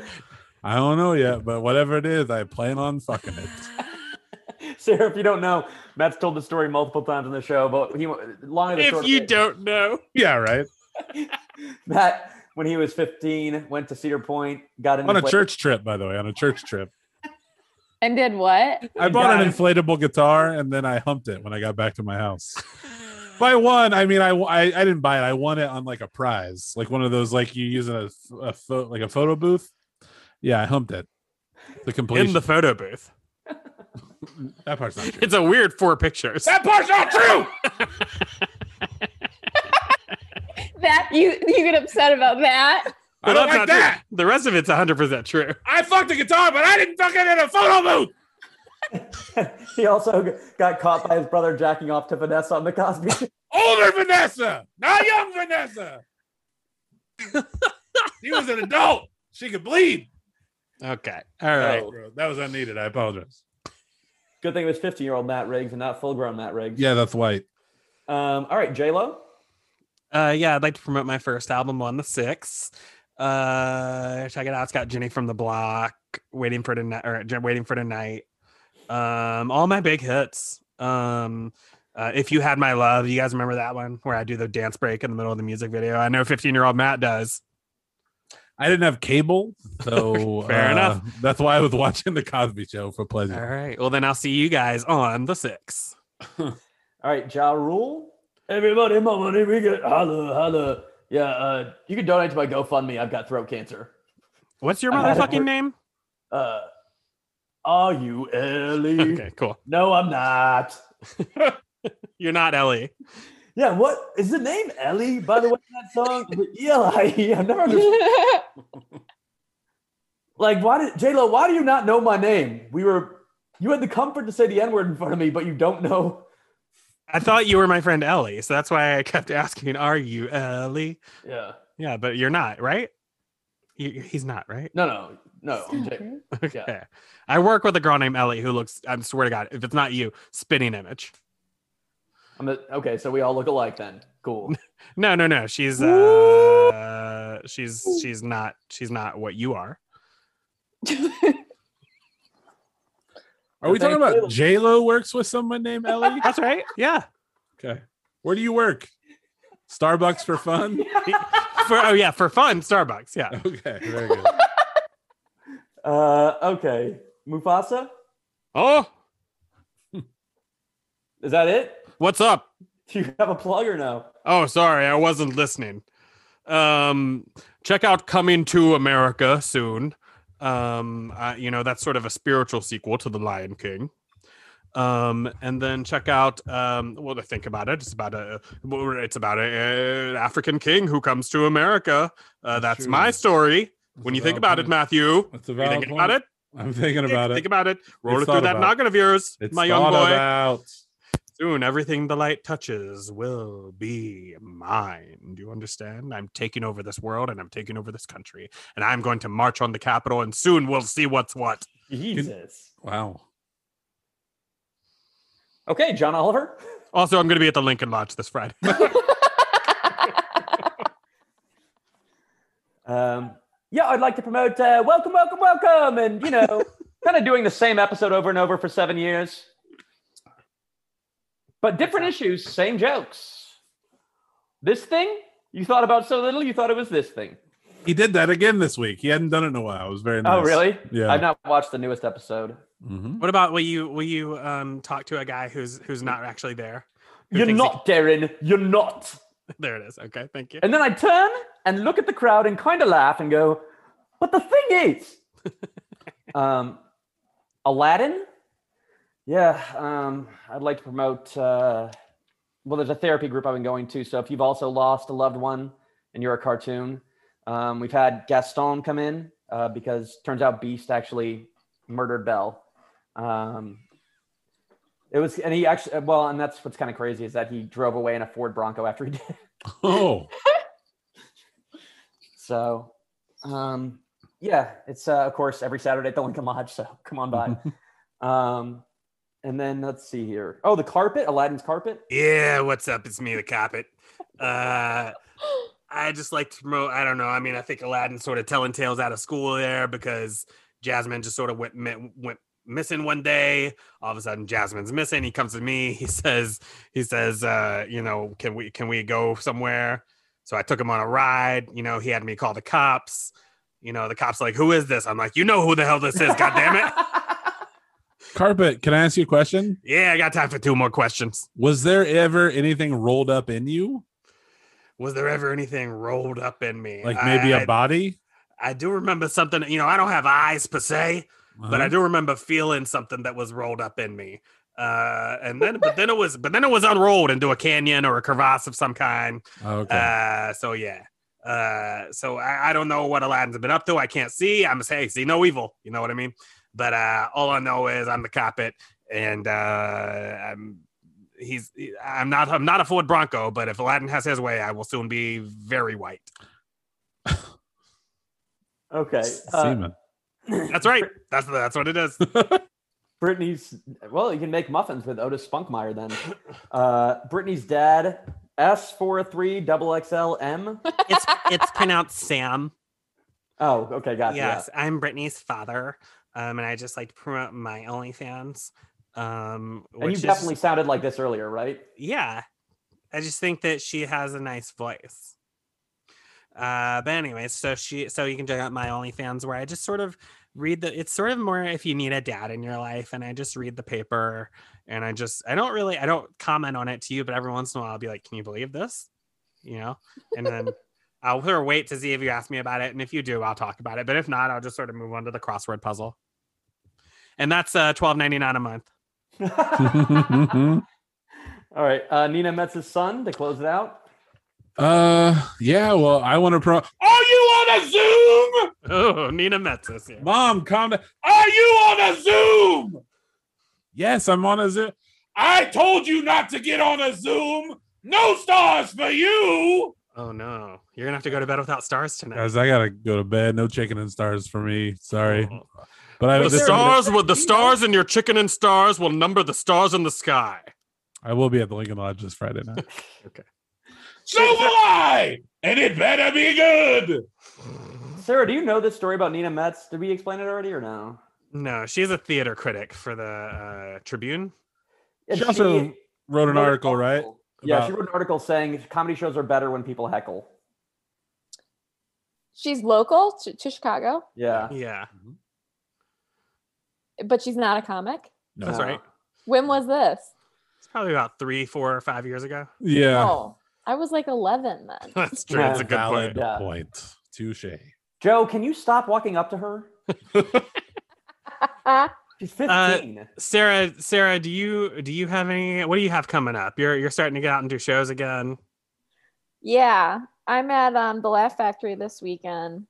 [SPEAKER 2] I don't know yet, but whatever it is, I plan on fucking it.
[SPEAKER 4] Sarah, if you don't know, Matt's told the story multiple times on the show, but he long and the
[SPEAKER 1] If
[SPEAKER 4] short of
[SPEAKER 1] you
[SPEAKER 4] it,
[SPEAKER 1] don't know,
[SPEAKER 2] Yeah, right.
[SPEAKER 4] Matt, when he was 15, went to Cedar Point, got an
[SPEAKER 2] On a
[SPEAKER 4] inflat-
[SPEAKER 2] church trip, by the way. On a church trip,
[SPEAKER 3] And did what?
[SPEAKER 2] I bought an
[SPEAKER 4] Guys.
[SPEAKER 2] inflatable guitar, and then I humped it when I got back to my house. By one, I mean I, I I didn't buy it. I won it on like a prize, like one of those like you use in a, a pho- like a photo booth. Yeah, I humped it. The
[SPEAKER 1] in
[SPEAKER 2] completion.
[SPEAKER 1] the photo booth,
[SPEAKER 2] that part's not true.
[SPEAKER 1] it's a weird four pictures.
[SPEAKER 2] that part's not true.
[SPEAKER 3] That you you get upset about that?
[SPEAKER 2] I
[SPEAKER 1] Well,
[SPEAKER 2] don't
[SPEAKER 1] that's
[SPEAKER 2] like
[SPEAKER 1] not true.
[SPEAKER 2] that.
[SPEAKER 1] The rest of it's 100% true.
[SPEAKER 2] I fucked a guitar, but I didn't fuck it in a photo booth.
[SPEAKER 4] he also got caught by his brother jacking off to Vanessa on the Cosby Show.
[SPEAKER 2] Older Vanessa, not young Vanessa. she was an adult. She could bleed.
[SPEAKER 1] Okay. All right.
[SPEAKER 2] Oh, bro, that was unneeded. I apologize.
[SPEAKER 4] Good thing it was 15 year old Matt Riggs and not full grown Matt Riggs.
[SPEAKER 2] Yeah, that's white.
[SPEAKER 4] Um, all right, J-Lo.
[SPEAKER 1] Uh, yeah, I'd like to promote my first album on the 6th. Uh, check it out. It's got Jenny from the Block, Waiting for Tonight, or J- Waiting for Tonight. Um, all my big hits. Um, uh, if you had my love, you guys remember that one where I do the dance break in the middle of the music video? I know 15 year old Matt does.
[SPEAKER 2] I didn't have cable, so
[SPEAKER 1] Fair
[SPEAKER 2] uh,
[SPEAKER 1] enough.
[SPEAKER 2] That's why I was watching the Cosby Show for
[SPEAKER 1] All
[SPEAKER 2] pleasure.
[SPEAKER 1] right. Well, then I'll see you guys on the sixth.
[SPEAKER 4] All right, Ja Rule. Everybody, my money, we get holla, holla. Yeah, uh, you can donate to my GoFundMe. I've got throat cancer.
[SPEAKER 1] What's your
[SPEAKER 4] I had a
[SPEAKER 1] motherfucking
[SPEAKER 4] word-
[SPEAKER 1] name?
[SPEAKER 4] Uh, are you Ellie?
[SPEAKER 1] Okay, cool.
[SPEAKER 4] No, I'm not.
[SPEAKER 1] You're not Ellie.
[SPEAKER 4] Yeah, what is the name Ellie? By the way, in that song, The Eli. I've never understood. Like, why did J Lo? Why do you not know my name? We were, you had the comfort to say the N word in front of me, but you don't know.
[SPEAKER 1] I thought you were my friend Ellie, so that's why I kept asking, "Are you Ellie?"
[SPEAKER 4] Yeah.
[SPEAKER 1] Yeah, but you're not, right? You, he's not, right?
[SPEAKER 4] No, no, no. I'm
[SPEAKER 3] Stop
[SPEAKER 4] J-
[SPEAKER 3] it.
[SPEAKER 1] Okay. I work with a girl named Ellie who looks. I swear to God, if it's not you, spitting image.
[SPEAKER 4] I'm a, okay, so we all look alike then. Cool.
[SPEAKER 1] No, no, no. She's uh, she's she's not she's not what you are.
[SPEAKER 2] Are we talking
[SPEAKER 4] Thank you.
[SPEAKER 2] about J Lo works with someone named Ellie?
[SPEAKER 1] That's right. Yeah.
[SPEAKER 2] Okay. Where do you work? Starbucks for fun?
[SPEAKER 1] For oh yeah, for fun, Starbucks. Yeah.
[SPEAKER 2] Okay, very good.
[SPEAKER 4] Uh, okay, Mufasa.
[SPEAKER 1] Oh,
[SPEAKER 4] Is that it?
[SPEAKER 1] what's up?
[SPEAKER 4] Do you have a plug or no?
[SPEAKER 1] Oh, sorry, I wasn't listening. Um, check out Coming to America soon. Um, I, you know that's sort of a spiritual sequel to The Lion King. Um, and then check out um, well, to think about it. It's about a well, it's about a, uh, an African king who comes to America. Uh,
[SPEAKER 2] That's
[SPEAKER 1] that's
[SPEAKER 2] true.
[SPEAKER 1] my story.
[SPEAKER 2] That's
[SPEAKER 1] when
[SPEAKER 2] a
[SPEAKER 1] you think
[SPEAKER 2] valid
[SPEAKER 1] about it,
[SPEAKER 2] point.
[SPEAKER 1] Matthew,
[SPEAKER 2] That's a
[SPEAKER 1] you
[SPEAKER 2] valid
[SPEAKER 1] think
[SPEAKER 2] point.
[SPEAKER 1] about it.
[SPEAKER 2] I'm thinking
[SPEAKER 1] Think-
[SPEAKER 2] about it.
[SPEAKER 1] Think about it. Roll
[SPEAKER 2] It's
[SPEAKER 1] it through
[SPEAKER 2] thought
[SPEAKER 1] that
[SPEAKER 2] about.
[SPEAKER 1] noggin of yours,
[SPEAKER 2] It's
[SPEAKER 1] my young
[SPEAKER 2] thought
[SPEAKER 1] boy.
[SPEAKER 2] About.
[SPEAKER 1] Soon, everything the light touches will be mine. Do you understand? I'm taking over this world and I'm taking over this country. And I'm going to march on the Capitol, and soon we'll see what's what.
[SPEAKER 4] Jesus.
[SPEAKER 2] Wow.
[SPEAKER 4] Okay, John Oliver.
[SPEAKER 1] Also, I'm going to be at the Lincoln Lodge this Friday.
[SPEAKER 4] Um, yeah, I'd like to promote uh, Welcome, Welcome, Welcome, and you know, kind of doing the same episode over and over for seven years, but different issues, same jokes. This thing you thought about so little, you thought it was this thing.
[SPEAKER 2] He did that again this week. He hadn't done it in a while. It was very nice.
[SPEAKER 4] Oh, really?
[SPEAKER 2] Yeah.
[SPEAKER 4] I've not watched the newest episode.
[SPEAKER 2] Mhm.
[SPEAKER 1] what about will you will you um, talk to a guy who's who's not actually there? Who
[SPEAKER 4] You're
[SPEAKER 1] thinks he-
[SPEAKER 4] not, Darren. You're not.
[SPEAKER 1] there. It is. Okay, thank you.
[SPEAKER 4] And then I turn and look at the crowd and kind of laugh and go, but the thing is, um, Aladdin? Yeah, um, I'd like to promote. Uh, well, there's a therapy group I've been going to. So if you've also lost a loved one and you're a cartoon, um, we've had Gaston come in uh, because turns out Beast actually murdered Belle. Um, it was, and he actually, well, and that's what's kind of crazy is that he drove away in a Ford Bronco after he did.
[SPEAKER 2] Oh,
[SPEAKER 4] So, um, yeah, it's uh, of course every Saturday at the Lincoln Lodge. So come on by. um, and then let's see here. Oh, the carpet, Aladdin's carpet.
[SPEAKER 1] Yeah, what's up? It's me, the Capit. Uh, I just like to promote. I don't know. I mean, I think Aladdin's sort of telling tales out of school there because Jasmine just sort of went mi- went missing one day. All of a sudden, Jasmine's missing. He comes to me. He says, he says, uh, you know, can we can we go somewhere? So I took him on a ride. You know, he had me call the cops. You know, the cops like, who is this? I'm like, you know who the hell this is? God damn it!
[SPEAKER 2] carpet. Can I ask you a question?
[SPEAKER 1] Yeah, I got time for two more questions.
[SPEAKER 2] Was there ever anything rolled up in you,
[SPEAKER 1] Was there ever anything rolled up in me?
[SPEAKER 2] like maybe
[SPEAKER 1] a
[SPEAKER 2] a body?
[SPEAKER 1] I do remember something, you know, I don't have eyes per se,
[SPEAKER 2] Uh-huh.
[SPEAKER 1] but I do remember feeling something that was rolled up in me. Uh, and then, but then it was, but then it was unrolled into a canyon or a crevasse of some kind.
[SPEAKER 2] Oh, okay.
[SPEAKER 1] Uh, so yeah. Uh, so I, I don't know what Aladdin's been up to. I can't see. I'm hey, see no evil. You know what I mean? But uh, all I know is I'm the coppet, and uh, I'm he's I'm not I'm not a Ford Bronco. But if Aladdin has his way, I will soon be very white.
[SPEAKER 4] Okay. Uh,
[SPEAKER 2] Semen.
[SPEAKER 1] That's right. That's that's what it is.
[SPEAKER 4] Brittany's. Well, you can make muffins with Otis Spunkmeyer then. Uh, Brittany's dad. S four three double XL M.
[SPEAKER 1] it's it's pronounced Sam.
[SPEAKER 4] Oh, okay, gotcha. yeah.
[SPEAKER 1] Yes, I'm Brittany's father, um, and I just like to promote my OnlyFans. Um,
[SPEAKER 4] And
[SPEAKER 1] which
[SPEAKER 4] you
[SPEAKER 1] is-
[SPEAKER 4] definitely sounded like this earlier, right?
[SPEAKER 1] yeah. I just think that she has a nice voice, Uh, but anyways, so she, so you can check out my OnlyFans where I just sort of read the. It's sort of more if you need a dad in your life, and I just read the paper, and I just, I don't really, I don't comment on it to you, but every once in a while, I'll be like, "Can you believe this?" You know, and then. I'll sort of wait to see if you ask me about it, and if you do, I'll talk about it. But if not, I'll just sort of move on to the crossword puzzle, and that's uh, twelve ninety nine a month.
[SPEAKER 4] All right, uh, Nina Metz's son to close it out.
[SPEAKER 2] Uh, yeah. Well, I want to pro. Are you on a Zoom,
[SPEAKER 1] Oh, Nina Metz is here.
[SPEAKER 2] Mom? Calm down. Are you on a Zoom? Yes, I'm on a Zoom. I told you not to get on a Zoom. No stars for you.
[SPEAKER 1] Oh no, you're gonna have to go to bed without stars tonight.
[SPEAKER 2] Guys, I gotta go to bed. No chicken and stars for me. Sorry,
[SPEAKER 1] Oh.
[SPEAKER 2] but I,
[SPEAKER 1] The
[SPEAKER 4] Wait,
[SPEAKER 2] this,
[SPEAKER 4] there are-
[SPEAKER 1] stars with the stars and your chicken and stars will number the stars in the sky.
[SPEAKER 2] I will be at the Lincoln Lodge this Friday night.
[SPEAKER 1] Okay.
[SPEAKER 2] So will I, and it better be good.
[SPEAKER 4] Sarah, do you know this story about Nina Metz? Did we explain it already or no?
[SPEAKER 1] No, she's a theater critic for the uh, Tribune.
[SPEAKER 4] And
[SPEAKER 2] She also Wrote
[SPEAKER 4] wrote
[SPEAKER 2] an article, right?
[SPEAKER 4] Yeah,
[SPEAKER 2] About-
[SPEAKER 4] she wrote an article saying comedy shows are better when people heckle.
[SPEAKER 3] She's local to, to Chicago,
[SPEAKER 4] Yeah,
[SPEAKER 1] Yeah,
[SPEAKER 3] but she's not a comic.
[SPEAKER 1] that's
[SPEAKER 4] No.
[SPEAKER 1] right.
[SPEAKER 3] When was this?
[SPEAKER 1] Uh, It's probably about three, four, or five years ago.
[SPEAKER 2] Yeah.
[SPEAKER 3] Oh, I was like 11 then.
[SPEAKER 1] That's true. That's a good
[SPEAKER 2] Valid
[SPEAKER 1] point.
[SPEAKER 4] Yeah.
[SPEAKER 2] point. Touche.
[SPEAKER 4] Joe, can you stop walking up to her? She's
[SPEAKER 1] Uh,
[SPEAKER 4] fifteen.
[SPEAKER 1] Sarah, Sarah, do you do you have any? What do you have coming up? You're you're starting to get out and do shows again.
[SPEAKER 3] yeah, I'm at um, the Laugh Factory this weekend.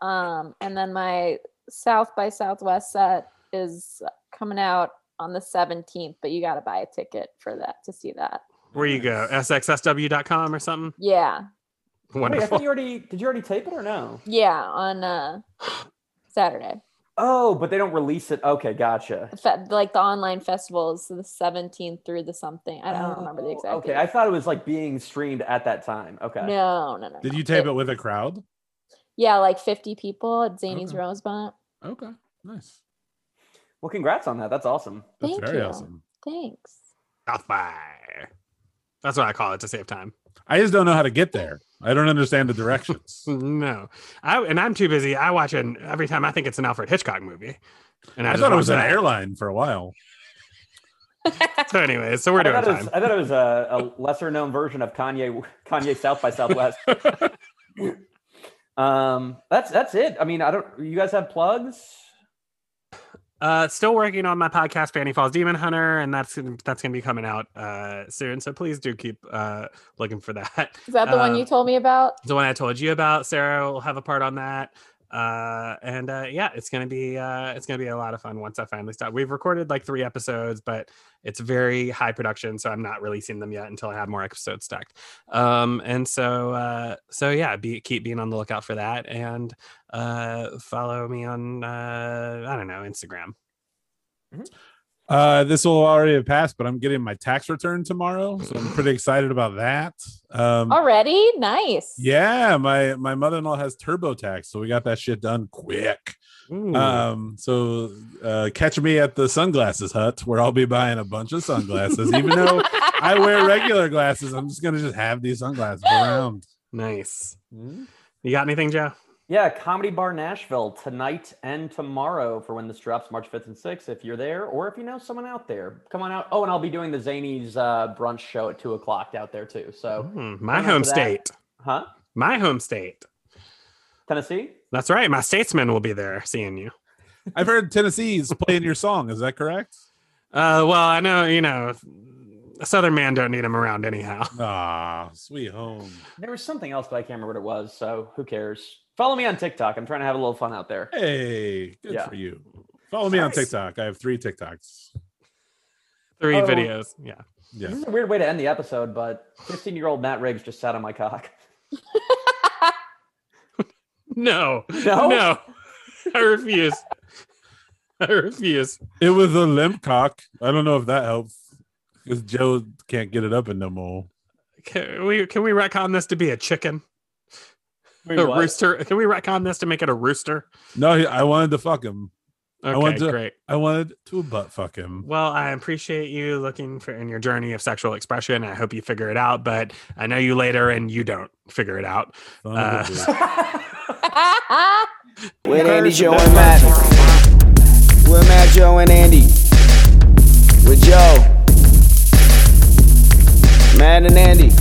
[SPEAKER 3] Um, and then my South by Southwest set is coming out on the 17th, but you got to buy a ticket for that to see that.
[SPEAKER 1] Where you go? SXSW.com or something.
[SPEAKER 3] Yeah,
[SPEAKER 4] Wait, I
[SPEAKER 1] Wonderful.
[SPEAKER 4] think you already did. You already tape it or no?
[SPEAKER 3] yeah, on uh, Saturday.
[SPEAKER 4] Oh, but they don't release it. Okay, gotcha.
[SPEAKER 3] The fe- like the online festival is the 17th through the something. I don't remember the
[SPEAKER 4] Oh,
[SPEAKER 3] exact
[SPEAKER 4] Okay,
[SPEAKER 3] date.
[SPEAKER 4] I thought it was like being streamed at that time. Okay.
[SPEAKER 3] No, no, no.
[SPEAKER 2] Did
[SPEAKER 3] no.
[SPEAKER 2] you tape
[SPEAKER 3] But-
[SPEAKER 2] it with a crowd?
[SPEAKER 3] Yeah, like 50 people at Zany's
[SPEAKER 2] Okay.
[SPEAKER 3] Rosebud.
[SPEAKER 2] Okay. Nice.
[SPEAKER 4] Well, congrats on that. That's awesome.
[SPEAKER 2] That's
[SPEAKER 3] Thank
[SPEAKER 2] very
[SPEAKER 3] you.
[SPEAKER 2] awesome.
[SPEAKER 3] Thanks.
[SPEAKER 1] South by. That's what I call it to save time.
[SPEAKER 2] I just don't know how to get there. I don't understand the directions.
[SPEAKER 1] No, I and I'm too busy. I watch it every time I think it's an Alfred Hitchcock movie. And
[SPEAKER 2] I
[SPEAKER 1] just
[SPEAKER 2] thought it
[SPEAKER 1] watch
[SPEAKER 2] was an
[SPEAKER 1] that.
[SPEAKER 2] airline for a while.
[SPEAKER 1] So, anyways, so we're
[SPEAKER 4] I
[SPEAKER 1] doing
[SPEAKER 4] thought, it was,
[SPEAKER 1] time.
[SPEAKER 4] I thought it was a, a lesser known version of Kanye Kanye South by Southwest. um, that's that's it. I mean, I don't. You guys have plugs?
[SPEAKER 1] Uh, still working on my podcast, Fanny Falls Demon Hunter, and that's gonna- that's gonna be coming out uh soon. So please do keep uh looking for that.
[SPEAKER 3] Is that the one you
[SPEAKER 1] Um,
[SPEAKER 3] told me about?
[SPEAKER 1] The one I told you about, Sarah will have a part on that. Uh, and uh, yeah, it's gonna be uh, it's gonna be a lot of fun once I finally stop. We've recorded like three episodes, but it's very high production, so I'm not releasing them yet until I have more episodes stacked. Um, and so uh, so yeah, be keep being on the lookout for that, and uh, follow me on uh, I don't know Instagram.
[SPEAKER 2] Uh, this will already have passed, but I'm getting my tax return tomorrow, so I'm pretty excited about that. Um,
[SPEAKER 3] Already? Nice.
[SPEAKER 2] yeah, my my mother-in-law has TurboTax, so we got that shit done quick.
[SPEAKER 1] Ooh.
[SPEAKER 2] Um, so uh, catch me at the sunglasses hut where I'll be buying a bunch of sunglasses, even though I wear regular glasses. I'm just gonna just have these sunglasses around.
[SPEAKER 1] nice. You got anything, Joe?
[SPEAKER 4] Yeah, Comedy Bar Nashville tonight and tomorrow for when this drops, March fifth and sixth. If you're there, or if you know someone out there, come on out. Oh, and I'll be doing the Zanies uh, brunch show at two o'clock out there too. So,
[SPEAKER 1] Mm, my
[SPEAKER 4] Coming up
[SPEAKER 1] home
[SPEAKER 4] to that.
[SPEAKER 1] state.
[SPEAKER 4] huh?
[SPEAKER 1] My home state.
[SPEAKER 4] Tennessee?
[SPEAKER 1] That's right. My statesman will be there seeing you.
[SPEAKER 2] I've heard Tennessee's playing your song. Is that correct?
[SPEAKER 1] Uh, well, I know you know, a Southern man don't need him around anyhow.
[SPEAKER 2] Ah, sweet home.
[SPEAKER 4] There was something else, but I can't remember what it was. So who cares? Follow me on TikTok. I'm trying to have a little fun out there.
[SPEAKER 2] Hey, good
[SPEAKER 4] Yeah.
[SPEAKER 2] for you. Follow me on
[SPEAKER 1] Nice.
[SPEAKER 2] TikTok. I have three TikToks.
[SPEAKER 1] Three
[SPEAKER 4] Oh.
[SPEAKER 1] videos. Yeah.
[SPEAKER 2] Yeah.
[SPEAKER 4] This is a weird way to end the episode, but 15 year old Matt Riggs just sat on my cock.
[SPEAKER 1] No.
[SPEAKER 4] No?
[SPEAKER 1] Oh, No. I refuse. I refuse.
[SPEAKER 2] It was a limp cock. I don't know if that helps because Joe can't get it up in no more.
[SPEAKER 1] Can we can we retcon this to be a chicken?
[SPEAKER 4] Wait,
[SPEAKER 1] a
[SPEAKER 4] what?
[SPEAKER 1] rooster? Can we retcon this to make it a rooster?
[SPEAKER 2] No, he- I wanted to fuck him.
[SPEAKER 1] Okay,
[SPEAKER 2] want to-
[SPEAKER 1] great.
[SPEAKER 2] I wanted to butt fuck him.
[SPEAKER 1] Well, I appreciate you looking for in your journey of sexual expression. I hope you figure it out, but I know you later and you don't figure it out.
[SPEAKER 2] Son of a
[SPEAKER 1] Uh,
[SPEAKER 2] bitch.
[SPEAKER 6] With Andy,
[SPEAKER 4] Curse
[SPEAKER 6] Joe,
[SPEAKER 4] the
[SPEAKER 6] and Matt. With Matt, Joe, and Andy. With Joe. Matt and Andy.